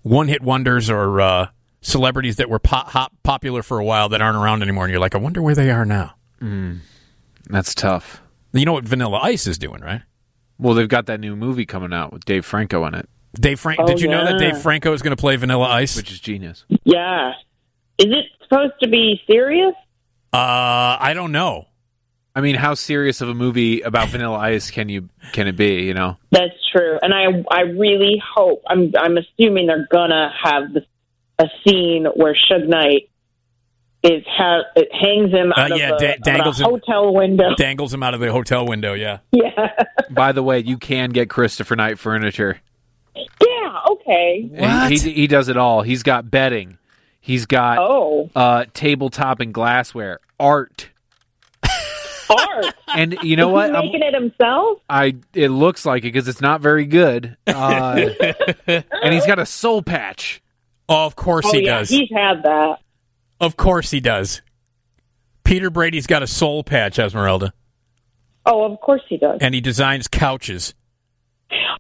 one hit wonders or uh, celebrities that were pop, hop, popular for a while that aren't around anymore and you're like I wonder where they are now. Mm. That's tough. You know what Vanilla Ice is doing, right? Well, they've got that new movie coming out with Dave Franco in it, Dave Frank, Oh, did you know that yeah. Dave Franco is going to play Vanilla Ice? which is genius. Yeah, is it supposed to be serious? Uh, I don't know. I mean, how serious of a movie about Vanilla Ice can you can it be? You know, That's true, and I I really hope I'm I'm assuming they're gonna have the, a scene where Suge Knight is ha- it hangs him Uh, out yeah, of a, da- of a dangles him- hotel window. Dangles him out of the hotel window. Yeah. Yeah, By the way, you can get Christopher Knight furniture. yeah, okay. And He, he does it all. He's got bedding. He's got Oh. uh, tabletop and glassware, art, Art. and you know Is what? He I'm- making it himself. I it looks like it because it's not very good. Uh, and he's got a soul patch. Of course oh, he yeah, does. He's had that. Of course he does. Peter Brady's got a soul patch, Esmeralda, Oh, of course he does. and he designs couches.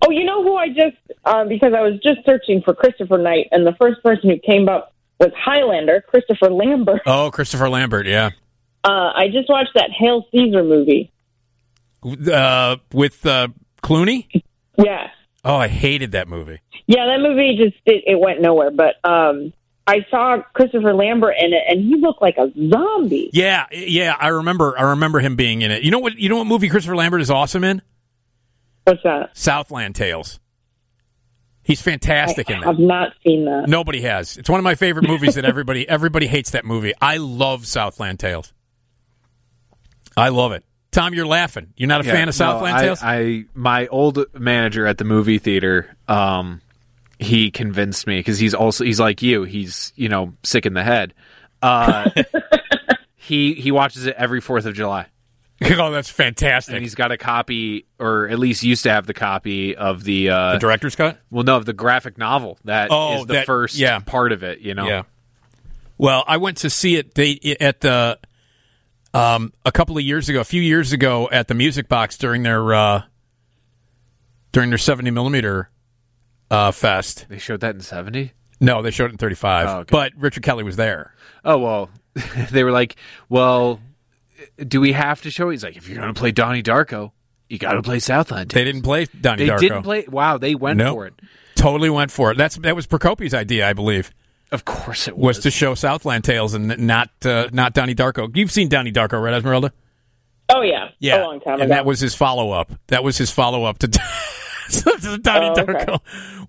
Oh, you know who I just uh, because I was just searching for Christopher Knight, and the first person who came up was Highlander, Christopher Lambert. Oh, Christopher Lambert, yeah, Uh, I just watched that Hail Caesar movie. uh, with uh, Clooney. Yeah, Oh, I hated that movie. yeah, that movie just it, it went nowhere. But um, I saw Christopher Lambert in it, and he looked like a zombie. Yeah, yeah, I remember. I remember him being in it. You know what? You know what movie Christopher Lambert is awesome in? What's that? Southland Tales. He's fantastic in I've that. not seen that. Nobody has. It's one of my favorite movies that everybody everybody hates that movie. I love Southland Tales. I love it. Tom, you're laughing. You're not a Yeah, fan of no, Southland I- Tales? I my old manager at the movie theater, um, he convinced me because he's also he's like you. He's you know sick in the head. Uh, he he watches it every Fourth of July. oh, that's fantastic! And he's got a copy, or at least used to have the copy of the uh, The director's cut. Well, no, of the graphic novel that is Oh, the that- first yeah. part of it. You know, Yeah. Well, I went to see it they, at the um, a couple of years ago, a few years ago, at the Music Box during their uh, during their seventy millimeter uh, fest. they showed that in seventy. No, they showed it in thirty five, Oh, okay. but Richard Kelly was there. oh well they were like well do we have to show it? he's like if you're going to play donnie darko you got to play southland They didn't play Donnie they Darko. didn't play wow they went Nope. for it Totally went for it. That's that was Procopi's idea, I believe. of course it Was was, to show Southland Tales and not uh, not Donnie Darko. You've seen Donnie Darko, right, Esmeralda? Oh yeah, Yeah, a long time and ago. that was his follow up. That was his follow up to, to Donnie Oh, okay. Darko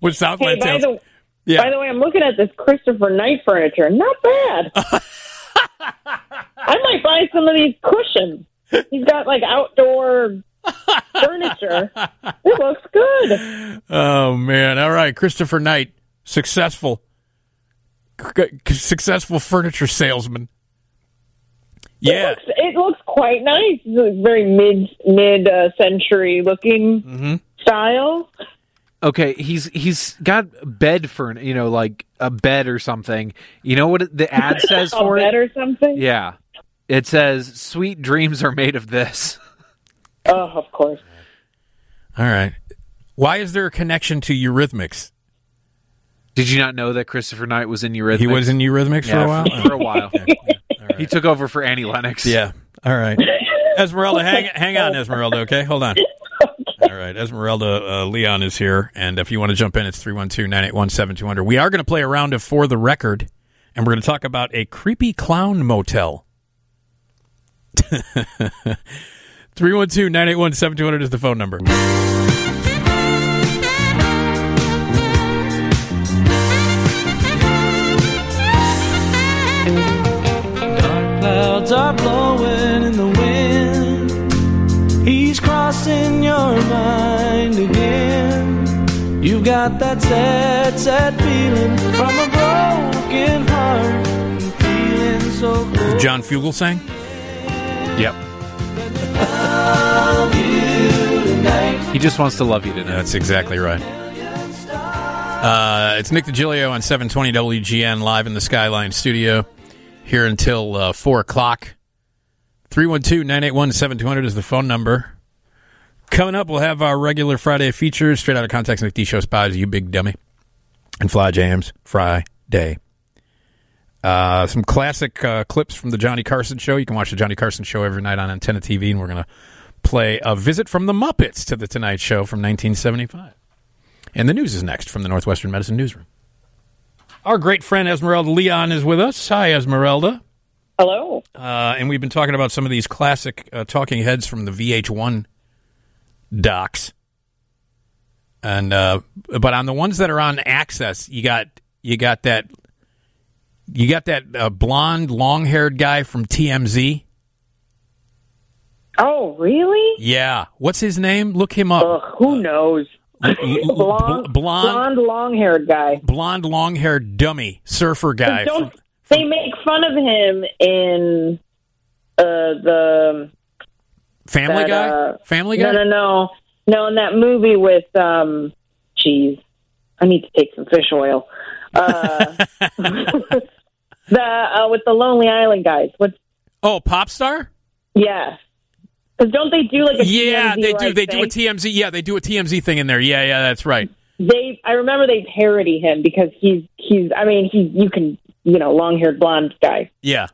with hey, Southland by Tales. the Yeah. by the way, I'm looking at this Christopher Knight furniture. Not bad. I might buy some of these cushions. He's got like outdoor furniture. It looks good. Oh man! All right, Christopher Knight, successful, c- c- successful furniture salesman. Yeah, It looks, it looks quite nice. It's a very mid mid uh, century looking Mm-hmm. style. okay he's he's got bed for you know like a bed or something you know what the ad says All for bed it or something. yeah it says sweet dreams are made of this Oh, of course. all right. Why is there a connection to Eurythmics? did you not know that christopher knight was in eurythmics He was in Eurythmics for Yeah, a while. for a while he took over for annie lennox yeah. All right. Esmeralda, hang hang on, Esmeralda. Okay, hold on. All right, Esmeralda uh, Leon is here, and if you want to jump in, it's 312-981-7200. We are going to play a round of for the record, and we're going to talk about a creepy clown motel. 312-981-7200 is the phone number. Clouds are blowing in the wind. He's crossing your mind again. You've got that sad, sad feeling from a broken heart. Feeling so close. John Fugel sang? Yep. he just wants to love you tonight. That's exactly right. Uh, it's Nick DiGilio on 720 WGN live in the Skyline studio here until uh, 4 o'clock. 312 981 7200 is the phone number. Coming up, we'll have our regular Friday features straight out of context Nick D Show Spies, You Big Dummy, and Fly Jams Friday. Uh, some classic uh, clips from the Johnny Carson show. You can watch the Johnny Carson show every night on Antenna TV, and we're going to play a visit from the Muppets to the Tonight Show from 1975. And the news is next from the Northwestern Medicine Newsroom. Our great friend Esmeralda Leon is with us. Hi, Esmeralda. Hello. Uh, and we've been talking about some of these classic uh, talking heads from the VH1 docs. And uh, but on the ones that are on Access, you got you got that You got that uh, blonde, long-haired guy from TMZ. Oh, really? Yeah, what's his name? Look him up. who knows? blonde, blonde, long-haired guy. Blonde, long-haired dummy surfer guy. Don't they make fun of him in uh, the Family that, Guy. uh, Family Guy. No, no, no, no. In that movie with um, geez, I need to take some fish oil. Uh, the uh, with the Lonely Island guys. What? Oh, pop star. Yeah. Because don't they do like a Yeah, TMZ they do. like They do a thing? TMZ. Yeah, they do a TMZ thing in there. Yeah, yeah, that's right. they I remember they parody him because he's he's I mean he you can you know long haired blonde guy. Yeah.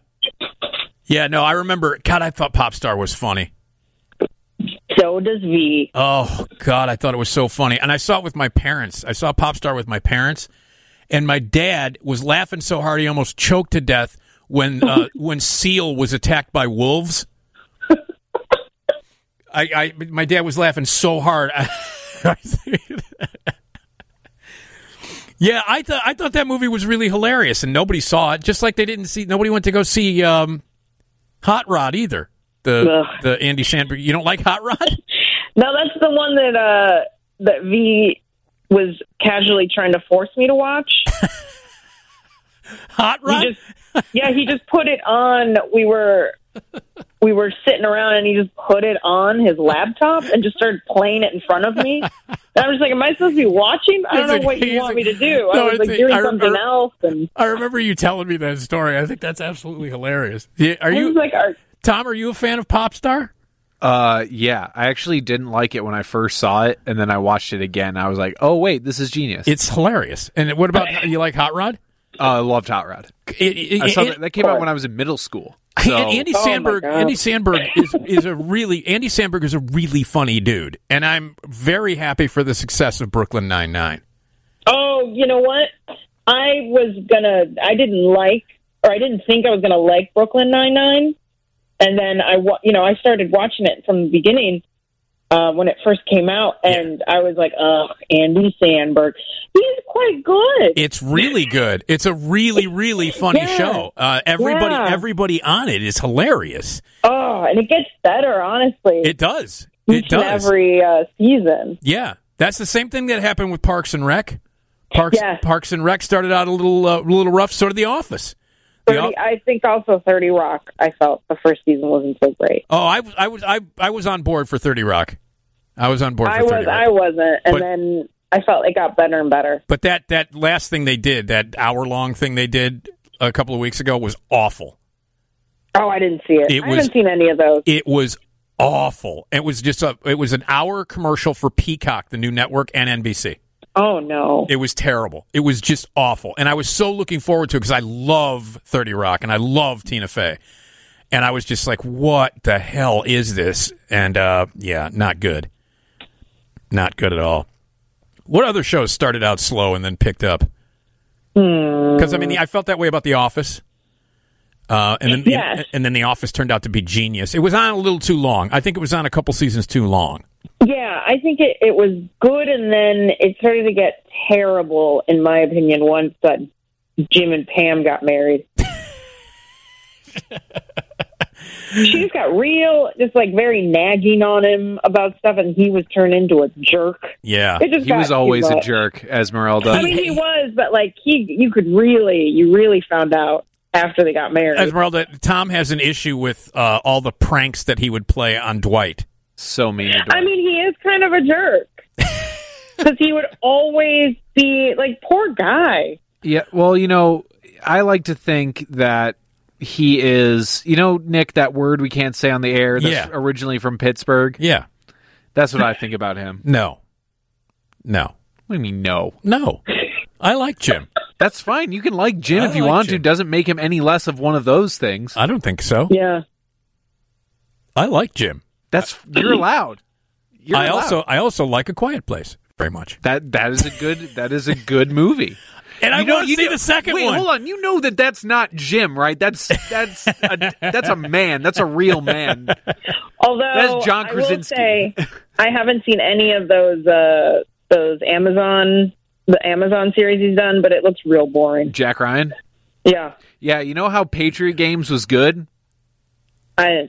Yeah, no, I remember. God, I thought pop star was funny. So does V. Oh God, I thought it was so funny, and I saw it with my parents. I saw pop star with my parents, and my dad was laughing so hard he almost choked to death when uh, when seal was attacked by wolves. I, I, my dad was laughing so hard. yeah, I thought I thought that movie was really hilarious, and nobody saw it. Just like they didn't see, nobody went to go see um, Hot Rod either. The the Andy Sandberg. You don't like Hot Rod? Now that's the one that uh that V was casually trying to force me to watch. Hot Rod? yeah, he just put it on. We were we were sitting around and he just put it on his laptop and just started playing it in front of me. And I'm just like, Am I supposed to be watching? I don't know what you want me to do. I No, was it's- like doing I re- something else and I remember you telling me that story. I think that's absolutely hilarious. Yeah, Are you like, Tom? Are you a fan of pop star? Uh, yeah, I actually didn't like it when I first saw it, and then I watched it again. I was like, oh wait, this is genius. It's hilarious. And what about you? Like Hot Rod? Uh, I loved Hot Rod. It- it- I saw it- that, that came out when I was in middle school. So, And Oh Andy Sandberg, Andy Sandberg is, is a really Andy Sandberg is a really funny dude, and I'm very happy for the success of Brooklyn Nine Nine. Oh, you know what? I was gonna. I didn't like, or I didn't think I was gonna like Brooklyn Nine Nine, and then I, wa- you know, I started watching it from the beginning uh, when it first came out, and I was like, "Oh, Andy Sandberg, he's quite good." It's really good. It's a really really funny Yeah. show. Uh, everybody Yeah. everybody on it is hilarious. oh, and it gets better, honestly. It does. Each It does. and every uh, season. Yeah, that's the same thing that happened with Parks and Rec. Parks Parks and Rec started out a little uh, little rough. So did The Office. The Thirty, I think also Thirty Rock. I felt the first season wasn't so great. Oh, I was I was I, I was on board for Thirty Rock. I was on board for I Thirty was, Rock. I wasn't, and But- then I felt it got better and better. But that that last thing they did, that hour long thing they did a couple of weeks ago, was awful. Oh, I didn't see it. It I was- haven't seen any of those. It was awful. It was just a it was an hour commercial for Peacock, the new network, and NBC. Oh no. It was terrible. It was just awful. And I was so looking forward to it because I love 30 Rock and I love Tina Fey. And I was just like, what the hell is this? And uh, yeah, not good. Not good at all. What other shows started out slow and then picked up? Because I mean, I felt that way about The Office, uh, and then Yes. and then The Office turned out to be genius. It was on a little too long. I think it was on a couple seasons too long. Yeah, I think it, it was good, and then it started to get terrible, in my opinion, once that Jim and Pam got married. she just got real, just like very nagging on him about stuff, and he was turned into a jerk. yeah, It just he was got too always a much. jerk, Esmeralda. I mean, he was, but like he, you could really, you really found out after they got married. Esmeralda, Tom has an issue with uh, all the pranks that he would play on Dwight. So mean. I mean, he is kind of a jerk because he would always be like, poor guy. Yeah, well, you know, I like to think that he is, you know, Nick, that word we can't say on the air that's Yeah. originally from Pittsburgh. Yeah. That's what I think about him. No, no. What do you mean, no? No. I like Jim. That's fine. You can like Jim I if you like want to. Jim. Doesn't make him any less of one of those things. I don't think so. Yeah. I like Jim. That's you're allowed. You're I allowed. also I also like A Quiet Place very much. That that is a good that is a good movie. And I know- want to see know- the second wait, one. Hold on, you know that that's not Jim, right? That's that's a, that's a man. That's a real man. Although That's John I will Krasinski. say, I haven't seen any of those uh, those Amazon the Amazon series he's done, but it looks real boring. Jack Ryan. Yeah. Yeah, you know how Patriot Games was good? I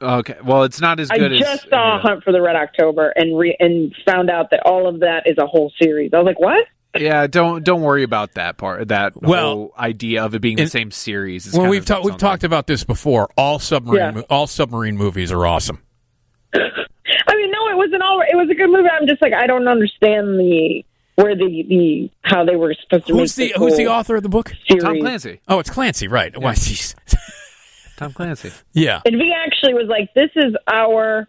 Okay. Well, it's not as I good just as saw Hunt for the Red October and re- and found out that all of that is a whole series. I was like, what? Yeah, don't don't worry about that part that Well- whole idea of it being the And- same series. It's Well, kind we've of talked its we've own talked about this before. All submarine Yeah. mo- all submarine movies are awesome. I mean, no, it was an all. It was a good movie. I'm just like, I don't understand the where the the how they were supposed to. Who's the make this Who's the whole author of the book? Series. Oh, it's Clancy, right? Why, geez. Tom Clancy. Yeah. And V actually was like, "This is our."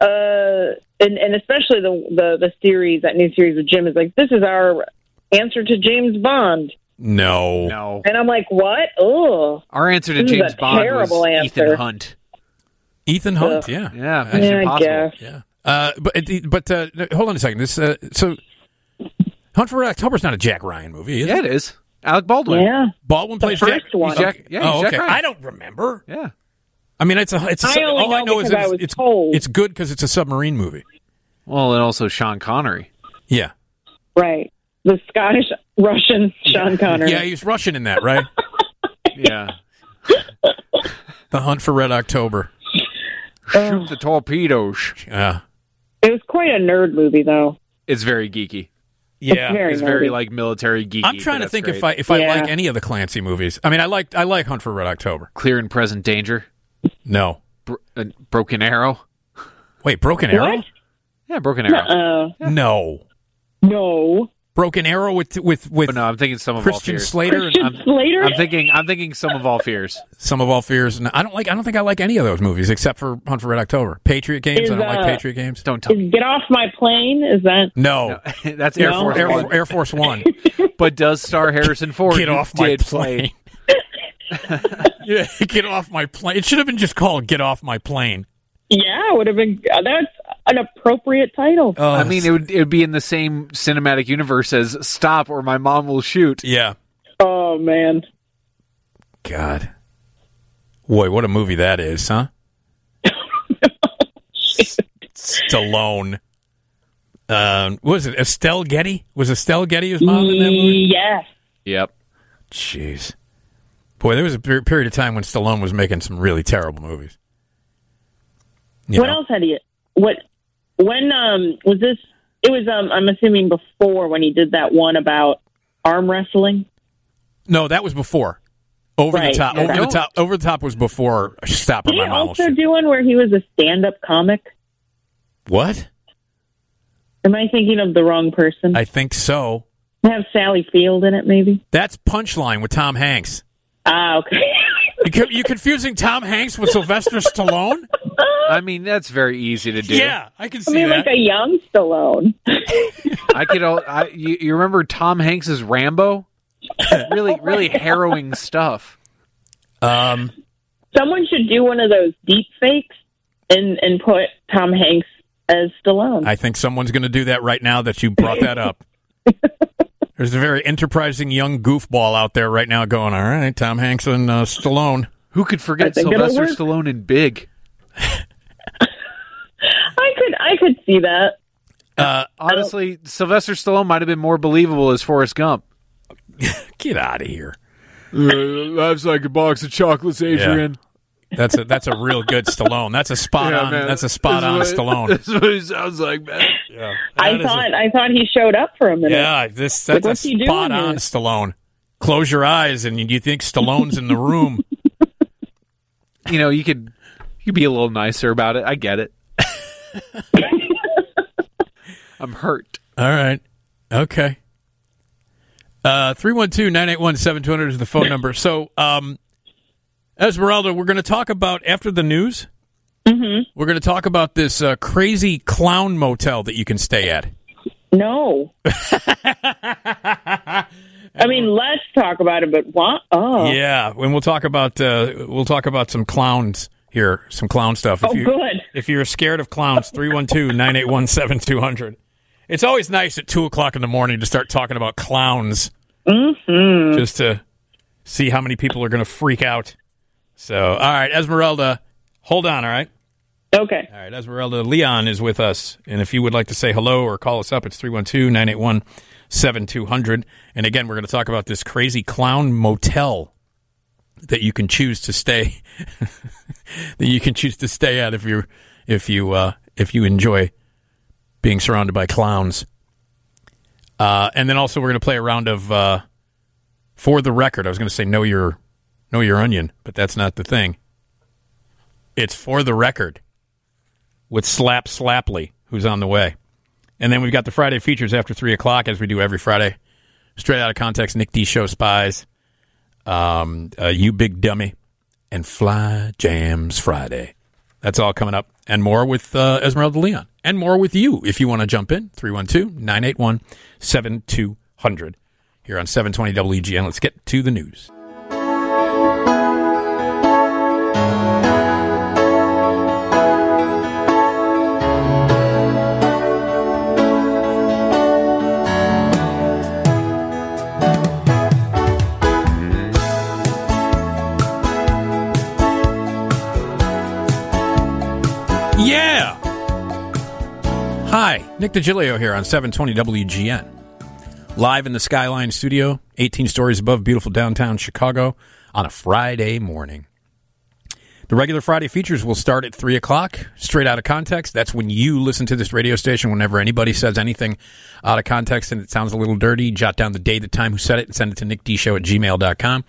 Uh, and, and especially the, the the series that new series with Jim is like this is our answer to James Bond, No. No. and I'm like, what? Oh, Our answer to This is James a Bond was terrible Ethan answer. Hunt. Ethan Hunt. Yeah. Yeah. Uh, Mission Impossible. I guess. Uh, but but uh, hold on a second. This uh, so Hunt for Red October's not a Jack Ryan movie. Is Yeah, it is. Alec Baldwin. Yeah. Baldwin plays first Jack. one. He's Jack- Okay. Yeah, oh, he's Jack okay. Ryan. I don't remember. Yeah. I mean, it's a. It's a I only all I know know is because I it's was it's, told. it's good because it's a submarine movie. Well, and also Sean Connery. Yeah. Right, the Scottish Russian Sean Connery. Yeah, he's Russian in that, right? Yeah. the Hunt for Red October. Shoot the torpedoes. Yeah. It was quite a nerd movie, though. It's very geeky. Yeah. Very It's very nerdy. like military geeky. I'm trying but that's to think if I great. if I Yeah. like any of the Clancy movies. I mean, I like I like Hunt for Red October. clear and present danger. No, Bro- uh, broken arrow. wait, Broken Arrow. Yeah, broken arrow. Uh, No, no. Broken Arrow with with with But Oh, no, I'm thinking some of all Christian fears. Slater. And Christian Slater. I'm thinking I'm thinking some of all fears. some of all fears, and I don't like. I don't think I like any of those movies except for Hunt for Red October. Patriot Games. Is, I don't like uh, Patriot Games. Don't tell me. is Get off my plane. Is that Hmm. No, That's Air Air, No. Force, Force. Air, One. Force- Air Force One. But does star Harrison Ford? Get who off my did plane. play- yeah, get off my plane. It should have been just called "Get Off My Plane." yeah? Would have been uh, that's an appropriate title. Oh, I mean, it would it would be in the same cinematic universe as "Stop or My Mom Will Shoot." yeah. Oh man, God, boy, what a movie that is, huh? Stallone. Um, what was it Estelle Getty? Was Estelle Getty his mom in that movie? yes. Yep. Jeez, boy, there was a per- period of time when Stallone was making some really terrible movies. You what know? else had he? What? When um was this? It was um I'm assuming before when he did that one about arm wrestling. No, that was before. Over Right, the top. okay. Over the Don't- top. Over the top was before. Stop or Did he my mom will also shoot. do one where he was a stand-up comic? What? Am I thinking of the wrong person? I think so. Have Sally Field in it, maybe? That's Punchline with Tom Hanks. Ah, okay. You co- you confusing Tom Hanks with Sylvester Stallone? I mean, that's very easy to do. Yeah, I can I see mean, that. like a young Stallone. I could. All, I, you, you remember Tom Hanks's Rambo? really, really harrowing stuff. um, Someone should do one of those deep fakes and and put Tom Hanks as Stallone. I think someone's going to do that right now that you brought that up. There's a very enterprising young goofball out there right now going, all right, Tom Hanks and uh, Stallone. Who could I forget think it'll Sylvester work. Stallone in Big? I could I could see that. Uh, Honestly, Sylvester Stallone might have been more believable as Forrest Gump. get out of here. Life's like a box of chocolates, Adrian. That's a that's a real good Stallone. That's a spot on. That's a spot on Stallone. That's what he sounds like, man. Yeah, I That is a- thought I thought he showed up for a minute. Yeah, this that's what's a he doing spot on here? Stallone. Close your eyes and you think Stallone's in the room. You know, you could you could be a little nicer about it. I get it. I'm hurt. All right. Okay. Uh 312-981-7200 is the phone number. So, um Esmeralda, we're going to talk about after the news. Mm-hmm. We're going to talk about this uh, crazy clown motel that you can stay at. No. I mean, let's talk about it, but what? Oh, Yeah, and we'll talk about uh, we'll talk about some clowns here, some clown stuff. Oh, good. If you're scared of clowns, 312-981-7200. It's always nice at two o'clock in the morning to start talking about clowns, mm-hmm. just to see how many people are going to freak out. So, all right, Esmeralda, hold on. All right, okay. all right, Esmeralda Leon is with us, and if you would like to say hello or call us up, it's 312-981-7200. And again, we're going to talk about this crazy clown motel that you can choose to stay that you can choose to stay at if you if you uh, if you enjoy being surrounded by clowns. Uh, and then also we're going to play a round of uh, for the record. I was going to say know your know your onion, but that's not the thing. It's for the record with Slap Slapley, who's on the way. And then we've got the Friday features after three o'clock, as we do every Friday. Straight out of context, Nick D show spies, um, uh, you big dummy, and Fly Jams Friday. That's all coming up, and more with uh, Esmeralda Leon, and more with you if you want to jump in. 312 981 7200 here on 720 WGN. Let's get to the news. Yeah. Hi, Nick DiGilio here on 720 WGN. Live in the Skyline studio, 18 stories above beautiful downtown Chicago on a Friday morning. The regular Friday features will start at 3 o'clock, straight out of context. That's when you listen to this radio station. Whenever anybody says anything out of context and it sounds a little dirty, jot down the day, the time, who said it, and send it to nickdshow at gmail.com.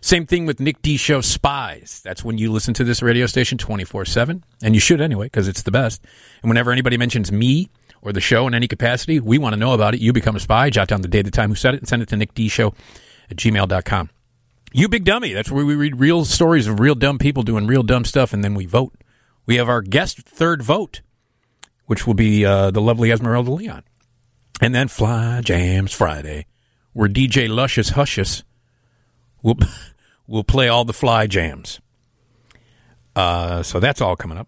Same thing with Nick D Show Spies. That's when you listen to this radio station 24 7. And you should anyway, because it's the best. And whenever anybody mentions me or the show in any capacity, we want to know about it. You become a spy. Jot down the day, the time, who said it, and send it to Nick D Show at gmail.com. You Big Dummy. That's where we read real stories of real dumb people doing real dumb stuff, and then we vote. We have our guest third vote, which will be uh, the lovely Esmeralda Leon. And then Fly Jams Friday, where DJ Luscious Hushes will will play all the fly jams. Uh, so that's all coming up.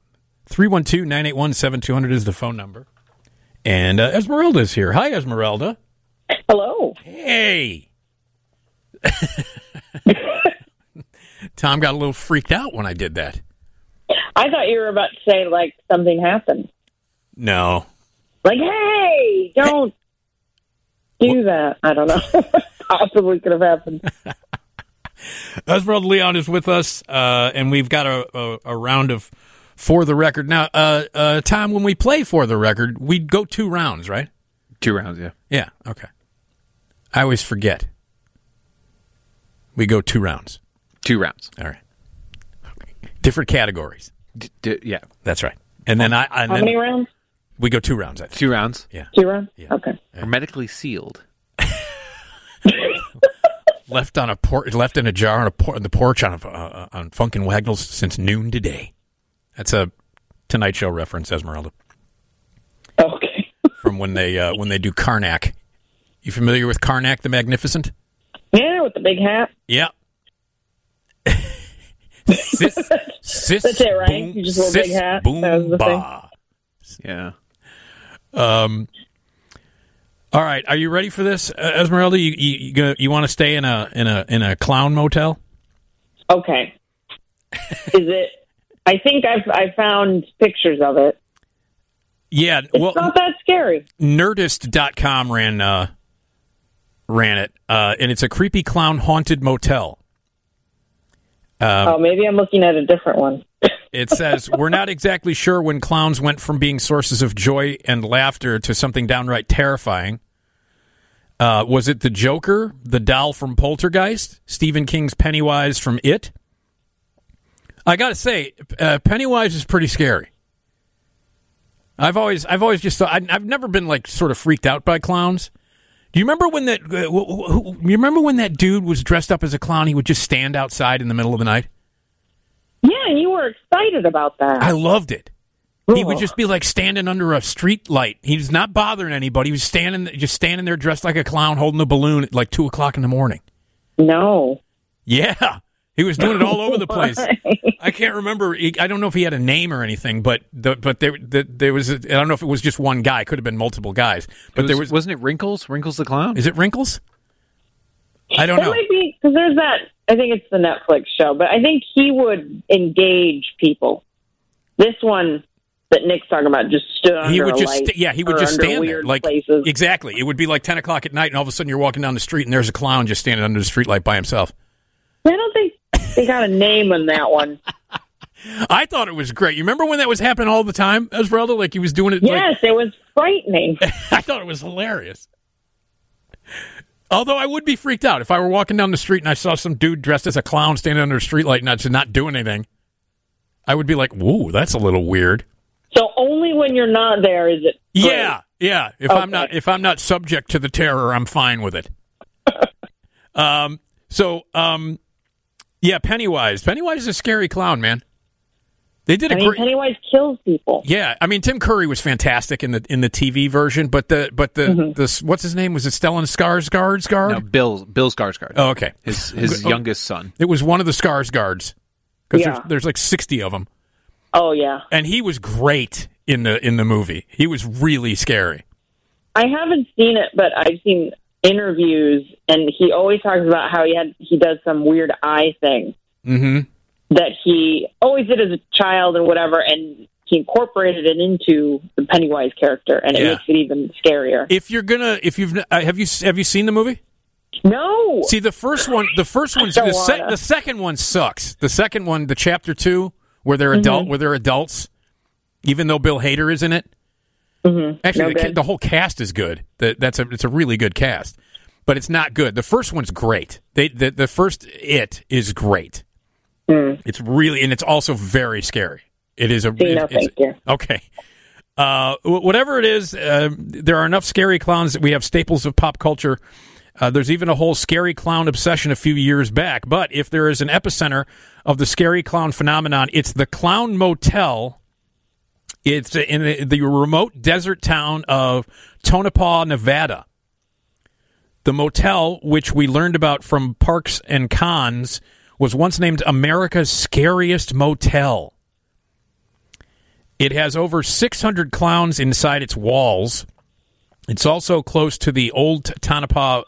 312 981 7200 is the phone number. And uh, Esmeralda is here. Hi, Esmeralda. Hello. Hey. Tom got a little freaked out when I did that. I thought you were about to say like something happened. No. Like, hey, don't do that. I don't know. Possibly could have happened. Esmeralda Leon is with us, uh, and we've got a, a, a round of for the record. Now, uh, uh, Tom, when we play for the record, we go two rounds, right? Two rounds, yeah. Yeah, okay. I always forget. We go two rounds. Two rounds. All right. Different categories. D- d- yeah. That's right. And then I. And How then many rounds? We go two rounds. I think. Two rounds? Yeah. Two rounds? Okay. Hermetically sealed. left on a por- left in a jar on a por- on the porch on a, uh, on Funkin' Wagnalls since noon today. That's a Tonight Show reference, Esmeralda. Okay. From when they uh, when they do Karnak. You familiar with Karnak the Magnificent? Yeah, with the big hat. Yeah. sis, sis, That's it, right? Boom, You just wore a big sis, hat? Boom, That was the thing? bah. Yeah. Um. All right, are you ready for this, uh, Esmeralda? You you you, gonna- you want to stay in a in a in a clown motel? Okay. Is it? I think I've I found pictures of it. Yeah. It's well, not that scary. Nerdist.com ran uh, ran it, uh, and it's a creepy clown haunted motel. Um, oh, maybe I'm looking at a different one. It says we're not exactly sure when clowns went from being sources of joy and laughter to something downright terrifying. Uh, was it the Joker, the doll from Poltergeist, Stephen King's Pennywise from It? I gotta say, uh, Pennywise is pretty scary. I've always, I've always just, thought, I, I've never been like sort of freaked out by clowns. Do you remember when that? Uh, wh- wh- who- you remember when that dude was dressed up as a clown? He would just stand outside in the middle of the night. Yeah, and you were excited about that. I loved it. He would Ugh. just be like standing under a street light. He was not bothering anybody. He was standing, just standing there, dressed like a clown, holding a balloon at like two o'clock in the morning. No. Yeah, he was doing it all over the place. I can't remember. he- I don't know if he had a name or anything, but the, but there the, there was. A, I don't know if it was just one guy. It Could have been multiple guys. But It there was- was. wasn't it Wrinkles? Wrinkles the clown? Is it Wrinkles? I don't that know. might be because there's that. I think it's the Netflix show, but I think he would engage people. This one that Nick's talking about just stood under He would a just light sta- yeah he would or just under stand there weird like places. exactly it would be like ten o'clock at night and all of a sudden you're walking down the street and there's a clown just standing under the streetlight by himself I don't think They got a name on that one. I thought it was great. You remember when that was happening all the time, Esmeralda? Like he was doing it. Yes, it was frightening. I thought it was hilarious. Although I would be freaked out if I were walking down the street and I saw some dude dressed as a clown standing under a streetlight and I just not doing anything. I would be like, "Whoa, that's a little weird." So only when you're not there is it. Yeah, Ah, yeah. If I'm not if I'm not subject to the terror, I'm fine with it. um. So, um, yeah. Pennywise. Pennywise is a scary clown, man. They did a I mean, great. Pennywise kills people. Yeah, I mean Tim Curry was fantastic in the in the TV version, but the but the Mm-hmm. the what's his name was it Stellan Skarsgård? Skarsgård? No, Bill Bill Skarsgård. Oh, okay. His his Oh. youngest son. It was one of the Skarsgårds because Yeah. there's, there's like sixty of them, Oh yeah, and he was great in the in the movie. He was really scary. I haven't seen it, but I've seen interviews, and he always talks about how he had he does some weird eye thing Mm-hmm. that he always did as a child and whatever, and he incorporated it into the Pennywise character, and it Yeah. makes it even scarier. If you're gonna, if you've uh, have you have you seen the movie? No. See the first one. The first one's I don't the, se- wanna. the second one sucks. The second one, the chapter two, where they're Mm-hmm. adult, where they're adults, even though Bill Hader is in it. Actually, Mm-hmm. No the, ca- good. the whole cast is good. The, that's a it's a really good cast, but it's not good. The first one's great. They the, the first it is great. It's really and it's also very scary. It is a Mm. See, no, it- it's- thank you. okay. Uh, wh- whatever it is, uh, there are enough scary clowns that we have staples of pop culture. Uh, there's even a whole scary clown obsession a few years back. But if there is an epicenter of the scary clown phenomenon, it's the Clown Motel. It's in the, the remote desert town of Tonopah, Nevada. The motel, which we learned about from Parks and Cons, was once named America's Scariest Motel. It has over 600 clowns inside its walls. It's also close to the old Tonopah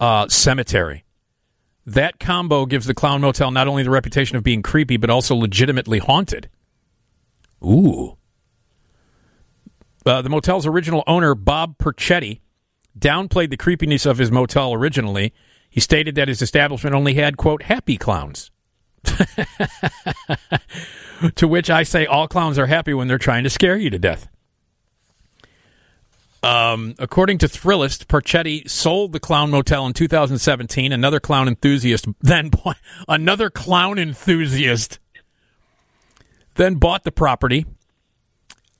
uh, Cemetery. That combo gives the Clown Motel not only the reputation of being creepy, but also legitimately haunted. Ooh. Uh, the motel's original owner, Bob Perchetti, downplayed the creepiness of his motel originally. He stated that his establishment only had, quote, happy clowns. to which I say all clowns are happy when they're trying to scare you to death. Um, according to Thrillist, Perchetti sold the Clown Motel in 2017. Another clown enthusiast then bought, another clown enthusiast then bought the property.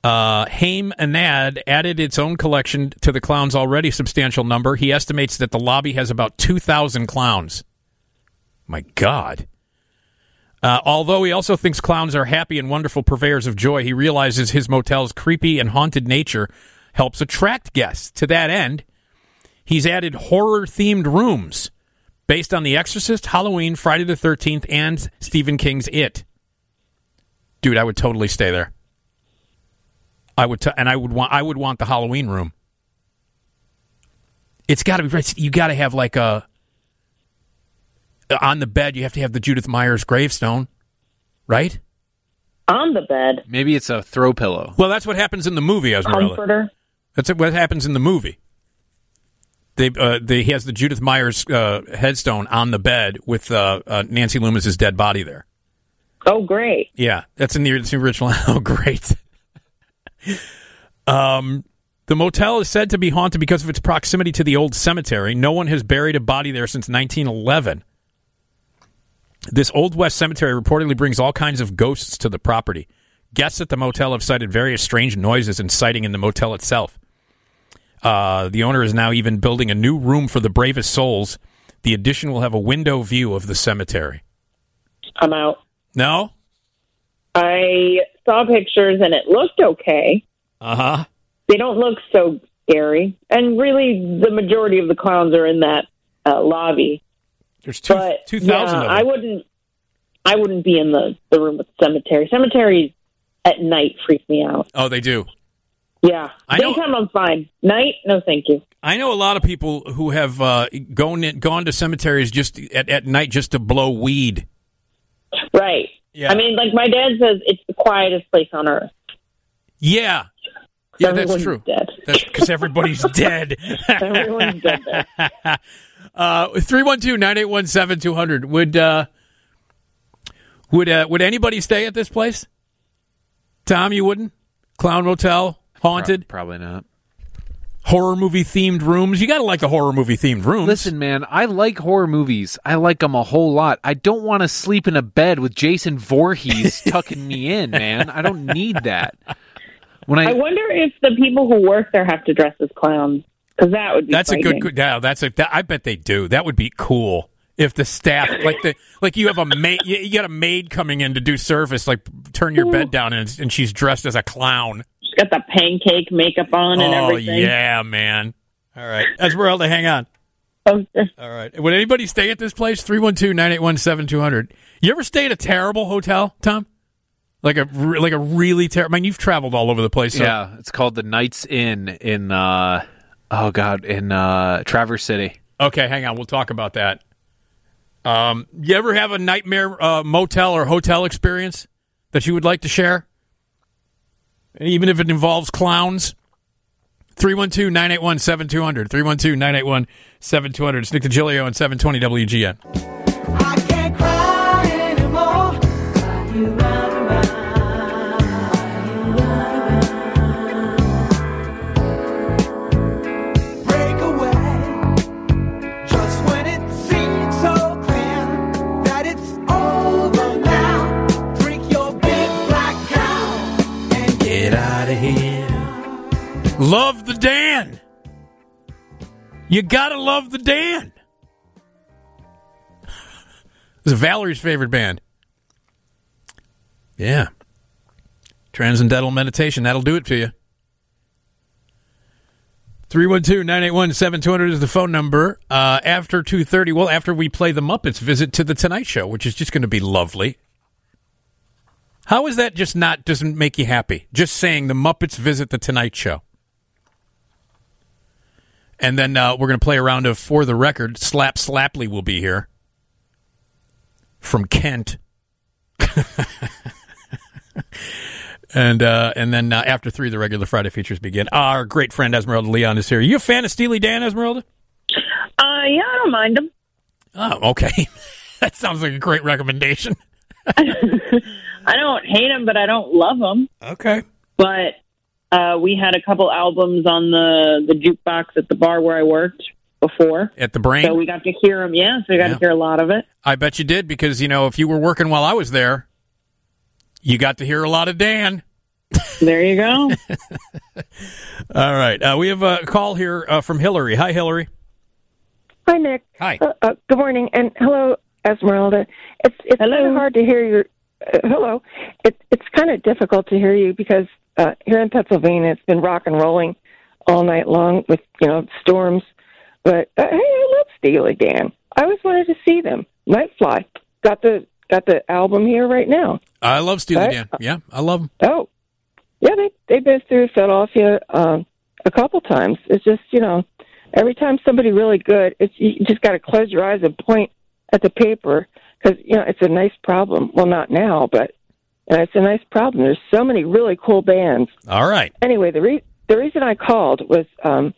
Uh, Haim Anad added its own collection to the clown's already substantial number. He estimates that the lobby has about 2,000 clowns. My God. Uh, although he also thinks clowns are happy and wonderful purveyors of joy, he realizes his motel's creepy and haunted nature helps attract guests. To that end, he's added horror themed rooms based on The Exorcist, Halloween, Friday the 13th, and Stephen King's It. Dude, I would totally stay there. I would, t- and I would want, I would want the Halloween room. It's got to be You got to have like a on the bed. You have to have the Judith Myers gravestone, right? On the bed, Maybe it's a throw pillow. Well, that's what happens in the movie, Esmeralda. comforter. That's what happens in the movie. They, uh, they, he has the Judith Myers uh, headstone on the bed with uh, uh, Nancy Loomis's dead body there. Oh, great. Yeah, that's in the, it's the original. Oh, great. um, the motel is said to be haunted because of its proximity to the old cemetery. No one has buried a body there since 1911. This Old West cemetery reportedly brings all kinds of ghosts to the property. Guests at the motel have cited various strange noises and sighting in the motel itself. Uh, the owner is now even building a new room for the bravest souls. The addition will have a window view of the cemetery. I'm out. No? I saw pictures and it Oh, looked okay. Uh huh. They don't look so scary, and really, the majority of the clowns are in that uh, lobby. There's two, But, 2,000 yeah, of them. I wouldn't. I wouldn't be in the the room with the cemetery. Cemeteries at night freak me out. Oh, they do. Yeah, I know- daytime I'm fine. Night, no, thank you. I know a lot of people who have uh, gone in, gone to cemeteries just at, at night just to blow weed. Right. Yeah. I mean, like my dad says, it's the quietest place on earth. Yeah, yeah, that's Everyone's true. Dead. Because everybody's dead. Everyone's dead. there. Three one two nine eight one seven two hundred. Would uh, Would uh, would anybody stay at this place? Tom, you wouldn't? Clown Motel, haunted, probably not. horror movie themed rooms. You got to like the horror movie themed rooms. Listen, man, I like horror movies. I like them a whole lot. I don't want to sleep in a bed with Jason Voorhees tucking me in, man. I don't need that. When I, I wonder if the people who work there have to dress as clowns because that would be. That's a good. frightening. good- Yeah, that's a. That, I bet they do. That would be cool if the staff, like the, like you have a maid, you, you got a maid coming in to do service, like turn your bed down, and, it's- and she's dressed as a clown. She's got the pancake makeup on and oh everything. yeah, man. All right, Esmeralda, hang on. All right. Would anybody stay at this place? 312-981-7200. You ever stay at a terrible hotel, Tom? Like a re- like a really terrible. I mean, you've traveled all over the place. So yeah, it's called the Knights Inn in, uh, oh god, in uh, Traverse City. Okay, hang on. We'll talk about that. Um, you ever have a nightmare uh, motel or hotel experience that you would like to share? Even if it involves clowns? 312 981 7200. 312 981 7200. It's Nick DiGilio and 720 WGN. break away just when it seems so clear that it's over now. Drink your big black cow and Get out of here. Love the Dan. You gotta love the Dan. This is Valerie's favorite band. Yeah. Transcendental meditation. That'll do it for you. 312-981-7200 is the phone number. Uh, after 2.30, well, after we play the Muppets visit to the Tonight Show, which is just going to be lovely. How is that just not doesn't make you happy? Just saying the Muppets visit the Tonight Show. And then uh, we're going to play a round of For the Record. Slap Slapley will be here from Kent. and uh, and then uh, after three, the regular Friday features begin. Our great friend Esmeralda Leon is here. you a fan of Steely Dan, Esmeralda? Uh, yeah, I don't mind them. Oh, okay. that sounds like a great recommendation. I don't hate them, but I don't love them. Okay. But uh, we had a couple albums on the the jukebox at the bar where I worked before. At the brain. So we got to hear them. Yeah, so we got Yeah. to hear a lot of it. I bet you did because you know if you were working while I was there, you got to hear a lot of Dan. There you go. All right, uh, we have a call here uh, from Hillary. Hi, Hillary. Hi, Nick. Hi. Uh, uh, good morning, and hello, Esmeralda. It's it's kind of hard to hear your uh, hello. It, it's kind of difficult to hear you because uh, here in Pennsylvania, it's been rock and rolling all night long with you know storms. But uh, hey, I love Steely Dan. I always wanted to see them. Nightfly got the got the album here right now. I love Steely Hi. Dan. Yeah, I love him. Oh, yeah, they they've been through Philadelphia um, a couple times. It's just you know, every time somebody really good, it's you just got to close your eyes and point at the paper because you know it's a nice problem. Well, not now, but uh, it's a nice problem. There's so many really cool bands. All right. Anyway, the re- the reason I called was um,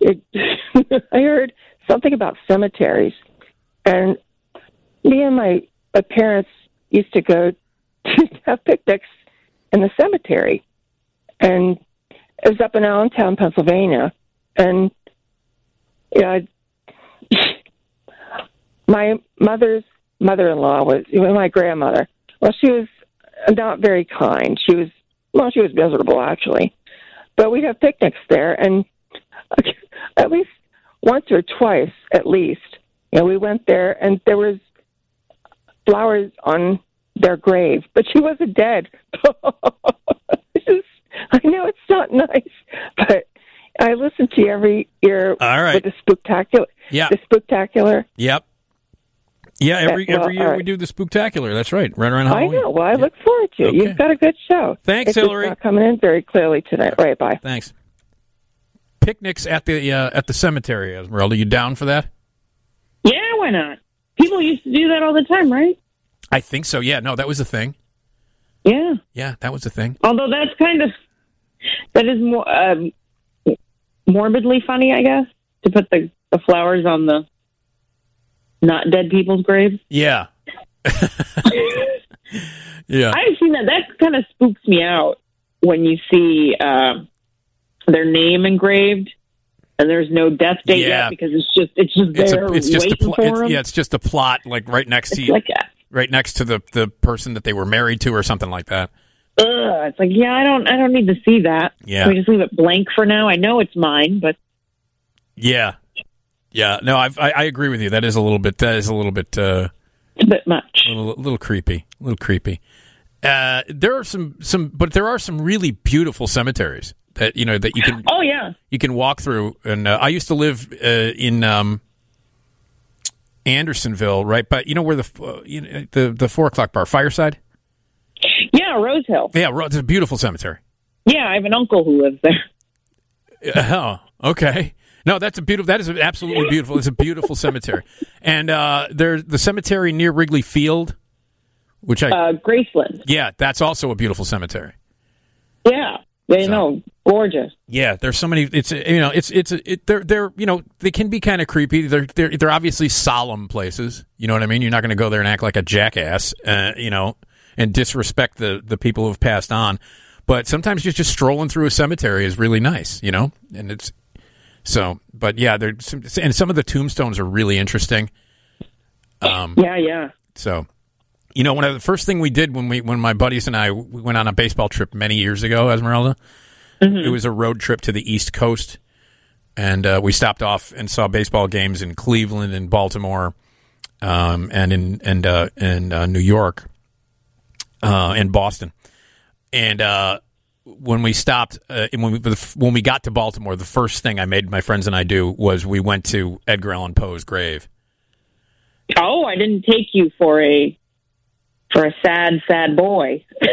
it, I heard something about cemeteries, and me and my, my parents used to go to have picnics in the cemetery, and it was up in Allentown, Pennsylvania, and yeah, I, my mother's mother-in-law was you know, my grandmother. Well, she was not very kind. She was well, she was miserable actually, but we'd have picnics there, and at least once or twice, at least, you know, we went there, and there was flowers on their grave, but she wasn't dead. This is- I know it's not nice, but I listen to you every year All right. with the spectacular, Yeah. the spectacular. Yep. Yeah, every Uh, well, every year all right. we do the spooktacular. That's right, right around Halloween. I know. Well, I look forward to it. You've got a good show. Thanks, It's just Hillary. Not coming in very clearly tonight. Right. Bye. Thanks. Picnics at the uh, at the cemetery, Esmeralda. You down for that? yeah, why not? People used to do that all the time, right? I think so. Yeah. No, that was a thing. Yeah. Yeah, that was a thing. Although that's kind of that is more um, morbidly funny, I guess, to put the the flowers on the not dead people's graves. Yeah. Yeah. I've seen that. That kind of spooks me out when you see um their name engraved and there's no death date Yeah. yet because it's just it's just It's there a, it's just a waiting pl- for it's, them. yeah, it's just a plot like right next to It's you, like a- right next to the the person that they were married to or something like that. Ugh, it's like yeah, I don't I don't need to see that. Yeah. Can we just leave it blank for now. I know it's mine, but Yeah, yeah. No, I've, I I agree with you. That is a little bit. That is a little bit. Uh, it's a bit much. A little, little creepy. A little creepy. Uh, there are some some, but there are some really beautiful cemeteries that you know that you can. Oh yeah. you can walk through. And uh, I used to live uh, in um, Andersonville, right? But you know where the f- uh, you know, the the four o'clock bar, Fireside. Yeah, Rose Hill. Yeah, Ro- it's a beautiful cemetery. Yeah, I have an uncle who lives there. Oh, okay. No, that's a beautiful. That is absolutely beautiful. It's a beautiful cemetery, and uh, there's the cemetery near Wrigley Field, which I Uh, Graceland. yeah, that's also a beautiful cemetery. Yeah. They know. Gorgeous. Yeah, there's so many. It's you know, it's it's it, they're they're you know they can be kind of creepy. They're they're they're obviously solemn places. You know what I mean? You're not going to go there and act like a jackass, uh, you know, and disrespect the the people who've passed on. But sometimes just just strolling through a cemetery is really nice, you know, and it's so. But yeah, there's some, and some of the tombstones are really interesting. Um, yeah, yeah. So, you know, one of the first thing we did when we when my buddies and I we went on a baseball trip many years ago, Esmeralda. Mm-hmm. It was a road trip to the East Coast, and uh, we stopped off and saw baseball games in Cleveland and Baltimore, um, and in and uh, and uh, New York, uh, and Boston, and. Uh, when we stopped, uh, and when we when we got to Baltimore, the first thing I made my friends and I do was we went to Edgar Allan Poe's grave. Oh, I didn't take you for a for a sad, sad boy.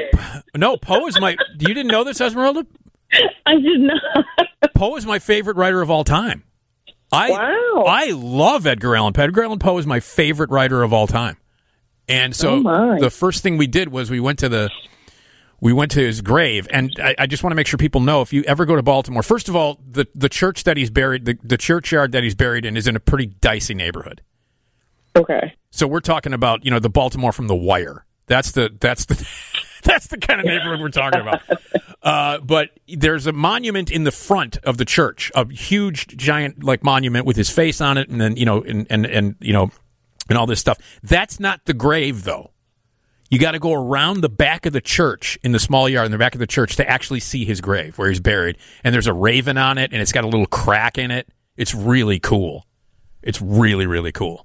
No, Poe is my. you didn't know this, Esmeralda? I did not. Poe is my favorite writer of all time. I I love Edgar Allan Poe. Edgar Allan Poe is my favorite writer of all time. And so Oh, my. the first thing we did was we went to the we went to his grave, and I, I just want to make sure people know if you ever go to Baltimore. First of all, the the church that he's buried, the, the churchyard that he's buried in, is in a pretty dicey neighborhood. Okay. So we're talking about you know the Baltimore from the Wire. That's the that's the that's the kind of neighborhood we're talking about. Uh, but there's a monument in the front of the church, a huge giant like monument with his face on it, and then you know and and and you know and all this stuff. That's not the grave though. You got to go around the back of the church in the small yard in the back of the church to actually see his grave where he's buried. And there's a raven on it, and it's got a little crack in it. It's really cool. It's really really cool.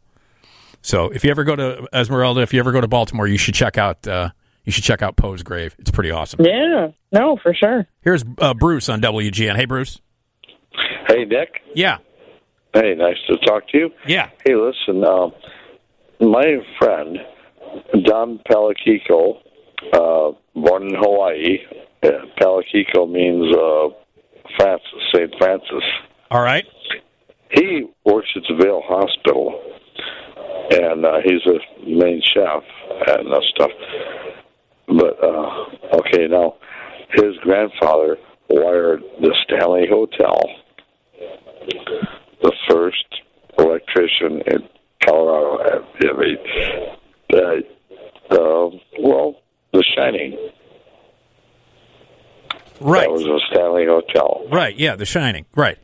So if you ever go to Esmeralda, if you ever go to Baltimore, you should check out uh, you should check out Poe's grave. It's pretty awesome. Yeah. No, for sure. Here's uh, Bruce on WGN. Hey, Bruce. Hey, Dick. Yeah. Hey, nice to talk to you. Yeah. Hey, listen, um, my friend, Don Palakiko, uh, born in Hawaii, uh, Palakiko means uh, Francis, St. Francis. All right. He works at the Vail Hospital, and uh, he's a main chef and uh, stuff. But, uh, okay, now, his grandfather wired the Stanley Hotel the first electrician in Colorado. I mean, uh, uh, well, The Shining. Right. That was a Stanley Hotel. Right. Yeah. The Shining. Right.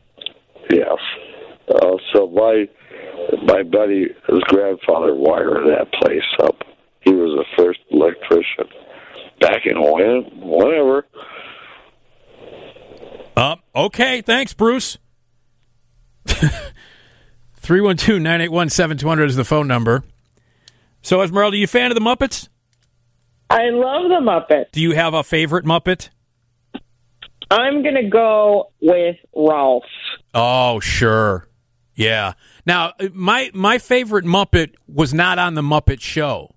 Yes. Uh, so my my buddy, his grandfather wired that place up. He was the first electrician back in when, whenever. Uh, okay. Thanks, Bruce. 312 981 7200 is the phone number. So, Esmeralda, you a fan of the Muppets? I love the Muppet. Do you have a favorite Muppet? I'm gonna go with Ralph. Oh, sure. Yeah. Now, uh, my my favorite Muppet was not on the Muppet Show,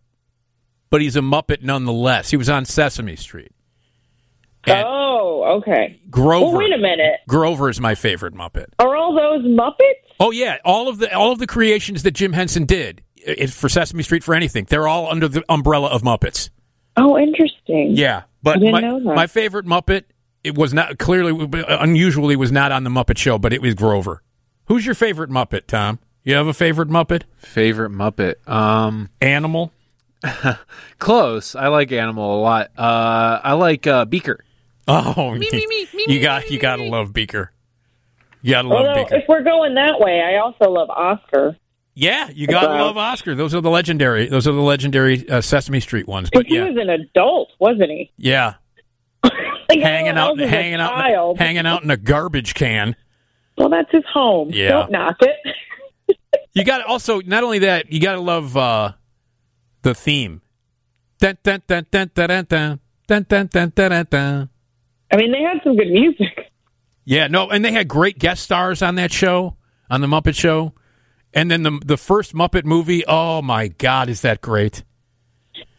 but he's a Muppet nonetheless. He was on Sesame Street. And oh, okay. Grover. Well, wait a minute. Grover is my favorite Muppet. Are all those Muppets? Oh yeah, all of the all of the creations that Jim Henson did i- for Sesame Street for anything, they're all under the umbrella of Muppets. Oh, interesting. Yeah, I but didn't my, know that. my favorite Muppet it was not clearly unusually was not on the Muppet Show, but it was Grover. Who's your favorite Muppet, Tom? You have a favorite Muppet? Favorite Muppet? Um, Animal. Close. I like Animal a lot. Uh, I like uh, Beaker. Oh, you got you gotta love Beaker. You gotta love Although, Beaker. if we're going that way, I also love Oscar. Uh, Yeah, you gotta Wow. love Oscar. Those are the legendary. Those are the legendary uh, Sesame Street ones. But he yeah, was an adult, wasn't he? yeah, Like, hanging everyone out, else is a hanging out, in a- child. hanging out in a garbage can. Well, that's his home. Yeah. Don't knock it. You got to also not only that you got to love uh, the theme. Dun, dun, dun, dun, dun, dun, dun. Dun, dun, dun, dun, dun, dun. I mean, they had some good music. Yeah, no, and they had great guest stars on that show, on the Muppet Show, and then the the first Muppet movie. Oh my God, is that great?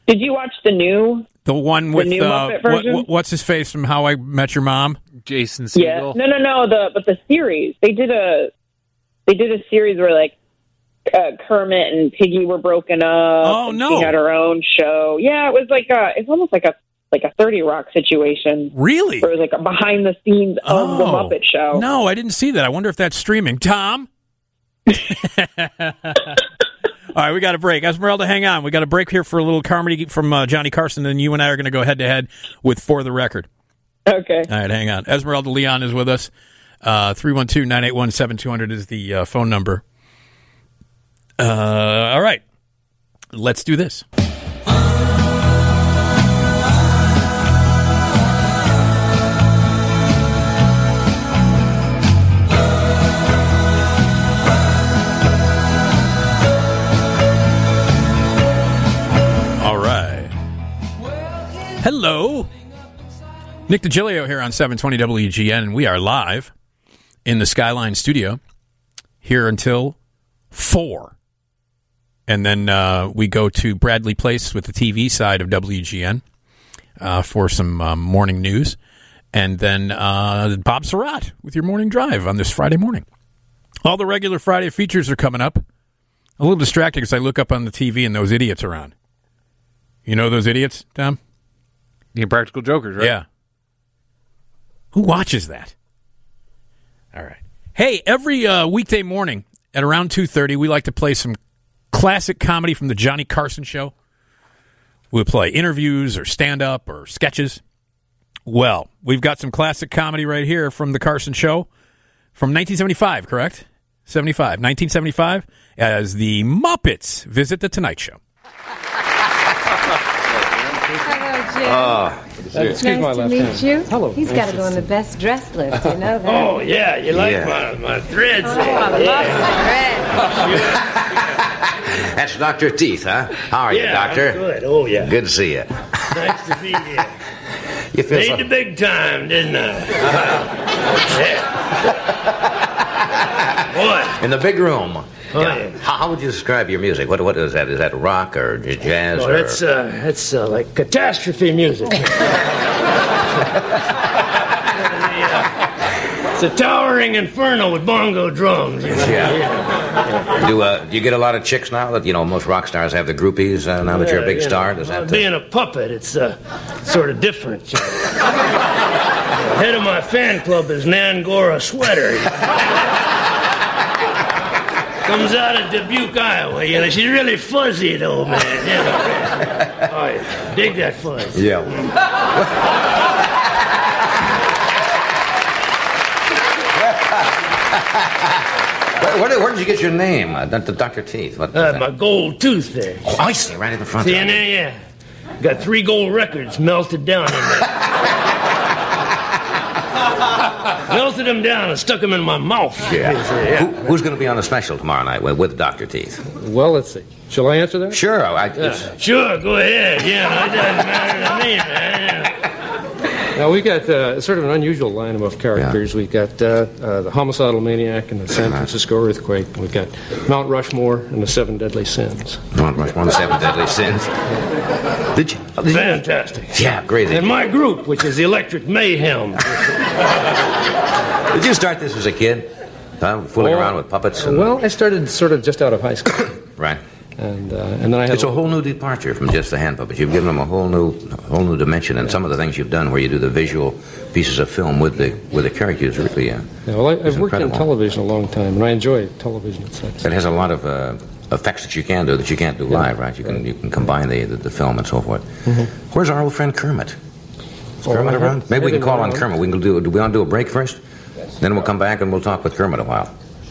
Did you watch the new? The one with new uh, Muppet what, version? what- what's his face from How I Met Your Mom? Jason Yeah. No, no, no. The but the series they did a they did a series where like uh, Kermit and Piggy were broken up. Oh no. She had her own show. Yeah, it was like a it's almost like a like a Thirty Rock situation. Really? Where it was like a behind the scenes of the Oh. Muppet Show. No, I didn't see that. I wonder if that's streaming. Tom? All right, we got a break. Esmeralda, hang on. We got a break here for a little comedy from uh, Johnny Carson, and you and I are going to go head to head with For the Record. Okay. All right, hang on. Esmeralda Leon is with us. Uh, 312 981 7200 is the uh, phone number. Uh, all right, let's do this. All right. Hello. Nick DiGilio here on 720 WGN, and we are live in the Skyline studio here until 4. And then uh, we go to Bradley Place with the TV side of WGN uh, for some um, morning news. And then uh, Bob Surratt with your morning drive on this Friday morning. All the regular Friday features are coming up. A little distracted because I look up on the TV and those idiots are on. You know those idiots, Tom? The Impractical Jokers, right? Yeah. Who watches that? All right. Hey, every uh, weekday morning at around two thirty, we like to play some classic comedy from the Johnny Carson Show. We'll play interviews or stand up or sketches. Well, we've got some classic comedy right here from the Carson Show from 1975, correct? 75, 1975, as the Muppets visit the Tonight Show. Hello, Jim. Ah, good to see you. it's Excuse nice my to left meet hand. you. Hello. He's Nice got to to go on the best dress list. You know that. Oh, yeah, you like Yeah. my, my threads? Oh, I love yeah. That's Dr. Teeth, huh? How are you, Yeah, I'm Doctor? good. Oh, yeah. Good to see you. nice to be here. You feel Made so- the big time, didn't I? yeah. In the big room. Oh, yeah. How, how would you describe your music? What What is that? Is that rock or j- jazz? Boy. Oh, or... that's uh, that's uh, like catastrophe music. it's a towering inferno with bongo drums. you know? Do, uh, do you get a lot of chicks now? That you know, most rock stars have the groupies. Uh, now that you're a Yeah, big you know, star, does that? well, being a puppet, it's uh, sort of different. you know. the head of my fan club is Nan Gora Sweater. Comes out of Dubuque, Iowa. You know, she's really fuzzy though, man. You know. Oh, yeah. Dig that fuzz. yeah. Where, where, did, where did you get your name, uh, Doctor Teeth? What? Uh, my gold tooth there. Oh, I see, right in the front. See in there, yeah. Got three gold records melted down in there. melted them down and stuck them in my mouth. Yeah. You see, yeah. Who, who's going to be on the special tomorrow night with, with Doctor Teeth? Well, let's see. Shall I answer that? Sure. I, it's- Yeah, sure, go ahead. Yeah, no, it doesn't matter to me, man. Now we've got uh, sort of an unusual lineup of characters. We've got uh, uh, the homicidal maniac and the San Francisco earthquake. We've got Mount Rushmore and the Seven Deadly Sins. Mount Rushmore and the Seven Deadly Sins. Did you? Fantastic. Yeah, great. And my group, which is the Electric Mayhem. Did you start this as a kid? Huh? Fooling around with puppets? And, Well, I started sort of just out of high school. right. And, uh, and then I had it's a whole new departure from just the hand puppets. You've given them a whole new, whole new dimension, and some of the things you've done, where you do the visual pieces of film with the with the characters, really, uh, Yeah, well, I, I've worked in incredible. television a long time, and I enjoy television. It's, it has a lot of uh, effects that you can do that you can't do live, right? You can you can combine the, the, the film and so forth. Mm-hmm. Where's our old friend Kermit? Is Oh, Kermit I around? haven't- Maybe we can haven't call been on around. Kermit. We can do. Do we want to do a break first? Then we'll come back and we'll talk with Kermit a while.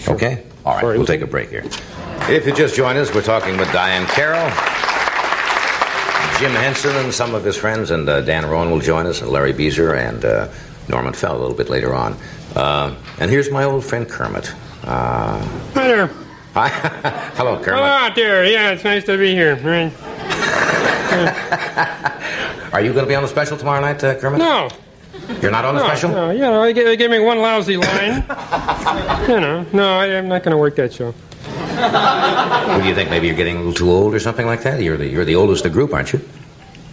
Okay. All right. We'll take a break here. If you just joined us, we're talking with Diane Carroll. Jim Henson and some of his friends, and uh, Dan Rowan will join us, and Larry Beezer and uh, Norman Fell a little bit later on. Uh, and here's my old friend Kermit. Uh, Hi there. hi, hello, Hello Kermit. out there. Yeah, it's nice to be here. Right. Are you going to be on the special tomorrow night, uh, Kermit? No. You're not on the no, special. No, you know, they gave, they gave me one lousy line. you know, no, I, I'm not going to work that show. What do you think? Maybe you're getting a little too old or something like that. You're the you're the oldest of the group, aren't you?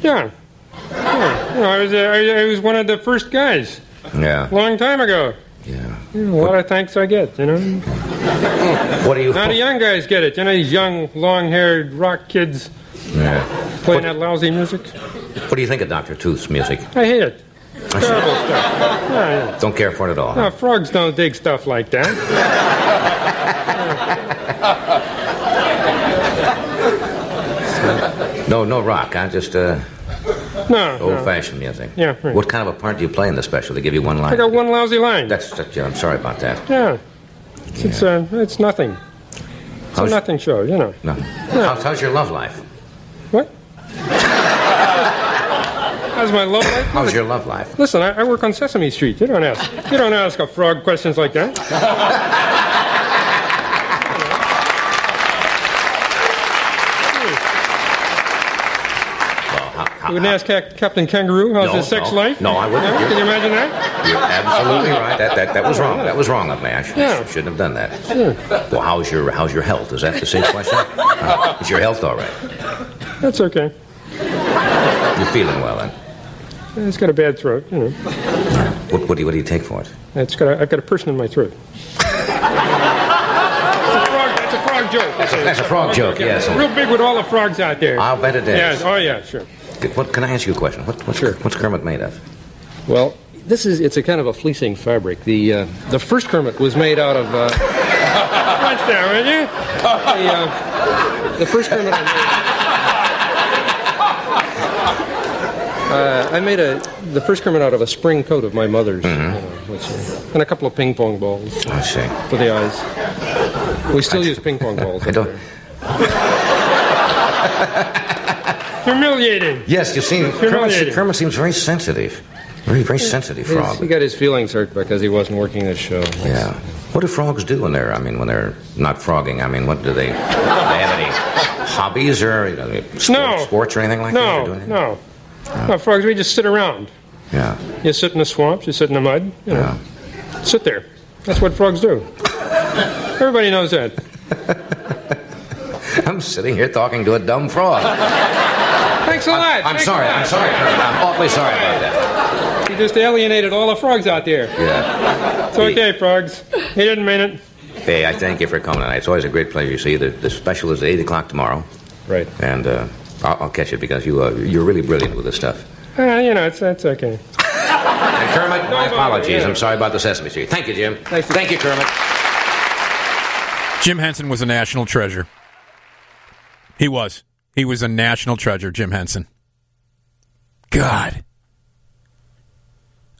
Yeah. yeah. You know, I was, uh, I, I was one of the first guys Yeah. a long time ago. Yeah. A lot of thanks I get, you know. What do you? Now the young guys get it. You know, these young, long-haired rock kids Yeah. playing that lousy music. What do you think of Doctor Tooth's music? I hate it. Terrible stuff. Yeah, yeah. Don't care for it at all. huh? No, frogs don't dig stuff like that. No, no rock. I just uh, No. Oh, no. old-fashioned music. Yeah, right. What kind of a part do you play in the special? They give you one I line. got one lousy line. That's, that's yeah, I'm sorry about that. Yeah. It's uh, it's nothing. It's How's- a nothing show, you know. No. How's, how's your love life? How's my love life? How's your love life? Listen, I, I work on Sesame Street. You don't ask. You don't ask a frog questions like that. Well, how, how, You wouldn't ask Cap- Captain Kangaroo how's No, his sex no. life. No, I wouldn't. No? Can you imagine that? you're absolutely right. That, that, that was wrong. That was wrong of me. I sh- Yeah. shouldn't have done that. Yeah, Well, how's your how's your health? Is that the same question? Huh? Is your health all right? that's okay. You're feeling well, then? It's got a bad throat, you know. What, what, do you, what do you take for it? It's got a, I've got a person in my throat. It's a frog. That's a frog joke. That's a- that's a frog joke, yes. Real big with all the frogs out there. I'll bet it is. Yes. Oh yeah. Sure. Good. What can I ask you a question? What, what's, what's Kermit made of? Well, this is it's a kind of a fleecing fabric. The uh, the first Kermit was made out of uh, What's that, will you? the, uh, the first Kermit I made. Uh, I made a the first Kermit out of a spring coat of my mother's, you know, which, uh, and a couple of ping pong balls Mm-hmm. I see. for the eyes. We still use ping pong balls. I don't. Humiliating. Yes, you seem Kermit, Kermit seems very sensitive, very very sensitive He's- frog. He got his feelings hurt because he wasn't working this show. Yeah. What do frogs do when they're? I mean, when they're not frogging? I mean, what do they? Do they have any hobbies or you know, sports, No. sports or anything like that? Or do No, anything? no. No, frogs, we just sit around. Yeah. You sit in the swamps, you sit in the mud, you know. Sit there. That's what frogs do. Everybody knows that. I'm sitting here talking to a dumb frog. Thanks a lot. I'm sorry. I'm sorry. Kermit. I'm awfully sorry about that. You just alienated all the frogs out there. Yeah. It's okay, frogs. He didn't mean it. Hey, I thank you for coming tonight. It's always a great pleasure. You see, the, the special is at eight o'clock tomorrow. Right. And uh, I'll, I'll catch it because you uh, you're really brilliant with this stuff. Ah, you know, it's that's okay. And Kermit, my apologies. I'm sorry about the Sesame Street. Thank you, Jim. Thank you, Kermit. Jim Henson was a national treasure. He was. He was a national treasure, Jim Henson. God.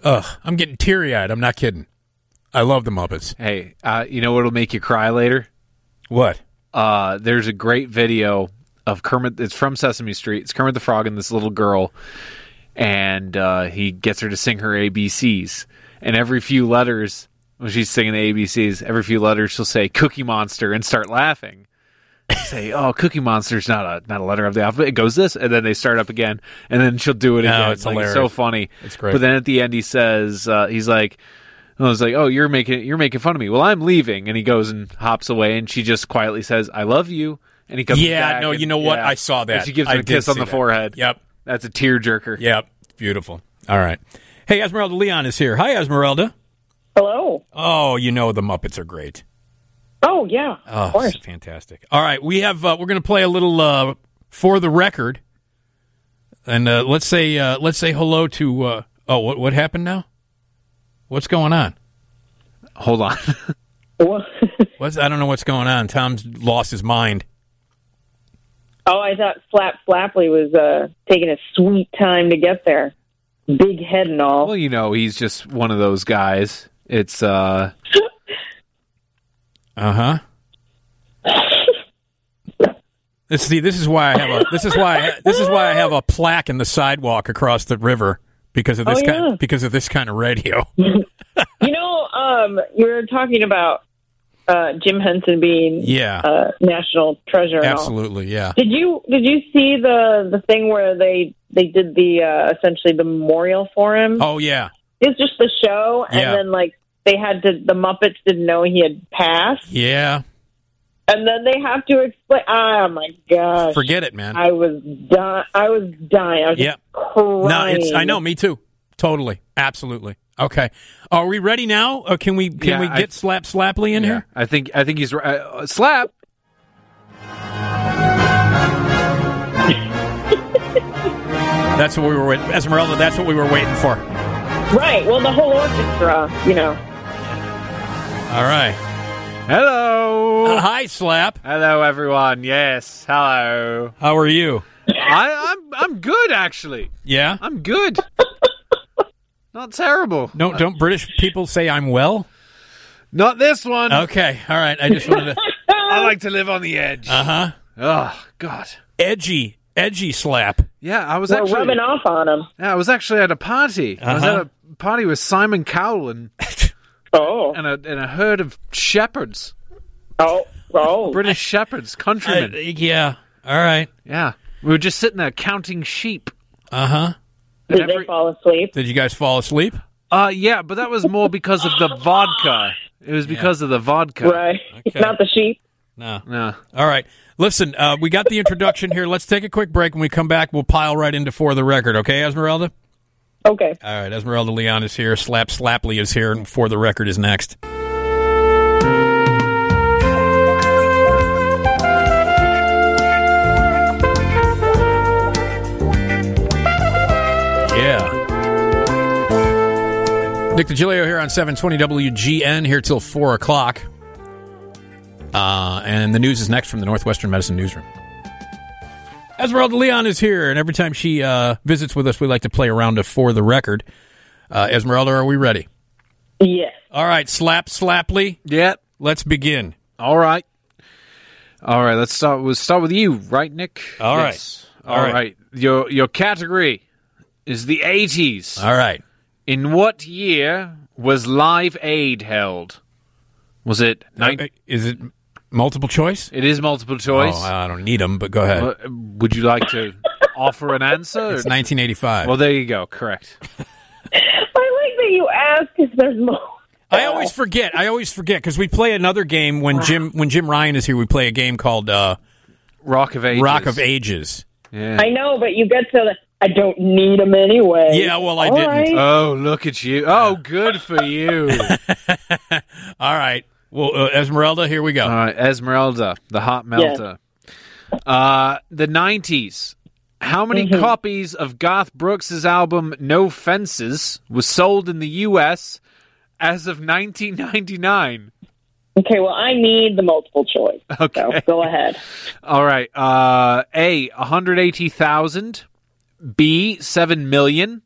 Ugh, I'm getting teary eyed. I'm not kidding. I love the Muppets. Hey, uh, you know what'll make you cry later? What? Uh, there's a great video of Kermit. It's from Sesame Street. It's Kermit the Frog and this little girl, and uh, he gets her to sing her ABCs. And every few letters, when she's singing the ABCs, every few letters she'll say "Cookie Monster" and start laughing. say, "Oh, Cookie Monster's not a not a letter of the alphabet." It goes this, and then they start up again, and then she'll do it No, again. it's Like, so hilarious. funny. It's great. But then at the end, he says, uh, "He's like." And I was like, "Oh, you're making you're making fun of me." Well, I'm leaving, and he goes and hops away, and she just quietly says, "I love you," and he comes. Yeah, back no, and- you know what? yeah. I saw that. And she gives I him a did kiss on see the that. forehead. Yep, that's a tearjerker. Yep, beautiful. All right. Hey, Esmeralda Leon is here. Hi, Esmeralda. Hello. Oh, you know the Muppets are great. Oh yeah, Oh, of course. it's fantastic. All right, we have uh, we're going to play a little uh, for the record, and uh, let's say uh, let's say hello to. Uh, oh, what what happened now? What's going on? Hold on. what's I don't know what's going on. Tom's lost his mind. Oh, I thought Flap Flapley was uh, taking a sweet time to get there. Big head and all. Well, you know, he's just one of those guys. It's uh Uh-huh. This see, this is why I have a this is why I, this is why I have a plaque in the sidewalk across the river because of this Oh, yeah. kind because of this kind of radio. you know, um, you were talking about uh, Jim Henson being Yeah. uh, national treasure. and all. Absolutely, yeah. Did you did you see the the thing where they they did the uh, essentially the memorial for him? Oh yeah. It was just the show, and Yeah. then like they had to the Muppets didn't know he had passed, Yeah. and then they have to explain. Oh my gosh! Forget it, man. I was dying. I was dying. I was Yeah. just crying. No, it's I know, me too. Totally. Absolutely. Okay. Are we ready now? Or can we can Yeah, we I- get Slap Slapley in here? I think I think he's ri- uh, slap. That's what we were waiting Esmeralda, that's what we were waiting for. Right. Well, the whole orchestra, you know. All right. Hello. hi, Slap. Hello, everyone. Yes. Hello. How are you? I, I'm I'm good actually. Yeah? I'm good. Not terrible. No, don't British people say I'm well? Not this one. Okay. All right. I just wanted to I like to live on the edge. Uh-huh. Oh God. Edgy, edgy slap. Yeah, I was We're actually rubbing off on him. Yeah, I was actually at a party. I was Uh-huh. at a party with Simon Cowell and oh, and a and a herd of shepherds. Oh, oh, British shepherds, countrymen. I- Uh, yeah. All right. Yeah, we were just sitting there counting sheep. Uh-huh. Did they fall asleep? Did you guys fall asleep? Uh, yeah, but that was more because of the vodka. It was because of the vodka. Right. Not the sheep. No. No. All right. Listen, uh, we got the introduction here. Let's take a quick break. When we come back, we'll pile right into for the record. Okay, Esmeralda. Okay. All right. Esmeralda Leon is here. Slap Slapley is here, and for the record is next. Yeah. Nick DiGilio here on 720 WGN, here till 4 o'clock. Uh, and the news is next from the Northwestern Medicine Newsroom. Esmeralda Leon is here, and every time she uh, visits with us, we like to play a round of For the Record. Uh, Esmeralda, are we ready? Yes. All right, slap, slaply. Yeah. Let's begin. All right. All right. Let's start. We'll start with you, right, Nick? All right. All All right. right. Your your category is the eighties. All right. In what year was Live Aid held? Was it? Nine- uh, is it multiple choice? It is multiple choice. Oh, I don't need them, but go ahead. Uh, Would you like to offer an answer? It's 1985. Well, there you go. Correct. I like that you ask if there's more. I always forget. I always forget because we play another game when Jim when Jim Ryan is here. We play a game called uh, Rock of Ages. Rock of Ages. Yeah. I know, but you get to the. I don't need them anyway. Yeah, well, I All didn't. right. Oh, look at you. Oh, good for you. All right. Well, uh, Esmeralda, here we go. All right, Esmeralda, the hot melter. Uh, the 90s. How many copies of Garth Brooks' album No Fences was sold in the US as of 1999? Okay, well, I need the multiple choice. Okay. So go ahead. All right. Uh, A, 180,000. B, 7 million.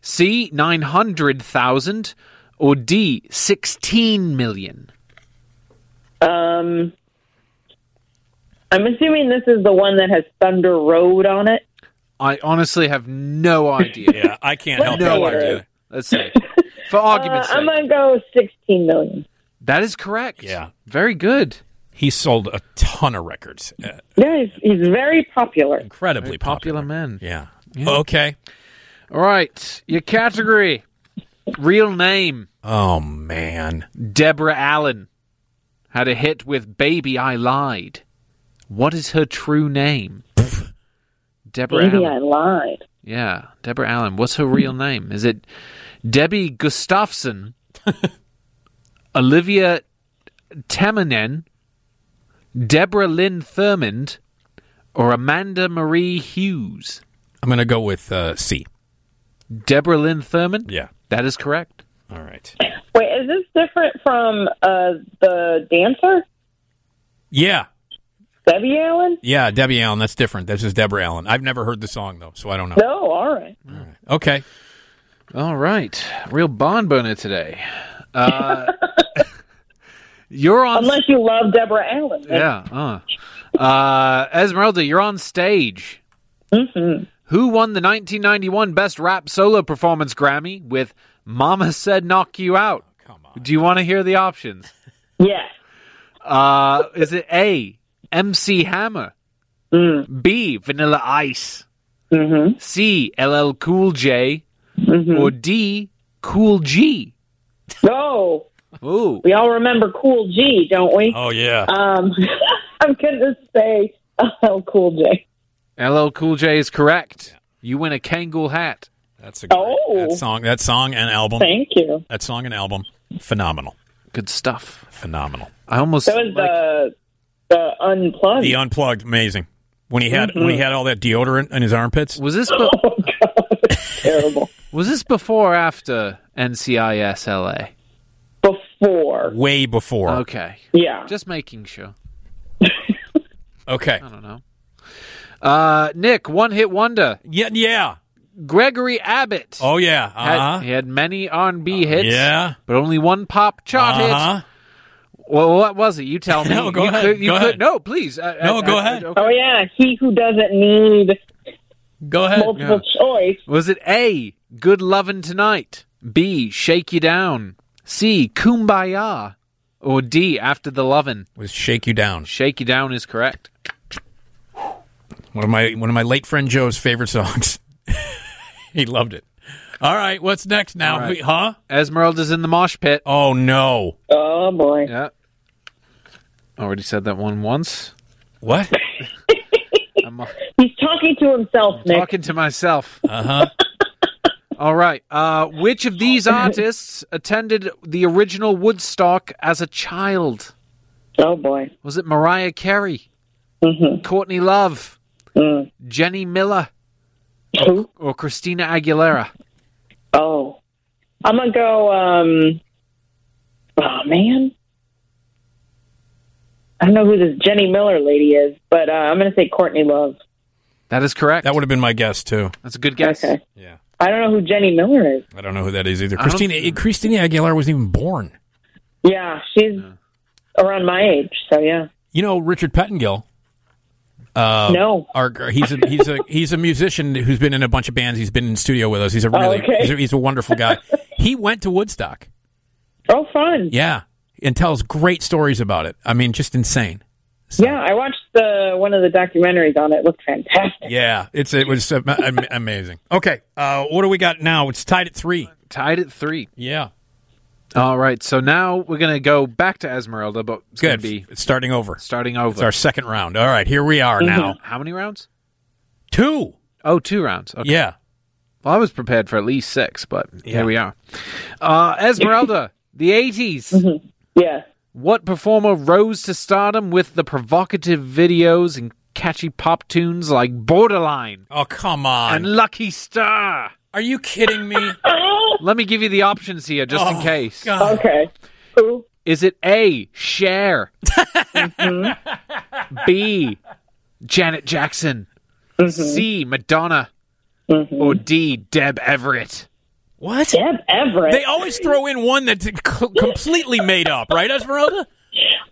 C, 900,000. Or D, 16 million. Um, I'm assuming this is the one that has Thunder Road on it. I honestly have no idea. Yeah, I can't help no you idea. idea. Let's see. For argument's Uh, sake. I'm gonna go 16 million. That is correct. Yeah. Very good. He sold a ton of records. Uh, Yeah, he's, he's very popular. incredibly popular. Popular men. Yeah. Okay. All right. Your category. Real name. Oh man. Deborah Allen. Had a hit with Baby I Lied. What is her true name? Deborah Maybe Allen. I lied. Yeah. Deborah Allen. What's her Hmm. real name? Is it Debbie Gustafson? Olivia Tamanen? Deborah Lynn Thurmond? Or Amanda Marie Hughes? I'm gonna go with uh, C. Deborah Lynn Thurman? Yeah. That is correct. All right. Wait, is this different from uh, the dancer? Yeah. Debbie Allen? Yeah, Debbie Allen. That's different. That's just Deborah Allen. I've never heard the song though, so I Oh. don't know. No, all right. Okay. All right. Real bon boner today. Uh, you're on. Unless you love Deborah Allen. Yeah. Uh. Uh, Esmeralda, you're on stage. Mm-hmm. Who won the 1991 Best Rap Solo Performance Grammy with Mama Said Knock You Out? Oh, Come on. Do you want to hear the options? Yeah. Uh, is it A, MC Hammer? Mm. B, Vanilla Ice? Mm-hmm. C, LL Cool J? Or D, Cool G? No. Ooh. Oh. We all remember Cool G, don't we? Oh, yeah. Um, I'm going to say LL Cool J. LL Cool J is correct. You win a Kangol hat. That's a great that song. That song and album. Oh. Thank you. That song and album. Phenomenal. Good stuff. Phenomenal. I almost That was the, the unplugged. Mm-hmm. The unplugged, amazing. When he had when he had all that deodorant in his armpits. Was this? Be- terrible. Was this before or after NCIS LA? Before. Way before. Okay. Yeah. Just making sure. Okay. I don't know. Uh, Nick, one hit wonder. Yeah. Yeah. Gregory Abbott. Oh yeah. Uh huh. Had, he had many R&B hits. yeah. But only one pop chart Uh-huh. hit. Well, what was it? You tell me. No, go you ahead. Could, you Go could, ahead. No, please. I- I- No, go I- ahead. okay. Oh, yeah. He who doesn't need Go ahead. multiple choice. Was it A, Good Lovin' Tonight? B, Shake You Down? C, Kumbaya? Or D, After the Lovin'? Was Shake You Down. Shake You Down is correct. One of my one of my late friend Joe's favorite songs. he loved it. All right, what's next now? All right. We- huh? Esmeralda's in the mosh pit. Oh no. Oh, boy. Yeah. Already said that one once. What? I'm He's talking to himself, Nick. talking to myself. Uh-huh. All right. Uh, which of these artists attended the original Woodstock as a child? Oh, boy. Was it Mariah Carey, Mm-hmm. Courtney Love, Mm. Jenny Miller, or, or Christina Aguilera? Oh. I'm going to go, um, oh, man. I don't know who this Jenny Miller lady is, but uh, I'm going to say Courtney Love. That is correct. That would have been my guess too. That's a good guess. Okay. Yeah. I don't know who Jenny Miller is. I don't know who that is either. I don't- Christina eh, Christina Aguilera wasn't even born. Yeah, she's around my age, so yeah. You know Richard Pettingill. Uh, No. our, he's a he's a he's a musician who's been in a bunch of bands. He's been in studio with us. He's a really Oh, okay. he's, a, he's a wonderful guy. he went to Woodstock. Oh, fun. Yeah, and tells great stories about it. I mean, just insane. Yeah, I watched the one of the documentaries on it. It looked fantastic. Yeah, it's it was am- am- amazing. Okay, uh, what do we got now? It's tied at three. Tied at three. Yeah, All right. So now we're going to go back to Esmeralda, but it's going good. to be It's starting over. starting over. It's our second round. All right, here we are now. How many rounds? Two. Oh, two rounds. Okay. Yeah. Well, I was prepared for at least six, but Yeah. here we are. Uh, Esmeralda, the 80s. Yeah. What performer rose to stardom with the provocative videos and catchy pop tunes like Borderline Oh come on! and Lucky Star? Are you kidding me? Let me give you the options here just in Oh, case. God. Okay. Who? Is it A, Cher? Mm-hmm. B, Janet Jackson? Mm-hmm. C, Madonna? Or D, Deb Everett? What? Deb Everett. They always throw in one that's c- completely made up, right, Esmeralda?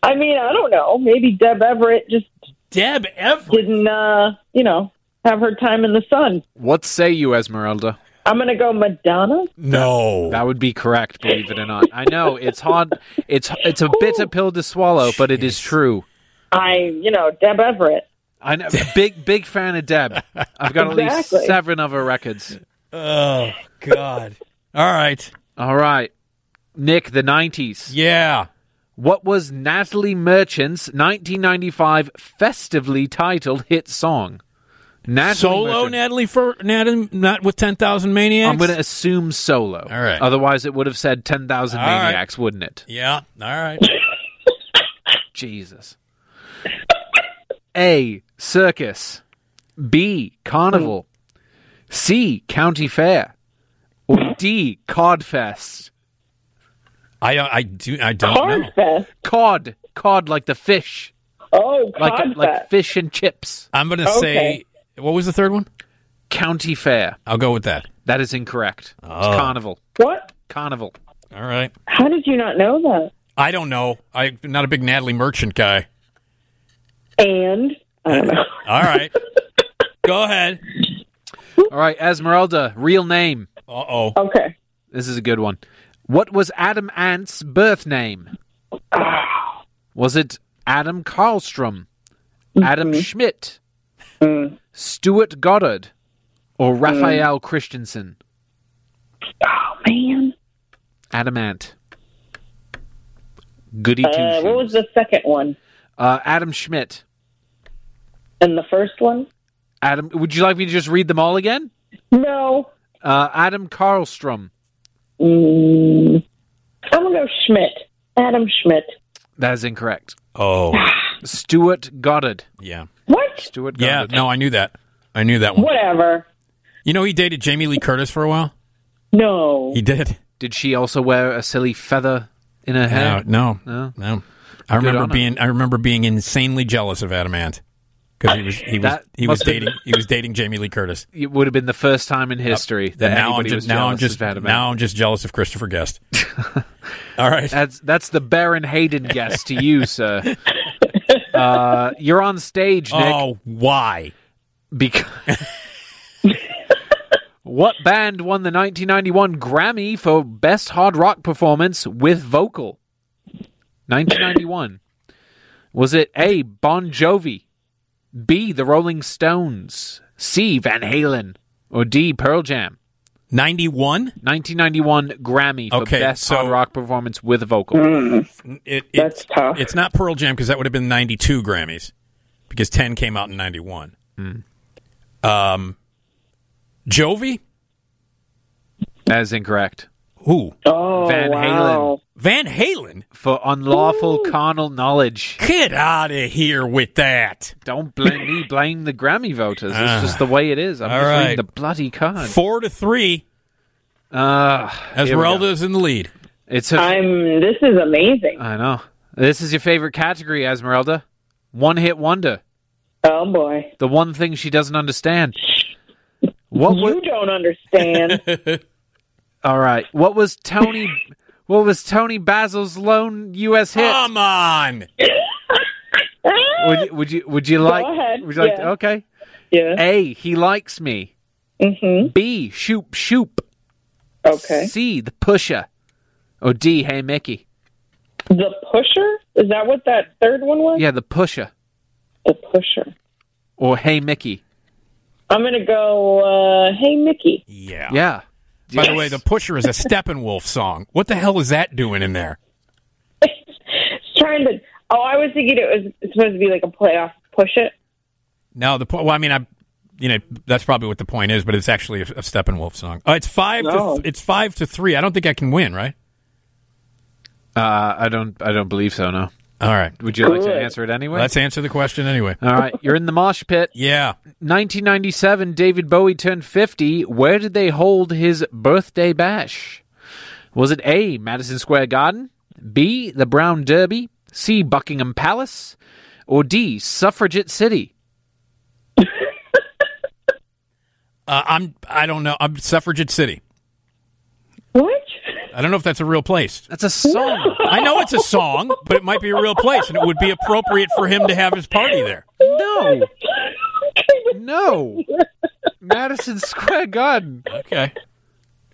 I mean, I don't know. Maybe Deb Everett just Deb Everett. didn't, uh, you know, have her time in the sun. What say you, Esmeralda? I'm going to go Madonna. No. That would be correct, believe it or not. I know it's hard. It's it's a bitter pill to swallow, but it is true. I, you know, Deb Everett. I know, big big fan of Deb. I've got at least Exactly. seven of her records. Oh God. All right. All right, Nick, the nineties. Yeah. What was Natalie Merchant's 1995 festively titled hit song? Natalie Solo, Merchant. Natalie for Natalie, not with ten thousand maniacs. I'm going to assume solo. All right. Otherwise, it would have said 10,000 All right. Maniacs, wouldn't it? Yeah. All right. Jesus. A. Circus. B. Carnival. C. County Fair. Or D. Codfest. uh, I don't. I do. I don't know. Hardfest. Cod. Cod like the fish. Oh, like like fish and chips. I'm going to say, what was the third one? County fair. I'll go with that. Oh. That is incorrect. It's carnival. What? Carnival. All right. How did you not know that? I don't know. I'm not a big Natalie Merchant guy. And All right. Go ahead. All right, Esmeralda, real name. Uh oh. Okay. This is a good one. What was Adam Ant's birth name? Was it Adam Karlstrom, Mm-hmm. Adam Schmidt, Mm. Stuart Goddard, or Raphael Christensen? Oh man. Adam Ant. Goody two Uh, what was the second one? Uh, Adam Schmidt. And the first one? Adam, would you like me to just read them all again? No. Uh, Adam Karlstrom. Mm, I'm gonna go Schmidt. Adam Schmidt. That is incorrect. Oh. Stuart Goddard. Yeah. What? Stuart Yeah, Goddard. no, I knew that. I knew that one. Whatever. You know, he dated Jamie Lee Curtis for a while. No. He did. Did she also wear a silly feather in her hair? No, No. no, no. I Good remember on him. being I remember being insanely jealous of Adamant because he was he was That he was must have been- dating he was dating Jamie Lee Curtis. It would have been the first time in history that And now I'm anybody just was now I'm jealous just of Adam now I'm just jealous of Christopher Guest. All right, That's that's the Baron Hayden guess to you, sir. Uh, you're on stage, Nick. Oh, why? Because what band won the 1991 Grammy for Best Hard Rock Performance with Vocal? 1991. Was it A. Bon Jovi, B. The Rolling Stones, C. Van Halen, or D. Pearl Jam? 91. 1991 Grammy for Okay, Best so- Mm. Hard Rock Performance with Vocal. It, That's tough. It's not Pearl Jam because that would have been 92 Grammys because 10 came out in 91. Hmm. Um, Jovi? That is incorrect. Who? Oh, Van wow. Halen. Van Halen? For unlawful carnal knowledge. Get out of here with that. Don't blame me, blame the Grammy voters. It's Ah. just the way it is. I'm All just reading right. the bloody card. Four to three. Uh, Esmeralda's in the lead. It's a, I'm. This is amazing. I know. This is your favorite category, Esmeralda. One hit wonder. Oh boy. The one thing she doesn't understand. What was You don't understand. All right. What was Tony What was Tony Basil's lone US hit? Come on. Would you would you, would you like ahead. would you like Yeah. okay? Yeah. A, he likes me. mm-hmm. B, shoop shoop. Okay. C, the pusher. Or D, hey Mickey. The pusher? Is that what that third one was? Yeah, the pusher. The pusher. Or hey Mickey. I'm gonna go. Uh, hey, Mickey. Yeah. Yeah. By the way, The Pusher is a Steppenwolf song. What the hell is that doing in there? It's trying to. Oh, I was thinking it was supposed to be like a playoff push it. No, the po- well, I mean, I, you know, that's probably what the point is, but it's actually a, a Steppenwolf song. Uh, it's five. To No. th- it's five to three. I don't think I can win, right? Uh, I don't I don't believe so, no. All right. Would you like to Good. answer it anyway? Let's answer the question anyway. All right, you're in the mosh pit. Yeah. 1997, David Bowie turned 50. Where did they hold his birthday bash? Was it A, Madison Square Garden, B, the Brown Derby, C, Buckingham Palace, or D, Suffragette City? Uh, I'm. I don't know. I'm Suffragette City. What? I don't know if that's a real place. That's a song. I know it's a song, but it might be a real place, and it would be appropriate for him to have his party there. No. No. Madison Square Garden. Okay.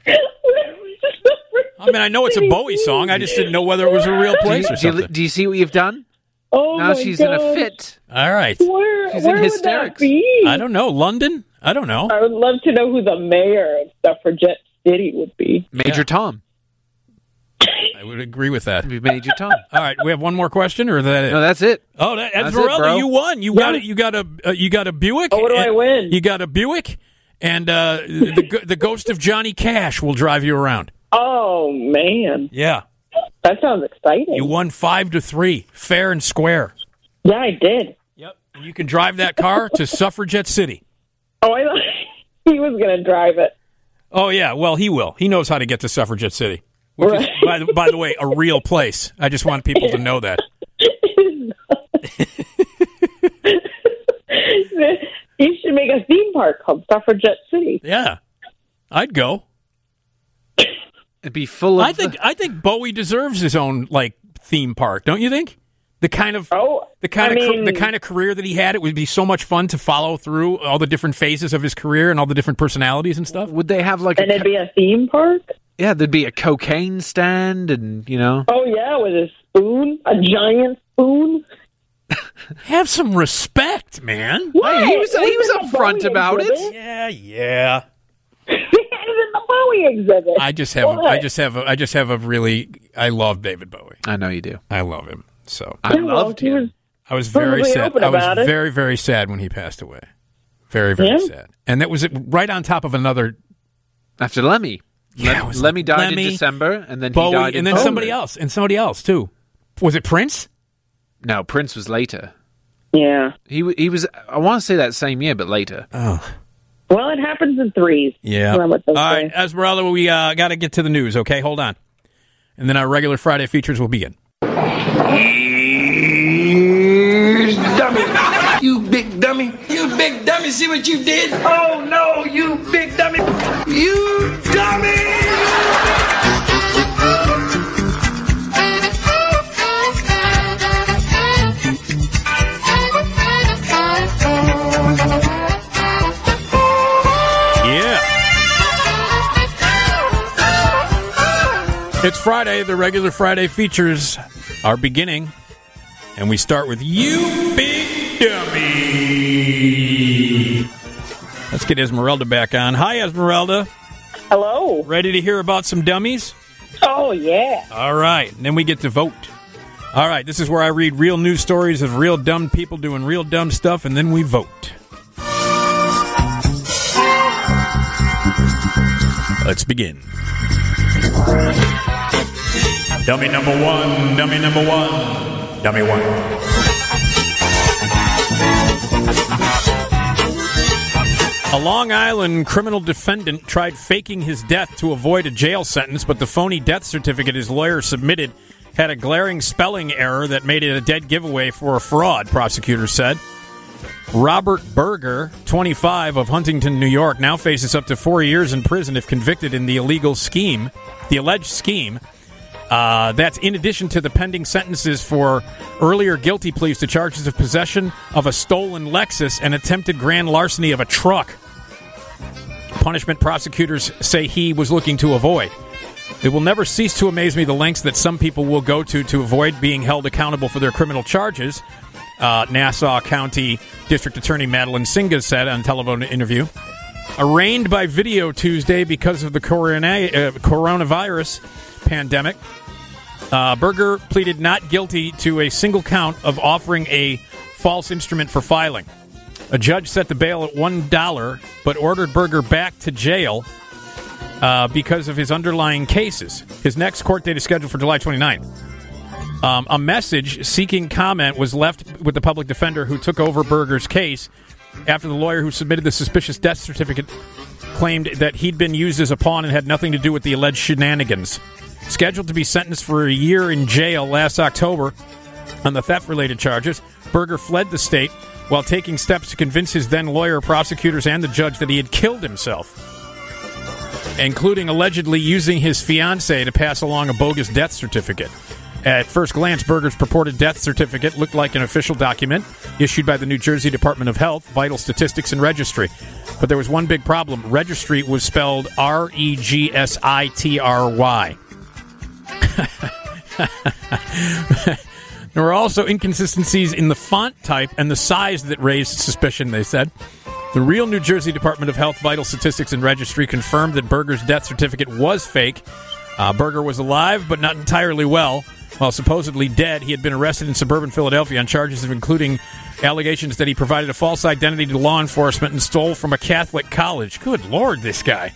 I mean, I know it's a Bowie song. I just didn't know whether it was a real Do you, place or do, you, something. do you see what you've done? Oh now my she's in a gosh. fit. All right. Where, She's in where would that hysterics. be? I don't know. London? I don't know. I would love to know who the mayor of Suffragette City would be. Major Tom. I would agree with that. It'd be Major Tom. All right, we have one more question, or is that it? No, that's it. oh, that, that's it, Esmeralda, bro. you won. You got it. You got a. Uh, you got a Buick. Oh, what do I and- win? You got a Buick, and uh, the go- the ghost of Johnny Cash will drive you around. Oh man, Yeah, that sounds exciting. you won five to three, fair and square. yeah, I did. Yep. You can drive that car to Suffragette City. Oh, I thought he was gonna drive it. Oh yeah, well he will. He knows how to get to Suffragette City. Which is, by the by the way, a real place. I just want people to know that. park called Suffragette City. Yeah. I'd go. It'd be full of. I think I think Bowie deserves his own like theme park. Don't you think? The kind of oh, the kind I of ca- mean- the kind of career that he had. It would be so much fun to follow through all the different phases of his career and all the different personalities and stuff. Would they have like? And it'd be a theme park? Yeah, there'd be a cocaine stand, and you know. Oh, yeah, with a spoon, a giant spoon. Have some respect, man. Hey, he was he was Wasn't the upfront Bowie about it. exhibit? Yeah, yeah. The Bowie exhibit. I just have a, What? I just have a, I just have a really I love David Bowie. I know you do. I love him so. I Yeah, well, loved he him. was I was very perfectly sad. open I was about it. very very sad when he passed away. Very very Yeah. sad. And that was it- right on top of another after Lemmy. Yeah, it was Lemmy died Lemmy, in December, and then he Bowie, died in and then February. somebody else, and somebody else too. Was it Prince? No, Prince was later. Yeah. He w- he was. I want to say that same year, but later. Oh, Well, it happens in threes. Yeah. Remember what All those right, Esmeralda, we uh, got to get to the news. Okay, hold on, and then our regular Friday features will begin. Here's dummy. You big dummy. You big dummy. See what you did? Oh no, you big dummy. You dummy. Yeah. It's Friday. The regular Friday features are beginning, and we start with you, big dummy. Let's get Esmeralda back on. Hi, Esmeralda. Hello. Ready to hear about some dummies? Oh, yeah. All right, and then we get to vote. All right, this is where I read real news stories of real dumb people doing real dumb stuff, and then we vote. Let's begin. Dummy number one, dummy number one, dummy one. A Long Island criminal defendant tried faking his death to avoid a jail sentence, but the phony death certificate his lawyer submitted had a glaring spelling error that made it a dead giveaway for a fraud, prosecutors said. Robert Berger, 25, of Huntington, New York, now faces up to four years in prison if convicted in the illegal scheme, the alleged scheme. Uh, that's in addition to the pending sentences for earlier guilty pleas to charges of possession of a stolen Lexus and attempted grand larceny of a truck. Punishment prosecutors say he was looking to avoid. It will never cease to amaze me the lengths that some people will go to to avoid being held accountable for their criminal charges, uh, Nassau County District Attorney Madeline Singa said on a telephone interview. Arraigned by video Tuesday because of the corona- uh, coronavirus pandemic, uh, Berger pleaded not guilty to a single count of offering a false instrument for filing. A judge set the bail at $1, but ordered Berger back to jail uh, because of his underlying cases. His next court date is scheduled for July 29th. Um, a message seeking comment was left with the public defender who took over Berger's case after the lawyer who submitted the suspicious death certificate claimed that he'd been used as a pawn and had nothing to do with the alleged shenanigans. Scheduled to be sentenced for a year in jail last October on the theft related charges, Berger fled the state while taking steps to convince his then lawyer, prosecutors, and the judge that he had killed himself including allegedly using his fiancee to pass along a bogus death certificate. At first glance, Berger's purported death certificate looked like an official document issued by the New Jersey Department of Health, Vital Statistics, and Registry. But there was one big problem registry was spelled R E G S I T R Y. There were also inconsistencies in the font type and the size that raised suspicion, they said. The real New Jersey Department of Health Vital Statistics and Registry confirmed that Berger's death certificate was fake. Uh, Berger was alive, but not entirely well. While supposedly dead, he had been arrested in suburban Philadelphia on charges of including allegations that he provided a false identity to law enforcement and stole from a Catholic college. Good Lord, this guy.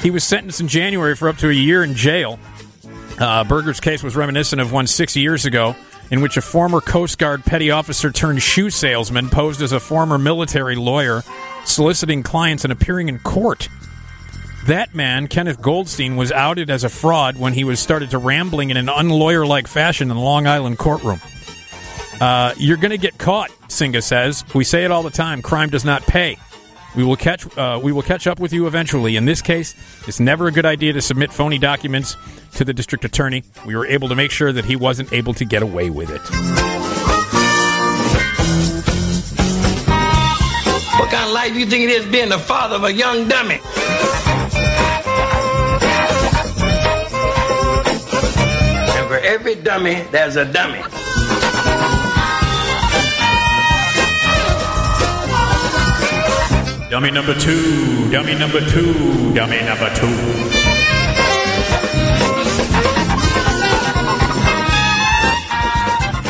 He was sentenced in January for up to a year in jail. Uh, Berger's case was reminiscent of one six years ago, in which a former Coast Guard petty officer turned shoe salesman posed as a former military lawyer, soliciting clients and appearing in court. That man, Kenneth Goldstein, was outed as a fraud when he was started to rambling in an unlawyer-like fashion in the Long Island courtroom. Uh, you're going to get caught, Singa says. We say it all the time. Crime does not pay. We will catch. Uh, we will catch up with you eventually. In this case, it's never a good idea to submit phony documents to the district attorney. We were able to make sure that he wasn't able to get away with it. What kind of life you think it is being the father of a young dummy? And for every dummy, there's a dummy. Dummy number two. Dummy number two. Dummy number two.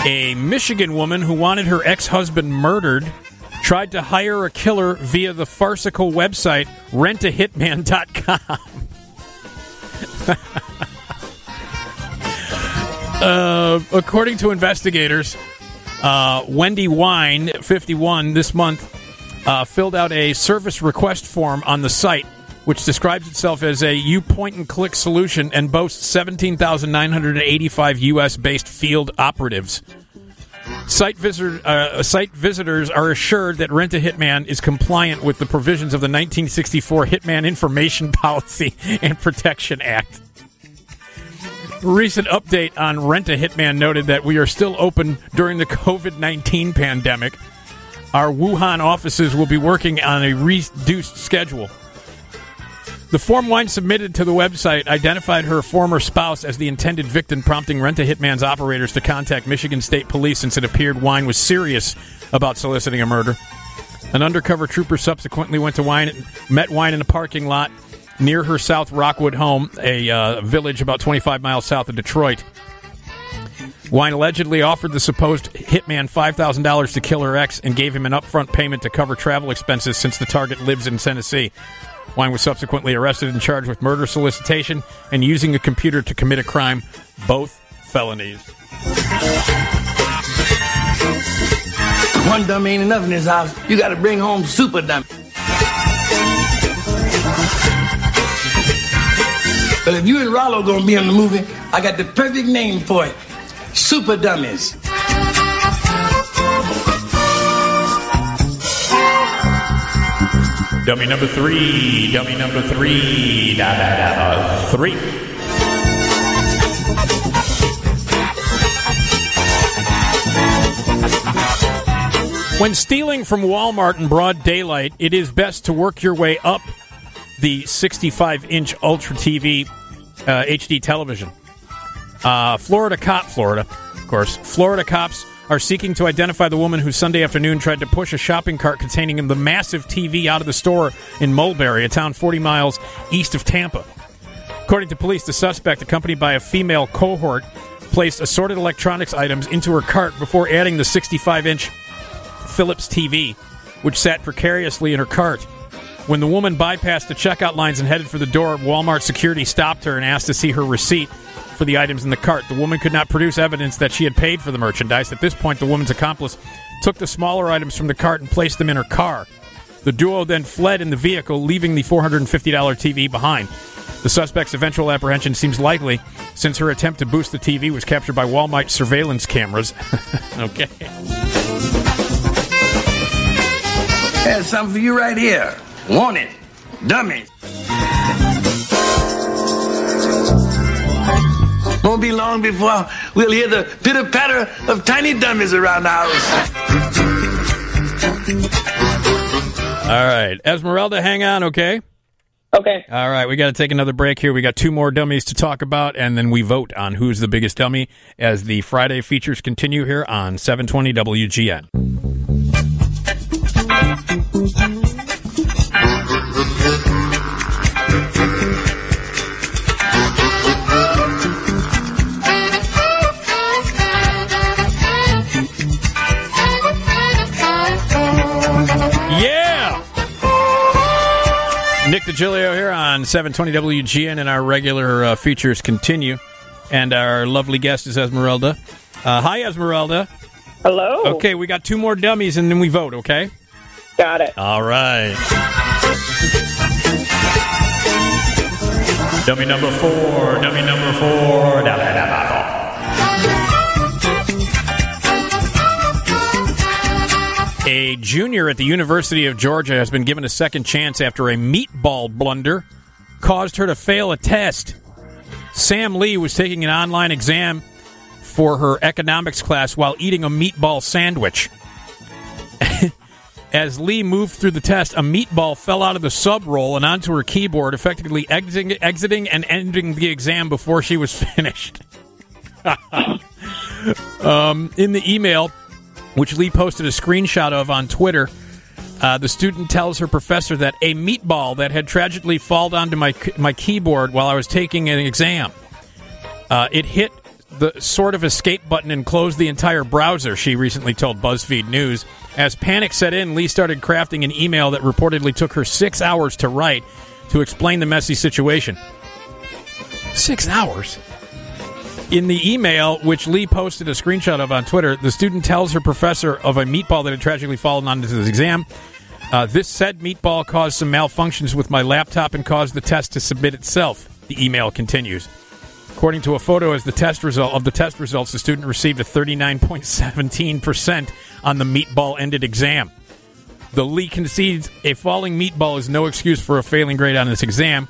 A Michigan woman who wanted her ex husband murdered tried to hire a killer via the farcical website rentahitman.com. Uh, according to investigators, uh, Wendy Wine, 51, this month, uh, filled out a service request form on the site, which describes itself as a you point and click solution and boasts 17,985 U.S. based field operatives. Site, visitor, uh, site visitors are assured that Rent a Hitman is compliant with the provisions of the 1964 Hitman Information Policy and Protection Act. Recent update on Rent a Hitman noted that we are still open during the COVID 19 pandemic. Our Wuhan offices will be working on a reduced schedule. The form Wine submitted to the website identified her former spouse as the intended victim, prompting Rent a Hitman's operators to contact Michigan State Police since it appeared Wine was serious about soliciting a murder. An undercover trooper subsequently went to Wine, met Wine in a parking lot near her South Rockwood home, a uh, village about 25 miles south of Detroit. Wine allegedly offered the supposed hitman $5,000 to kill her ex and gave him an upfront payment to cover travel expenses since the target lives in Tennessee. Wine was subsequently arrested and charged with murder solicitation and using a computer to commit a crime, both felonies. One dummy ain't enough in this house. You gotta bring home super dummy. But if you and Rollo gonna be in the movie, I got the perfect name for it. Super dummies. Dummy number three, dummy number three, da da da da, three. When stealing from Walmart in broad daylight, it is best to work your way up the 65 inch Ultra TV uh, HD television. Uh, Florida cop, Florida, of course. Florida cops are seeking to identify the woman who Sunday afternoon tried to push a shopping cart containing the massive TV out of the store in Mulberry, a town 40 miles east of Tampa. According to police, the suspect, accompanied by a female cohort, placed assorted electronics items into her cart before adding the 65 inch Philips TV, which sat precariously in her cart. When the woman bypassed the checkout lines and headed for the door, Walmart security stopped her and asked to see her receipt for the items in the cart. The woman could not produce evidence that she had paid for the merchandise. At this point, the woman's accomplice took the smaller items from the cart and placed them in her car. The duo then fled in the vehicle, leaving the $450 TV behind. The suspect's eventual apprehension seems likely since her attempt to boost the TV was captured by Walmart surveillance cameras. okay. There's something for you right here. Want it. Dummies. Won't be long before we'll hear the pitter patter of tiny dummies around the house. All right. Esmeralda, hang on, okay? Okay. All right. We got to take another break here. We got two more dummies to talk about, and then we vote on who's the biggest dummy as the Friday features continue here on 720 WGN. Yeah! Nick DiGilio here on 720 WGN, and our regular uh, features continue. And our lovely guest is Esmeralda. Uh, hi, Esmeralda. Hello. Okay, we got two more dummies, and then we vote, okay? Got it. All right. Dummy number four, dummy number four, dummy number four. A A junior at the University of Georgia has been given a second chance after a meatball blunder caused her to fail a test. Sam Lee was taking an online exam for her economics class while eating a meatball sandwich. As Lee moved through the test, a meatball fell out of the sub roll and onto her keyboard, effectively exiting, exiting and ending the exam before she was finished. um, in the email, which Lee posted a screenshot of on Twitter, uh, the student tells her professor that a meatball that had tragically fallen onto my my keyboard while I was taking an exam. Uh, it hit the sort of escape button and closed the entire browser, she recently told BuzzFeed News. As panic set in, Lee started crafting an email that reportedly took her six hours to write to explain the messy situation. Six hours? In the email, which Lee posted a screenshot of on Twitter, the student tells her professor of a meatball that had tragically fallen onto his exam. Uh, this said meatball caused some malfunctions with my laptop and caused the test to submit itself. The email continues. According to a photo as the test result of the test results, the student received a 39.17% on the meatball ended exam. The Lee concedes a falling meatball is no excuse for a failing grade on this exam.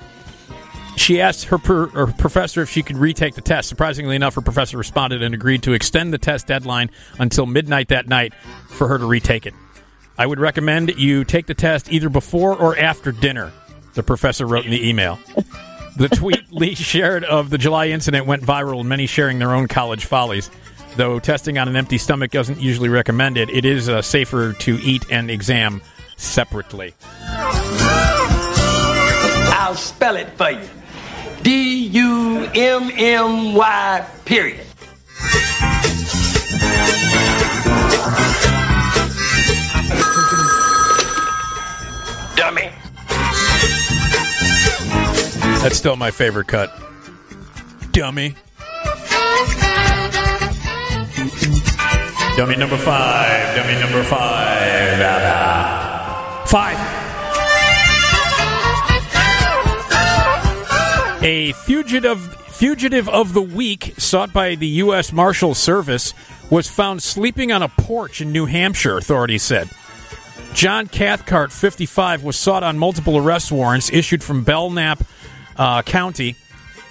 She asked her, per, her professor if she could retake the test. Surprisingly enough, her professor responded and agreed to extend the test deadline until midnight that night for her to retake it. I would recommend you take the test either before or after dinner, the professor wrote in the email. The tweet Lee shared of the July incident went viral, and many sharing their own college follies. Though testing on an empty stomach isn't usually recommended, it is uh, safer to eat and exam separately. I'll spell it for you. D U M M Y period. Dummy. That's still my favorite cut. Dummy. Dummy number five. Dummy number five. Blah, blah. Five. A fugitive fugitive of the week sought by the U.S. Marshal Service was found sleeping on a porch in New Hampshire. Authorities said. John Cathcart, 55, was sought on multiple arrest warrants issued from Belknap uh, County.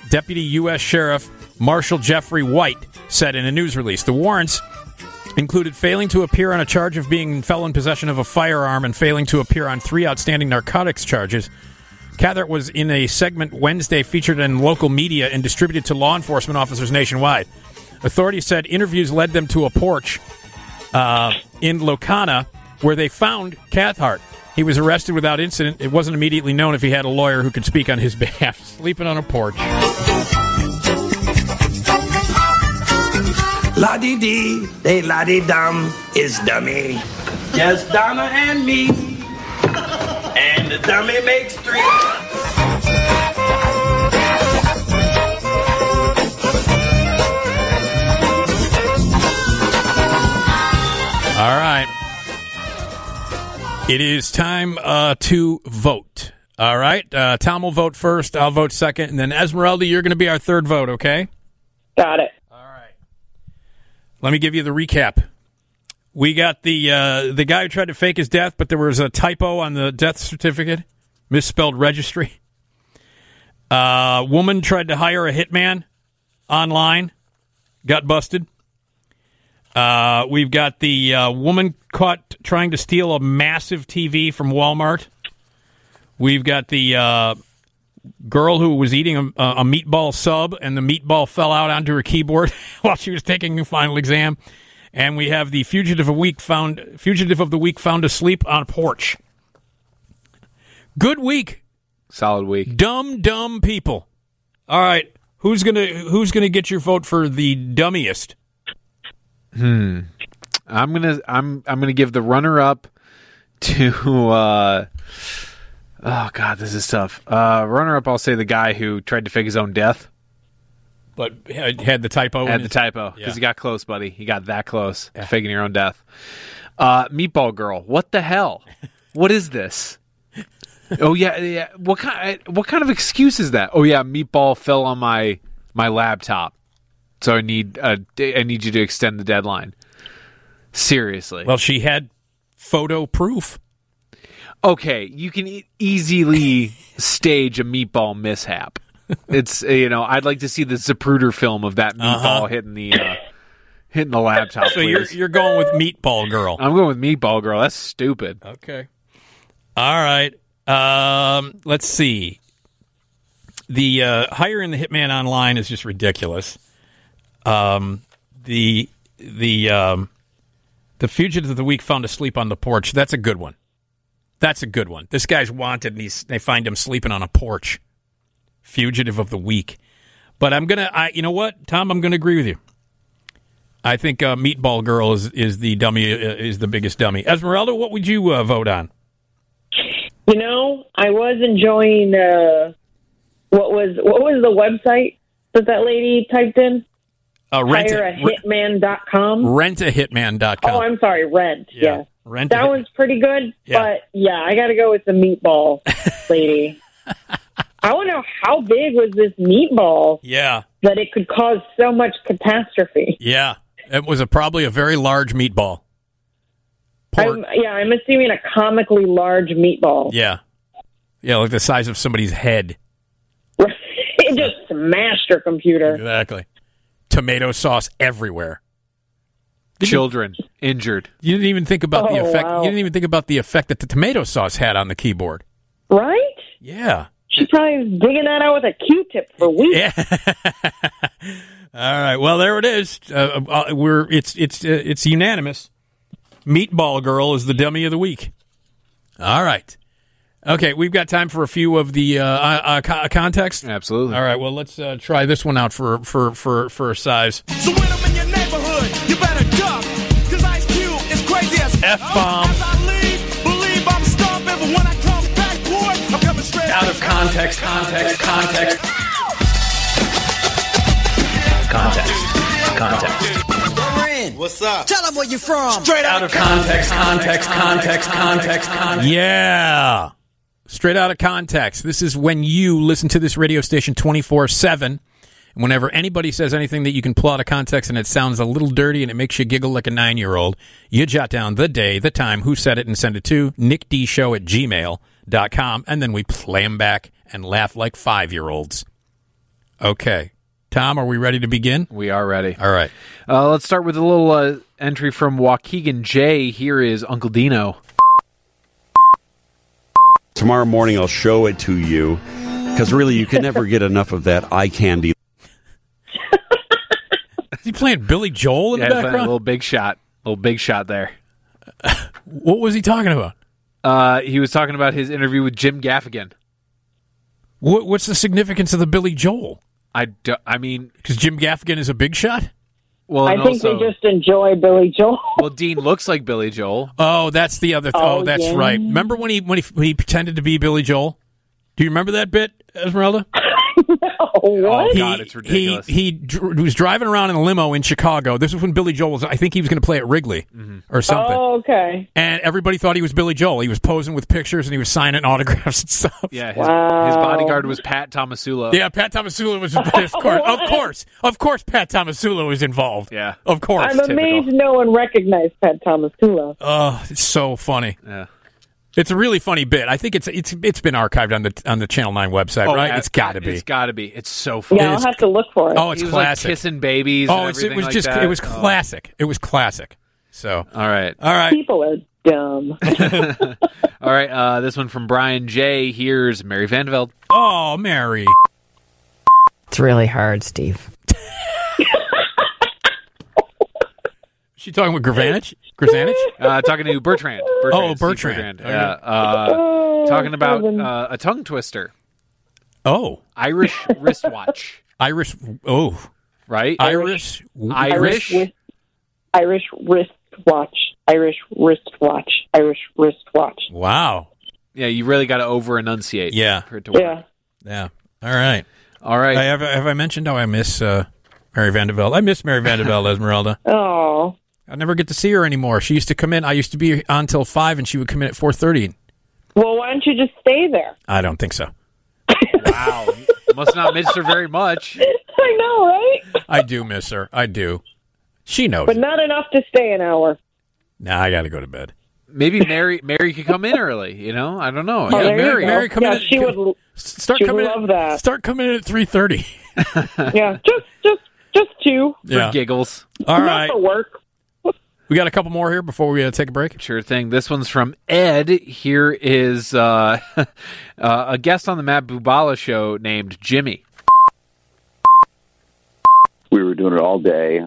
Deputy U.S. Sheriff Marshal Jeffrey White said in a news release the warrants included failing to appear on a charge of being in felon possession of a firearm and failing to appear on three outstanding narcotics charges. Cathcart was in a segment Wednesday featured in local media and distributed to law enforcement officers nationwide. Authorities said interviews led them to a porch uh, in Locana where they found Cathcart. He was arrested without incident. It wasn't immediately known if he had a lawyer who could speak on his behalf. Sleeping on a porch. La di dee, de la di dum is dummy. Just Donna and me. And the dummy makes three. All right. It is time uh, to vote. All right. Uh, Tom will vote first. I'll vote second. And then Esmeralda, you're going to be our third vote, okay? Got it. Let me give you the recap. We got the uh, the guy who tried to fake his death, but there was a typo on the death certificate, misspelled registry. Uh, woman tried to hire a hitman online, got busted. Uh, we've got the uh, woman caught trying to steal a massive TV from Walmart. We've got the uh, girl who was eating a, a meatball sub, and the meatball fell out onto her keyboard while she was taking a final exam. And we have the fugitive of week found fugitive of the week found asleep on a porch. Good week, solid week. Dumb dumb people. All right, who's gonna who's gonna get your vote for the dummiest? Hmm. I'm gonna I'm I'm gonna give the runner up to uh oh god, this is tough. Uh runner up I'll say the guy who tried to fake his own death. But uh, had had the typo. in Had the his- typo. Because Yeah. he got close, buddy. He got that close. to Faking your own death. Uh Meatball Girl, what the hell? What is this? oh yeah, yeah. What kind what kind of excuse is that? Oh yeah, meatball fell on my my laptop. So I need uh, I need you to extend the deadline. Seriously. Well, she had photo proof. okay, you can e- easily stage a meatball mishap. It's uh, you know, I'd like to see the Zapruder film of that meatball Uh-huh. hitting the uh, hitting the laptop. So you're- please. you're going with Meatball Girl. I'm going with Meatball Girl. That's stupid. Okay. All right. Um, let's see. The uh, hiring the hitman online is just ridiculous. Um, the the um, the fugitive of the week found asleep on the porch. That's a good one. That's a good one. This guy's wanted, and he's, they find him sleeping on a porch. Fugitive of the week. But I'm gonna. I you know what, Tom? I'm gonna agree with you. I think uh, Meatball Girl is is the dummy uh, is the biggest dummy. Esmeralda, what would you uh, vote on? You know, I was enjoying uh, what was what was the website that that lady typed in? Uh, rent Hire a hitman.com. rentahitman.com. Oh, I'm sorry, rent. Yeah. Rent that one's pretty good, Yeah. but yeah, I got to go with the meatball lady. I want to know how big was this meatball Yeah, that it could cause so much catastrophe. yeah. It was a, probably a very large meatball. I'm, yeah, I'm assuming a comically large meatball. Yeah, yeah, like the size of somebody's head. it just smashed her computer. Exactly. Tomato sauce everywhere. Children injured. You didn't even think about the Oh, effect. wow. You didn't even think about the effect that the tomato sauce had on the keyboard. Right? Yeah. She probably was digging that out with a Q-tip for weeks. All right. Well, there it is. Uh, uh, we're it's it's uh, it's unanimous. Meatball Girl is the dummy of the week. All right. Okay, we've got time for a few of the uh, uh, uh, co- context. Absolutely. All right. Well, let's uh, try this one out for for for for size. So when I'm in your neighborhood, you better duck. Cause Ice Cube is crazy as F bomb. As I leave, believe I'm stomping, but when I come back, boy, I'm coming straight out of context, context, context. Context. Context. What's up? Tell them where you're from. Straight Out of context, context, context, context, context. Yeah. Straight out of context. This is when you listen to this radio station 24 7. And whenever anybody says anything that you can pull out of context and it sounds a little dirty and it makes you giggle like a nine year old, you jot down the day, the time, who said it, and send it to nickdshow at gmail.com. And then we play 'em back and laugh like five year olds. Okay. Tom, are we ready to begin? We are ready. All right. Uh, let's start with a little uh, entry from Waukegan J. Here is Uncle Dino. Tomorrow morning, I'll show it to you because really, you can never get enough of that eye candy. Is he playing Billy Joel in Yeah, the playing a background? little big shot. little big shot there. What was he talking about? Uh, he was talking about his interview with Jim Gaffigan. What, what's the significance of the Billy Joel? I, do, I mean, because Jim Gaffigan is a big shot. Well, I and think also, they just enjoy Billy Joel. well, Dean looks like Billy Joel. Oh, that's the other. Th- oh, Oh, that's yeah. right. Remember when he when he, when he pretended to be Billy Joel? Do you remember that bit, Esmeralda? Oh He- God, it's ridiculous. He he dr- was driving around in a limo in Chicago. This was when Billy Joel was. I think he was going to play at Wrigley Mm-hmm. or something. Oh, okay. And everybody thought he was Billy Joel. He was posing with pictures and he was signing autographs and stuff. yeah, his, his bodyguard was Pat Tomasulo. Yeah, Pat Tomasula was of course, of course, of course, Pat Tomasula was involved. Yeah, of course. I'm amazed no one recognized Pat Thomas Kula. Oh, it's so funny. Yeah. It's a really funny bit. I think it's it's it's been archived on the on the Channel Nine website, Oh, right? a- It's got to be. It's got to be. It's so funny. Yeah, I'll have to look for it. Oh, it's he was classic. Like kissing babies. Oh, and it's, it everything was like just that. it was Oh. classic. It was classic. So all right, all right. People are dumb. all right. Uh, this one from Brian J. Here's Mary Vanderveld. Oh, Mary. It's really hard, Steve. She talking with Gravanich? Gravanich? Uh, talking to Bertrand. Bertrand Oh, Steve Bertrand. Bertrand. Yeah. Okay. Uh, talking about uh, a tongue twister. Oh, Irish wristwatch. Irish. Oh, right. Irish. Irish. wrist- Irish wristwatch. Irish wristwatch. Irish wristwatch. Wow. Yeah, you really got to over enunciate. Yeah. For it to work. Yeah. Yeah. All right. All right. I, have, have I mentioned how I miss uh, Mary Vandeveld? I miss Mary Vandeveld, Esmeralda. Oh. I never get to see her anymore. She used to come in. I used to be on till five, and she would come in at four thirty. Well, why don't you just stay there? I don't think so. Must not miss her very much. I know, right? I do miss her. I do. She knows. But not enough to stay an hour. Now nah, I got to go to bed. maybe Mary Mary could come in early. Oh, You know, I don't know. Oh, yeah, Mary, Mary, come in. coming at- come- start she would coming love in, that. Start coming in at three thirty. yeah, just just just two. Yeah. giggles. All right, work. we got a couple more here before we uh, take a break. Sure thing. This one's from Ed. Here is uh, uh, a guest on the Matt Bubala show named Jimmy. We were doing it all day.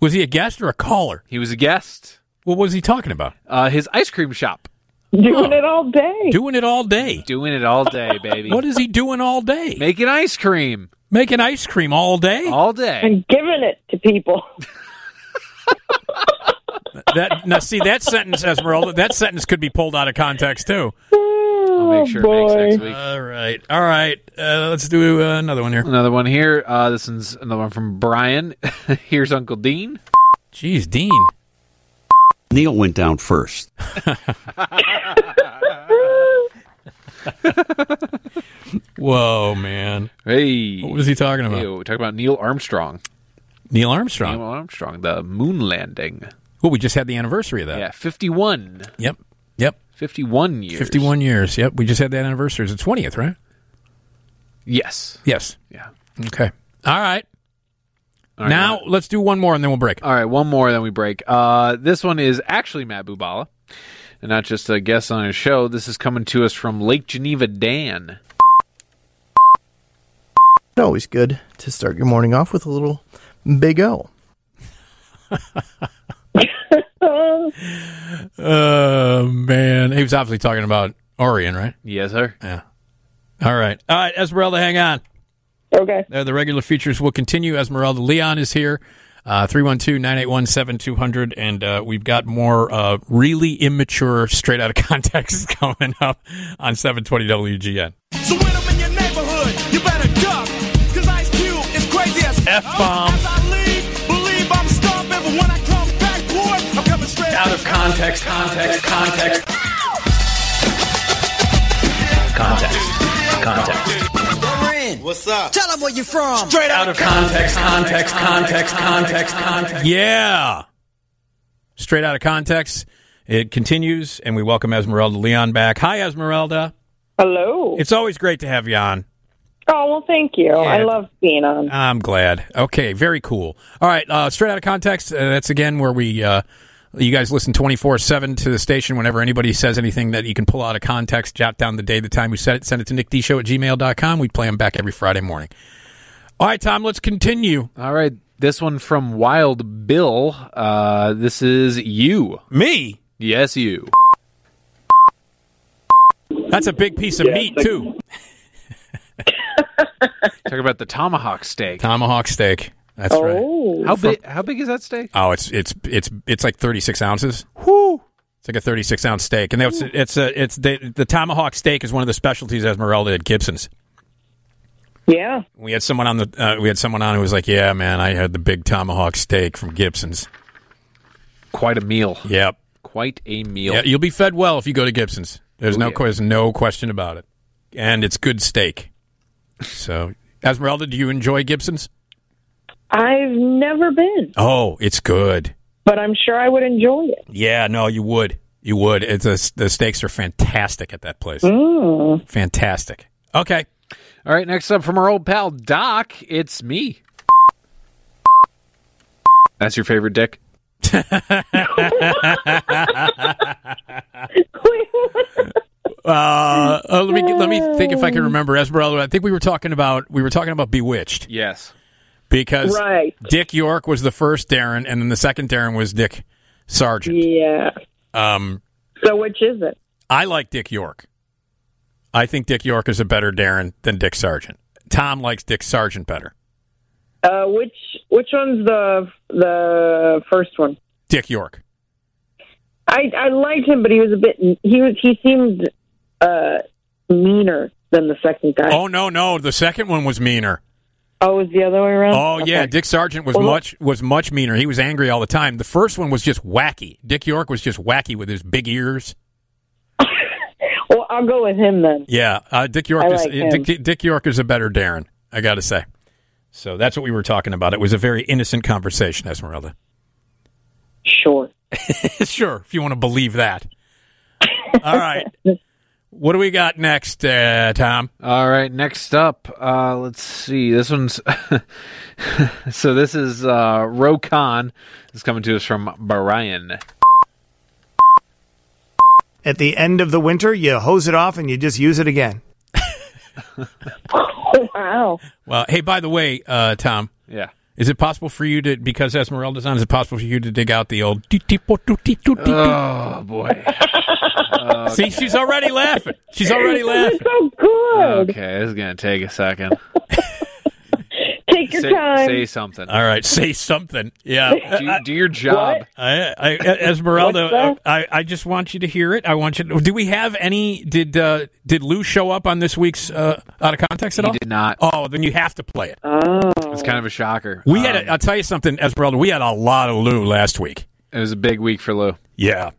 Was he a guest or a caller? He was a guest. What was he talking about? Uh, his ice cream shop. Doing it all day. Doing it all day. Doing it all day, baby. What is he doing all day? Making ice cream. Making ice cream all day. All day. And giving it to people. That now see that sentence, Esmeralda. That sentence could be pulled out of context too. I'll make sure it makes next week. All right, all right. Uh, let's do uh, another one here. Another one here. Uh, this one's another one from Brian. Here's Uncle Dean. Jeez, Dean. Neil went down first. Whoa, man. Hey. What was he talking about? Ew, we talked about Neil Armstrong. Neil Armstrong. Neil Armstrong, the moon landing. Well, we just had the anniversary of that. Yeah, 51. Yep. Yep. 51 years. 51 years. Yep. We just had that anniversary. It's the 20th, right? Yes. Yes. Yeah. Okay. All right. All right, now let's do one more and then we'll break. All right, one more, then we break. Uh, this one is actually Matt Bubala, and not just a guest on his show. This is coming to us from Lake Geneva, Dan. It's always good to start your morning off with a little Big O. Uh, man. He was obviously talking about Orion, right? Yes, sir. Yeah. All right. All right, Esmeralda, hang on. Uh, Okay. the regular features will continue. Esmeralda Leon is here. Uh, 312 981 7200. And uh, we've got more uh, really immature, straight out of context coming up on 720 WGN. So when I'm in your neighborhood, you better duck. Cause Ice Cube is crazy as F bomb. As I leave, believe I'm stomping, but when I come back, boy, I'm coming straight Out of context, context, context. Context. Context. What's up? Tell them where you're from. Straight out of context, context, context, context, context. Yeah. Straight out of context. It continues, and we welcome Esmeralda Leon back. Hi, Esmeralda. Hello. It's always great to have you on. Oh well, thank you. I love being on. I'm glad. Okay, very cool. All right, uh, straight out of context. Uh, that's again where we, uh, you guys listen 24 7 to the station whenever anybody says anything that you can pull out of context, jot down the day, the time we said it, send it to nickdshow at gmail.com. We play them back every Friday morning. All right, Tom, let's continue. All right, this one from Wild Bill. Uh, this is you. Me? Yes, you. That's a big piece of meat, too. Talk about the tomahawk steak. Tomahawk steak. That's oh. right. How From- big? How big is that steak? Oh, it's it's it's it's like thirty six ounces. Whoo! It's like a thirty six ounce steak, and that's it's a it's the, the tomahawk steak is one of the specialties Esmeralda at Gibson's. Yeah. We had someone on the uh, we had someone on who was like, "Yeah, man, I had the big tomahawk steak from Gibson's." Quite a meal. Yep, Quite a meal. yeah, you'll be fed well if you go to Gibson's. There's Oh, no yeah. quiz, no question about it, and it's good steak. So, Esmeralda, do you enjoy Gibson's? I've never been, Oh, it's good. but I'm sure I would enjoy it. Yeah, no, you would, you would. It's a, the steaks are fantastic at that place. Mm-hmm. Hmm. Fantastic. Okay. All right, next up from our old pal Doc, it's me. That's your favorite dick. Uh, uh, let me let me think if I can remember Esmeralda. I think we were talking about we were talking about Bewitched Yes. because Right. Dick York was the first Darren, and then the second Darren was Dick Sargent. Yeah. Um, So which is it? I like Dick York. I think Dick York is a better Darren than Dick Sargent. Tom likes Dick Sargent better. Uh, which which one's the the first one? Dick York. I I liked him, but he was a bit he was he seemed uh meaner than the second guy. Oh no, no, the second one was meaner. Oh, it was the other way around? Oh yeah, Okay. Dick Sargent was Well, look- much was much meaner. He was angry all the time. The first one was just wacky. Dick York was just wacky with his big ears. Well, I'll go with him then. Yeah, uh, Dick York I is like him. Dick, Dick York is a better Darren. I got to say. So that's what we were talking about. It was a very innocent conversation, Esmeralda. Sure. sure, if you want to believe that. All right. What do we got next, uh, Tom? All right, next up, uh, let's see. This one's so this is uh, Rokan. It's coming to us from Brian. At the end of the winter, you hose it off and you just use it again. Wow. Well, hey, by the way, uh, Tom. Yeah. Is it possible for you to, because Esmeralda's on, is it possible for you to dig out the old. Oh, boy. Uh, See, she's already laughing. She's already laughing. so good. Okay, this is gonna take a second. Take your say, time. say something. All right, say something. Yeah. Do, do your job. I, I, Esmeralda, What's I, I just want you to hear it. I want you. To, do we have any? Did uh, did Lou show up on this week's uh, out of context at all? did not. Oh, then you have to play it. It's kind of a shocker. We had. A, I'll tell you something, Esmeralda. We had a lot of Lou last week. It was a big week for Lou. Yeah,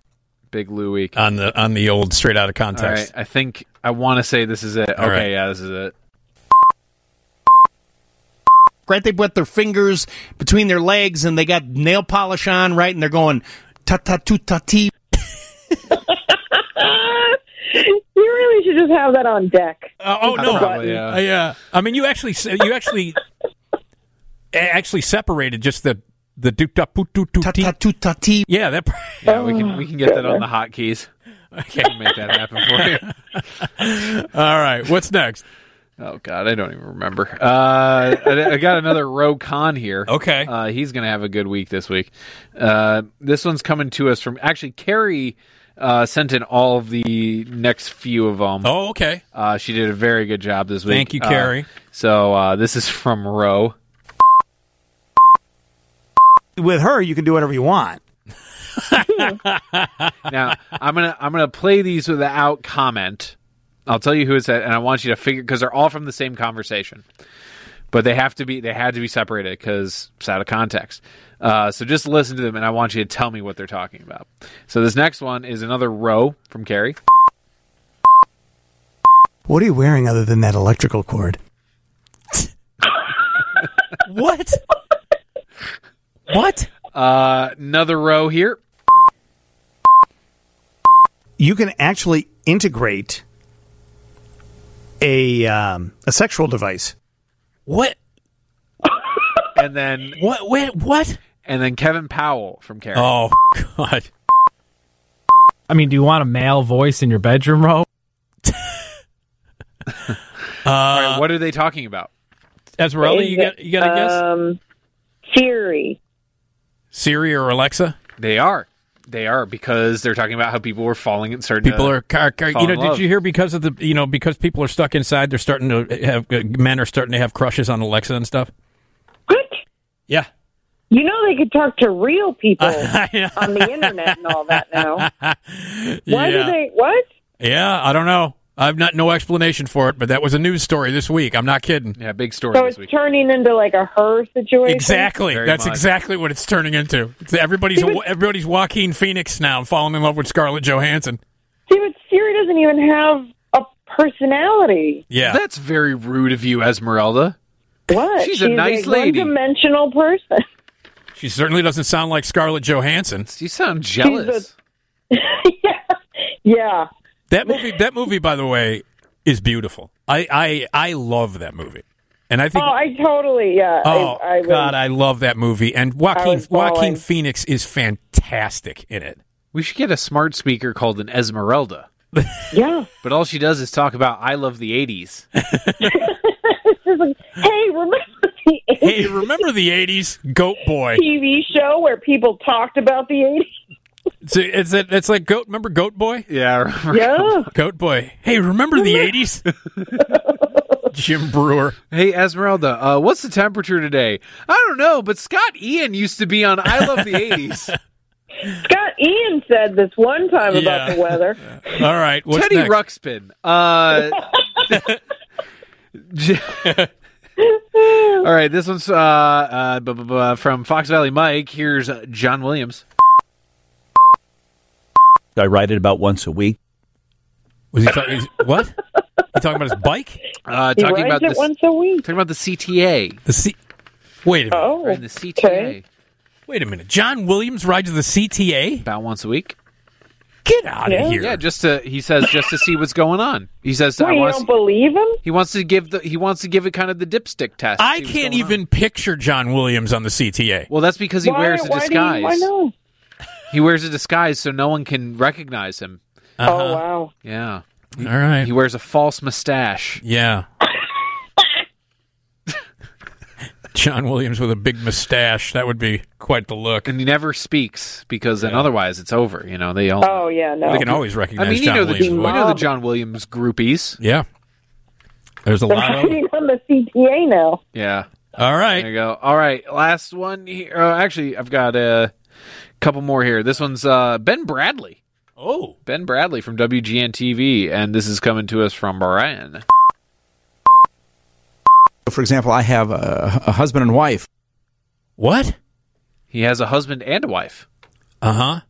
Big Lou week. on the on the old straight out of All right, context. I think I want to say this is it. All okay, right. yeah, this is it. right? They put their fingers between their legs and they got nail polish on, right? And they're going ta ta tu ta ti. you really should just have that on deck. Uh, oh no! Probably, yeah. yeah. yeah, I mean, you actually s- you actually a- actually separated just the the doop da poot doot doot tee. Yeah, that. Yeah, we can we can get that on the hotkeys. I can make that happen for you. All right, what's next? Oh God, I don't even remember. Uh, I, I got another Roe Con here. Okay, uh, he's gonna have a good week this week. Uh, this one's coming to us from actually Carrie uh, sent in all of the next few of them. Oh, okay. Uh, she did a very good job this week. Thank you, Uh, Carrie. so uh, this is from Roe. With her, you can do whatever you want. now I'm gonna I'm gonna play these without comment. I'll tell you who it's at, and I want you to figure because they're all from the same conversation, but they have to be they had to be separated because it's out of context. Uh, so just listen to them, and I want you to tell me what they're talking about. So this next one is another row from Carrie. What are you wearing other than that electrical cord? What? what? Uh, another row here. You can actually integrate a um, a sexual device. What? and then what? Wait, what? And then Kevin Powell from Carrie. Oh God! I mean, do you want a male voice in your bedroom, Ro? All right, what are they talking about? Esmeralda, Is you it, got you got a guess? Um, Siri. Siri or Alexa? They are. They are because they're talking about how people were falling and starting. People to are, car, car, fall you know, in love. did you hear because of the, you know, because people are stuck inside, they're starting to have, uh, men are starting to have crushes on Alexa and stuff? Yeah. You know they could talk to real people I on the internet and all that now. Why yeah. do they? What? yeah, I don't know. I've not no explanation for it, but that was a news story this week. I'm not kidding. Yeah, big story So it's turning into like a her situation. Exactly. That's exactly what it's turning into. It's- Everybody's a, everybody's Joaquin Phoenix now, falling in love with Scarlett Johansson. See, but Siri doesn't even have a personality. Yeah, that's very rude of you, Esmeralda. What? She's a nice lady. One-dimensional person. She certainly doesn't sound like Scarlett Johansson. You sound jealous. Yeah. That movie. That movie, by the way, is beautiful. I I I love that movie, and I Oh, think. I totally. Yeah. Oh I, I was- God, I love that movie, and Joaquin was bawling. Joaquin Phoenix is fantastic in it. We should get a smart speaker called an Esmeralda. yeah. But all she does is talk about I love the 80s. She's like, hey, remember the Hey, remember the '80s, Goat Boy? TV show where people talked about the 80s? It's, it's, it's like Goat. Remember Goat Boy? Yeah. Yeah. Goat oh, Boy. Hey, remember the '80s? Jim Brewer. Hey, Esmeralda, uh, what's the temperature today? I don't know, but Scott Ian used to be on I love the 80s. Scott Ian said this one time about Yeah. the weather. All right, what's Teddy next? Ruxpin. Uh, j- all right, this one's uh, uh, bu- bu- bu- from Fox Valley Mike. Here's uh, John Williams. I ride it about once a week. Was he talking? what? You talking about his bike? Uh, He talking rides about it this, once a week. talking about the CTA. The C. Wait a minute. Oh, We're in the CTA. Wait a minute. John Williams rides the CTA about once a week. Get out of here. Yeah, just to he says just to see what's going on. He says I Wait, you want don't believe him? He wants to give the he wants to give it kind of the dipstick test. I See what's can't going even picture John Williams on the CTA. Well, that's because he Why- wears a why do you- disguise. why no? He wears a disguise so no one can recognize him. Uh-huh. Oh wow. Yeah. All right. He wears a false mustache. Yeah. John Williams with a big mustache. That would be quite the look. And he never speaks because then otherwise it's over. You know, they all. Oh yeah, no. They can always recognize I mean, you John know, the, Williams' you voice. know the John Williams groupies. Yeah. There's a They're lot of. riding on the CTA now. Yeah. All right. There you go. All right. Last one here. Uh, actually, I've got a couple more here. This one's uh, Ben Bradley. Oh. Ben Bradley from WGN TV. And this is coming to us from Brian. For example, I have a, a husband and wife. What? He has a husband and a wife. Uh huh.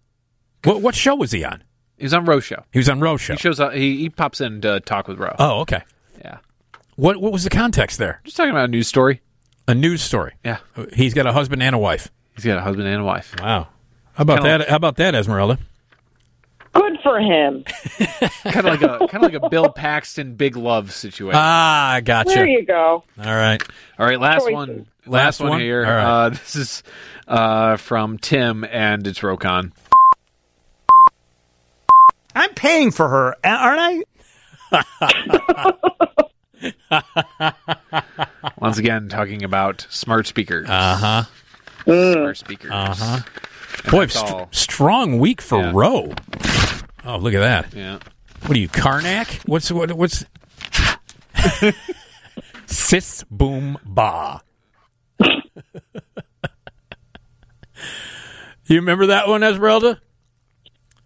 What, what show was he on? He was on Roe Show. He was on Roe Show. He shows up. He, he pops in to talk with Roe. Oh, okay. Yeah. What What was the context there? Just talking about a news story. A news story. Yeah. He's got a husband and a wife. He's got a husband and a wife. Wow. How about Kinda that? How about that, Esmeralda? Good for him. kind of like a kind of Uh, like a Bill Paxton big love situation. Ah, gotcha. There you go. All right. All right, last Choices. one. Last, Last one, one? here. All right. Uh, this is uh, from Tim, and it's Rokon. I'm paying for her, a- aren't I? Once again, talking about smart speakers. Uh huh. Smart speakers. Uh huh. Uh-huh. Boy, that's st- all. strong week for Yeah. Roe. Oh, look at that. Yeah. What are you, Karnak? What's what? What's sis boom ba? you remember that one, Esmeralda?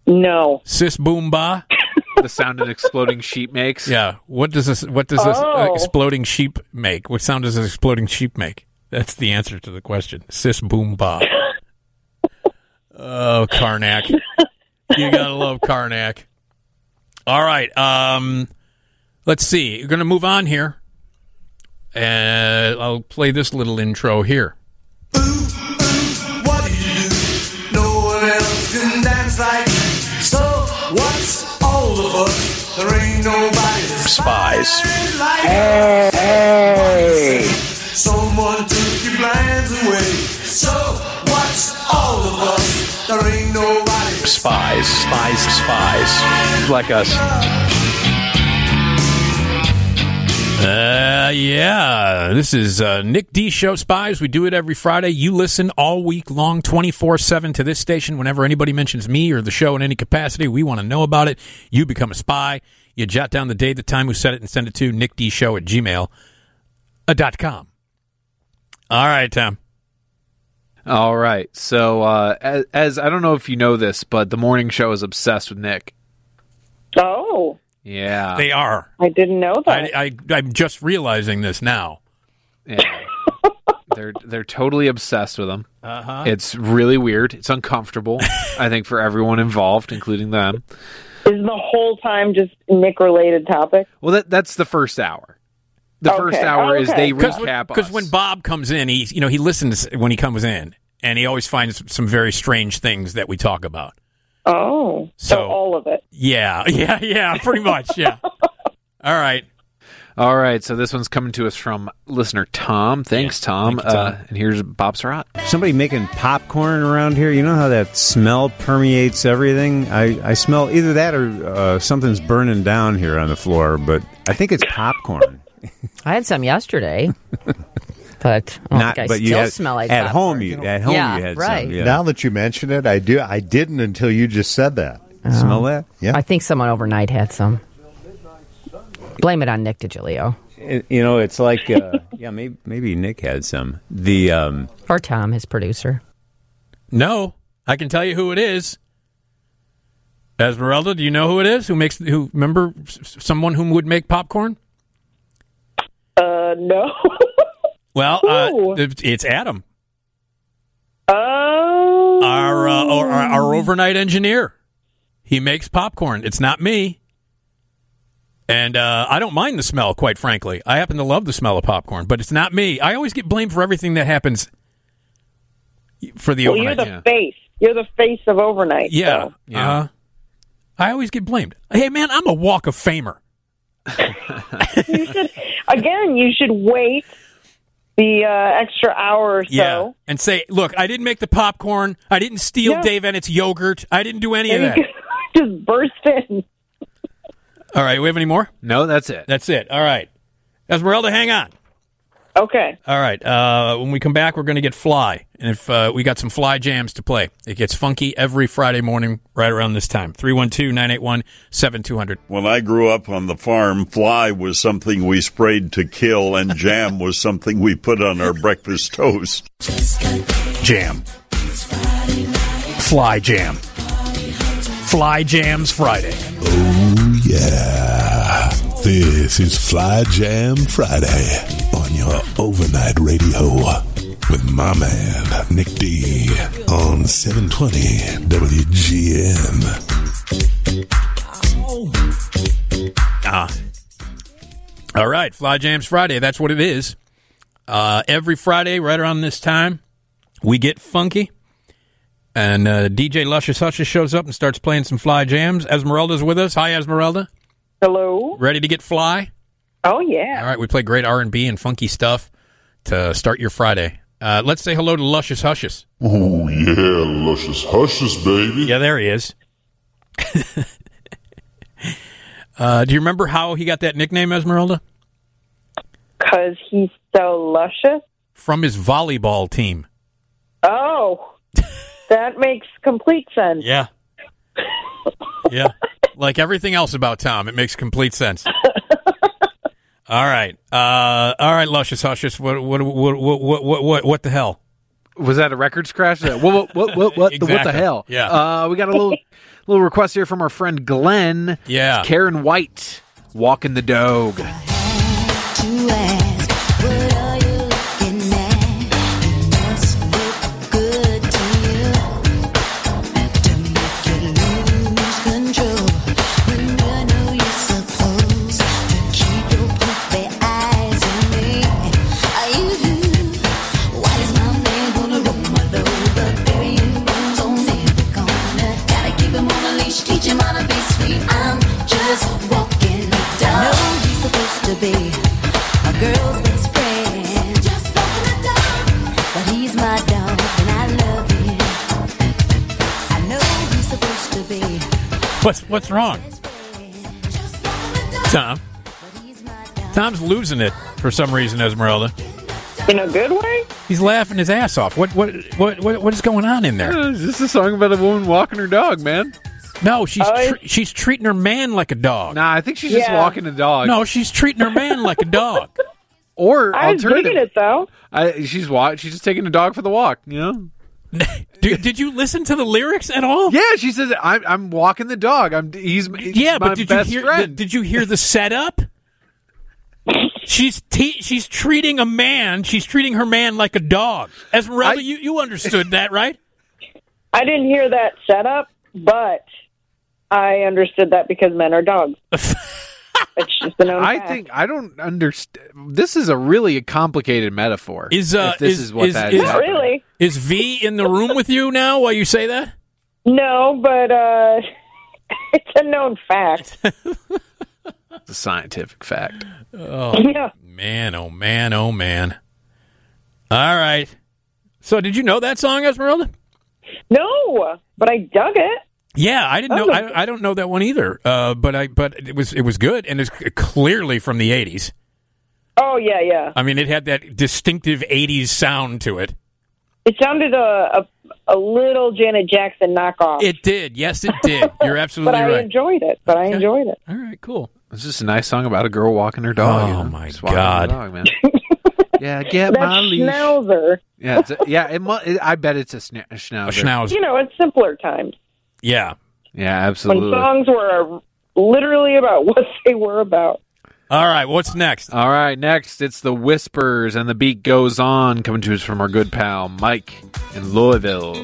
No. Sis boom ba. The sound an exploding sheep makes. Yeah. What does this? What does this uh, Oh. exploding sheep make? What sound does an exploding sheep make? That's the answer to the question. Sis boom ba. oh, Karnak. You gotta love Karnak. All right. Um, let's see. We're gonna move on here. Uh, I'll play this little intro here. What do you do? No one else can dance like you. So what's all of us? There ain't nobody to spies. Like us. Someone took your blinds away. So what's all of us? There ain't nobody to Spies, spies, spies. Like us. Uh, yeah. This is uh, Nick D Show Spies. We do it every Friday. You listen all week long, 24 7 to this station. Whenever anybody mentions me or the show in any capacity, we want to know about it. You become a spy. You jot down the date, the time, who said it, and send it to nickdshow at gmail uh, dot com. All right, Tom. All right. So, uh, as, as I don't know if you know this, but the morning show is obsessed with Nick. Oh, Yeah. They are. I didn't know that. I, I, I'm just realizing this now. Yeah. they're they're totally obsessed with him. Uh-huh. It's really weird. It's uncomfortable. I think for everyone involved, including them. Is the whole time just Nick related topic? Well, that that's the first hour. The first Okay. hour Oh, is they okay. Because recap us. when, Bob comes in, he you know he listens when he comes in, and he always finds some very strange things that we talk about. Oh, so, So- all of it. Yeah, yeah, yeah, pretty much. Yeah. All right. All right, so this one's coming to us from listener Tom. Thanks, Tom. thank you, Tom. Uh, and here's Bob Surratt. Somebody making popcorn around here. You know how that smell permeates everything. I, I smell either that or uh, something's burning down here on the floor. But I think it's popcorn. I had some yesterday, but I don't think I but still you had, smell like at popcorn. home. You at home Yeah, you had right. some. Yeah. Now that you mention it, I do. I didn't until you just said that. Oh, Smell that? Yeah. I think someone overnight had some. Blame it on Nick DiGilio. It- you know, it's like uh, yeah, maybe maybe Nick had some. The um, or Tom, his producer. No, I can tell you who it is. Esmeralda, do you know who it is? Who makes? Who remember s- s- someone whom would make popcorn? Uh, no. Well, uh, it- it's Adam, Oh, our, uh, our our overnight engineer. He makes popcorn. It's not me. And uh, I don't mind the smell, quite frankly. I happen to love the smell of popcorn, but it's not me. I always get blamed for everything that happens for the well, overnight. you're the face. You're the face of overnight. Yeah. so. yeah. uh-huh. Uh, I always get blamed. Hey, man, I'm a walk of famer. you should again. You should wait the uh, extra hour or so. Yeah. And say, look, I didn't make the popcorn. I didn't steal Yeah. Dave Ennett's yogurt. I didn't do any of And that. you can just burst in. All right, we have any more? No, that's it. That's it. All right. Esmeralda, hang on. Okay. All right. Uh, when we come back, we're going to get Fly. And if uh, we got some Fly jams to play, it gets funky every Friday morning right around this time 312 981 7200. When I grew up on the farm, fly was something we sprayed to kill, and jam was something we put on our breakfast toast. Jam. Fly Jam. Fly Jams Friday. Oh, yeah. This is Fly Jam Friday on your overnight radio with my man, Nick D, on 720 WGN. Ah. All right, Fly Jams Friday. That's what it is. Uh, every Friday, right around this time, we get funky. And uh, DJ Luscious Hushes shows up and starts playing some Fly Jams. Esmeralda's with us. Hi, Esmeralda. Hello. Ready to get fly? Oh yeah. All right, we play great R and B and funky stuff to start your Friday. Uh, let's say hello to Luscious Hushes. Oh, yeah, luscious hushes, baby. Yeah, there he is. Uh, do you remember how he got that nickname, Esmeralda? Because he's so luscious. From his volleyball team. Oh, that makes complete sense. Yeah. Yeah. like everything else about Tom, it makes complete sense. all right. Uh, all right, Luscious Hushes. What, what, what, what, what, what, what the hell? Was that a records crash? That what what what what what, the, what the Exactly. hell? Yeah. Uh, we got a little little request here from our friend Glenn. Yeah. It's Karen White walking the dog. Teach him how to be sweet. I'm just walking the dog. No, he's supposed to be a girl's best friend. Just walking the dog. But he's my dog, and I love him. I know he's supposed to be. What's what's wrong? Tom. Tom's losing it for some reason, Esmeralda. In a good way? He's laughing his ass off. What what what what, what is going on in there? Uh, Is this a song about a woman walking her dog, man? No, she's Uh, tr- she's treating her man like a dog. Nah, I think she's just Yeah. walking the dog. No, she's treating her man like a dog. Or I was alternative. digging it, though. I, she's wa- She's just taking the dog for the walk. You know. Dude, did you listen to the lyrics at all? Yeah, she says I'm, I'm walking the dog. I'm he's, he's Yeah, my but did you best hear friend. did, did you hear the setup? She's te- she's treating a man. She's treating her man like a dog. Esmeralda, you, you understood that, right? I didn't hear that setup, but I understood that because men are dogs. it's just a known I fact. think I don't understand. This is a really complicated metaphor. Is uh if this is, what that is? Not really. Is V in the room with you now while you say that? No, but uh, it's a known fact. It's a scientific fact. Oh Yeah. man, oh man, oh man. All right. So did you know that song, Esmeralda? No, but I dug it. Oh. Yeah, I didn't know. I, I don't know that one either. Uh, but I but it was it was good, and it's clearly from the '80s. Oh yeah, yeah. I mean, it had that distinctive '80s sound to it. It sounded a a, a little Janet Jackson knockoff, It did. Yes, it did. You're but absolutely I right. enjoyed it. But I enjoyed it. All right, cool. It's just a nice song about a girl walking her dog. Oh, you know? my Just walking her God. dog, man. yeah, get that my leash. schnauzer. yeah, it's a, yeah. It mu- it, I bet it's a, schna- a schnauzer. You know, it's simpler times Yeah. Yeah, when absolutely. songs were literally about what they were about. All right, what's next? All right, next it's the Whispers and the beat goes on. Coming to us from our good pal Mike in Louisville.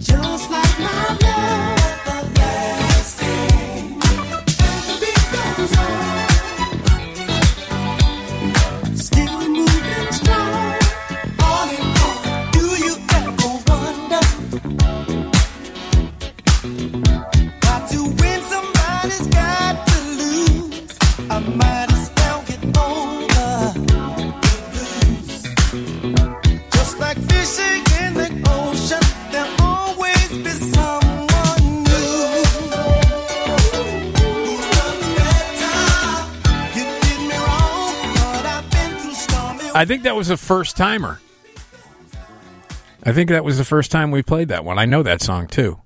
Just like my love, the last thing. The beat goes on. I think that was the first timer. I think that was the first time we played that one. I know that song too.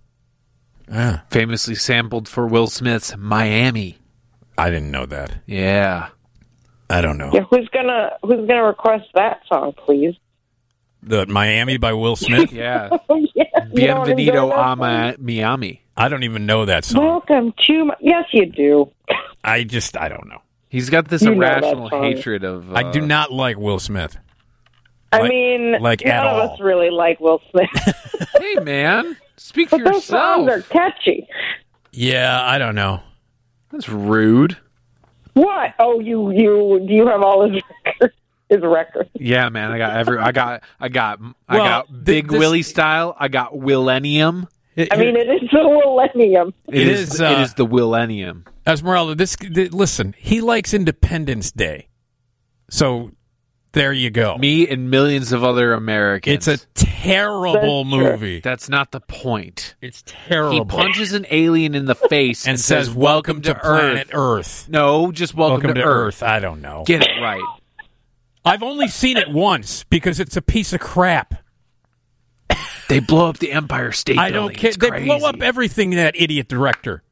Ah. Yeah. Famously sampled for Will Smith's Miami. I didn't know that. Yeah. I don't know. Yeah, who's gonna who's gonna request that song, please? The Miami by Will Smith. yeah. Oh, yeah, you know what I'm Bienvenido doing? a Mi- Miami. I don't even know that um, song. Welcome to my, yes, you do. I just I don't know. He's got this You know that irrational song. hatred of. Uh, I do not like Will Smith. I Like- mean, like none at of all. us really like Will Smith, Hey, man. Speak for but those songs yourself. are catchy. Yeah, I don't know. That's rude. What? Oh, you you do you have all his records? His records. Yeah, man. I got every. I got. I got. I Well, got th- Big this- Willie style. I got Willennium. I mean, it is the millennium. It it is. is, uh, it is the Willennium. Esmeralda, this th- listen. He likes Independence Day, so there you go. Me and millions of other Americans. It's a terrible movie. That's not the point. It's terrible. He punches an alien in the face and, says, "Welcome to, planet Earth." No, just welcome, Welcome to Earth. Earth. I don't know. Get it right. I've only seen it once because it's a piece of crap. They blow up the Empire State I Building. don't care. It's They crazy. blow up everything. That idiot director.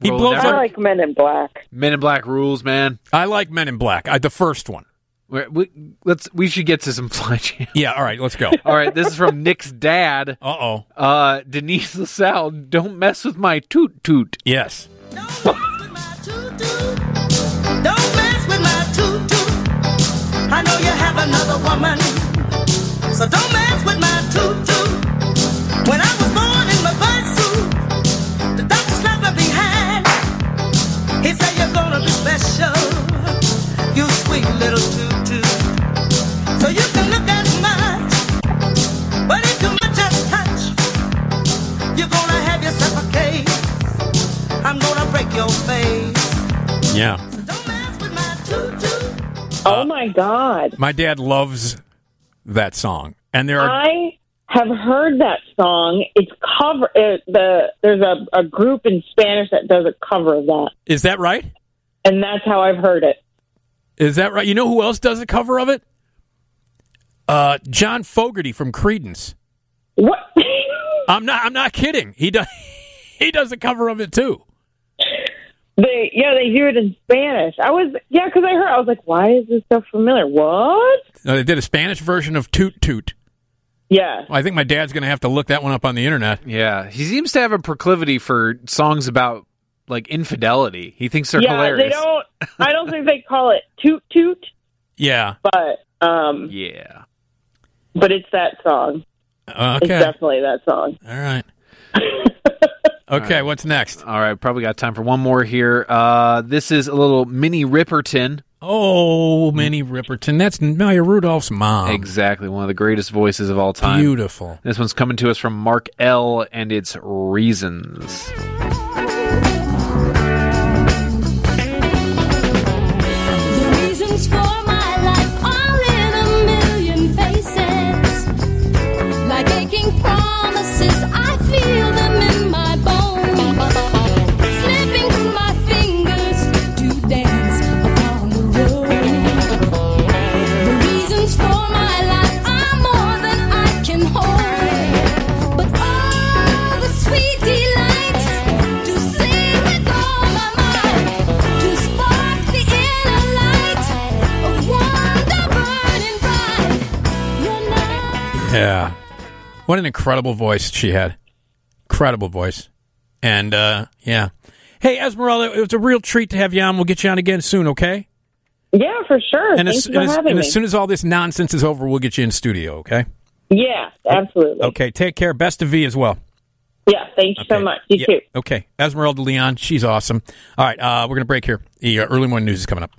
He Roland blows Emmerich. up. I like Men in Black. Men in Black rules, man. I like Men in Black. I, the first one. We're, we, let's. We should get to some fly jam. Yeah. All right. Let's go. All right, this is from Nick's dad, Uh oh. uh, Denise LaSalle. Don't mess with my toot toot. Yes. Don't mess with my tutu. I know you have another woman. So don't mess with my tutu. When I was born in my suit, the doctor slapped me behind. He said you're gonna be special. You sweet little tutu. So you can look as much. But if you might just touch, you're gonna have yourself a case. I'm gonna break your face. Yeah. Uh, Oh my god! My dad loves that song, and there are I have heard that song. It's cover. Uh, the there's a, a group in Spanish that does a cover of that, Is that right? and that's how I've heard it. Is that right? You know who else does a cover of it? Uh, John Fogerty from Credence. What? I'm not. I'm not kidding. He does. He does a cover of it too. they yeah they do it in Spanish. I was yeah because I heard I was like why is this so familiar? What? No, they did a Spanish version of Toot Toot. Yeah. Well, I think my dad's going to have to look that one up on the internet. Yeah, he seems to have a proclivity for songs about like infidelity. He thinks they're yeah, hilarious. they don't. I don't think they call it toot toot, Yeah. but um, Yeah. but it's that song. Uh, It's okay. definitely that song. All right. Okay. What's next? All right, probably got time for one more here. Uh, this is a little mini Ripperton. Oh, Minnie Riperton. That's Maya Rudolph's mom. Exactly, one of the greatest voices of all time. Um, Beautiful. This one's coming to us from Mark L. and it's Reasons. The reasons for my life all in a million faces. Like aching promises, I feel them in my bones. Slipping through my fingers to dance upon the road. The reasons for my life are more than I can hold. But all the sweet delight to sing with all my might. To spark the inner light of wonder burning bright. You're not Yeah. What an incredible voice she had. Incredible voice. And uh yeah. Hey Esmeralda, it was a real treat to have you on. We'll get you on again soon, okay? Yeah, for sure. and Thanks as, for and, as, having and me. as soon as all this nonsense is over, we'll get you in studio, okay? yeah, absolutely. Okay, take care. Best of V as well. Yeah, thank you so much. You Yeah. too. Okay. Esmeralda Leon, she's awesome. All right, uh, we're gonna break here. The uh, early morning news is coming up.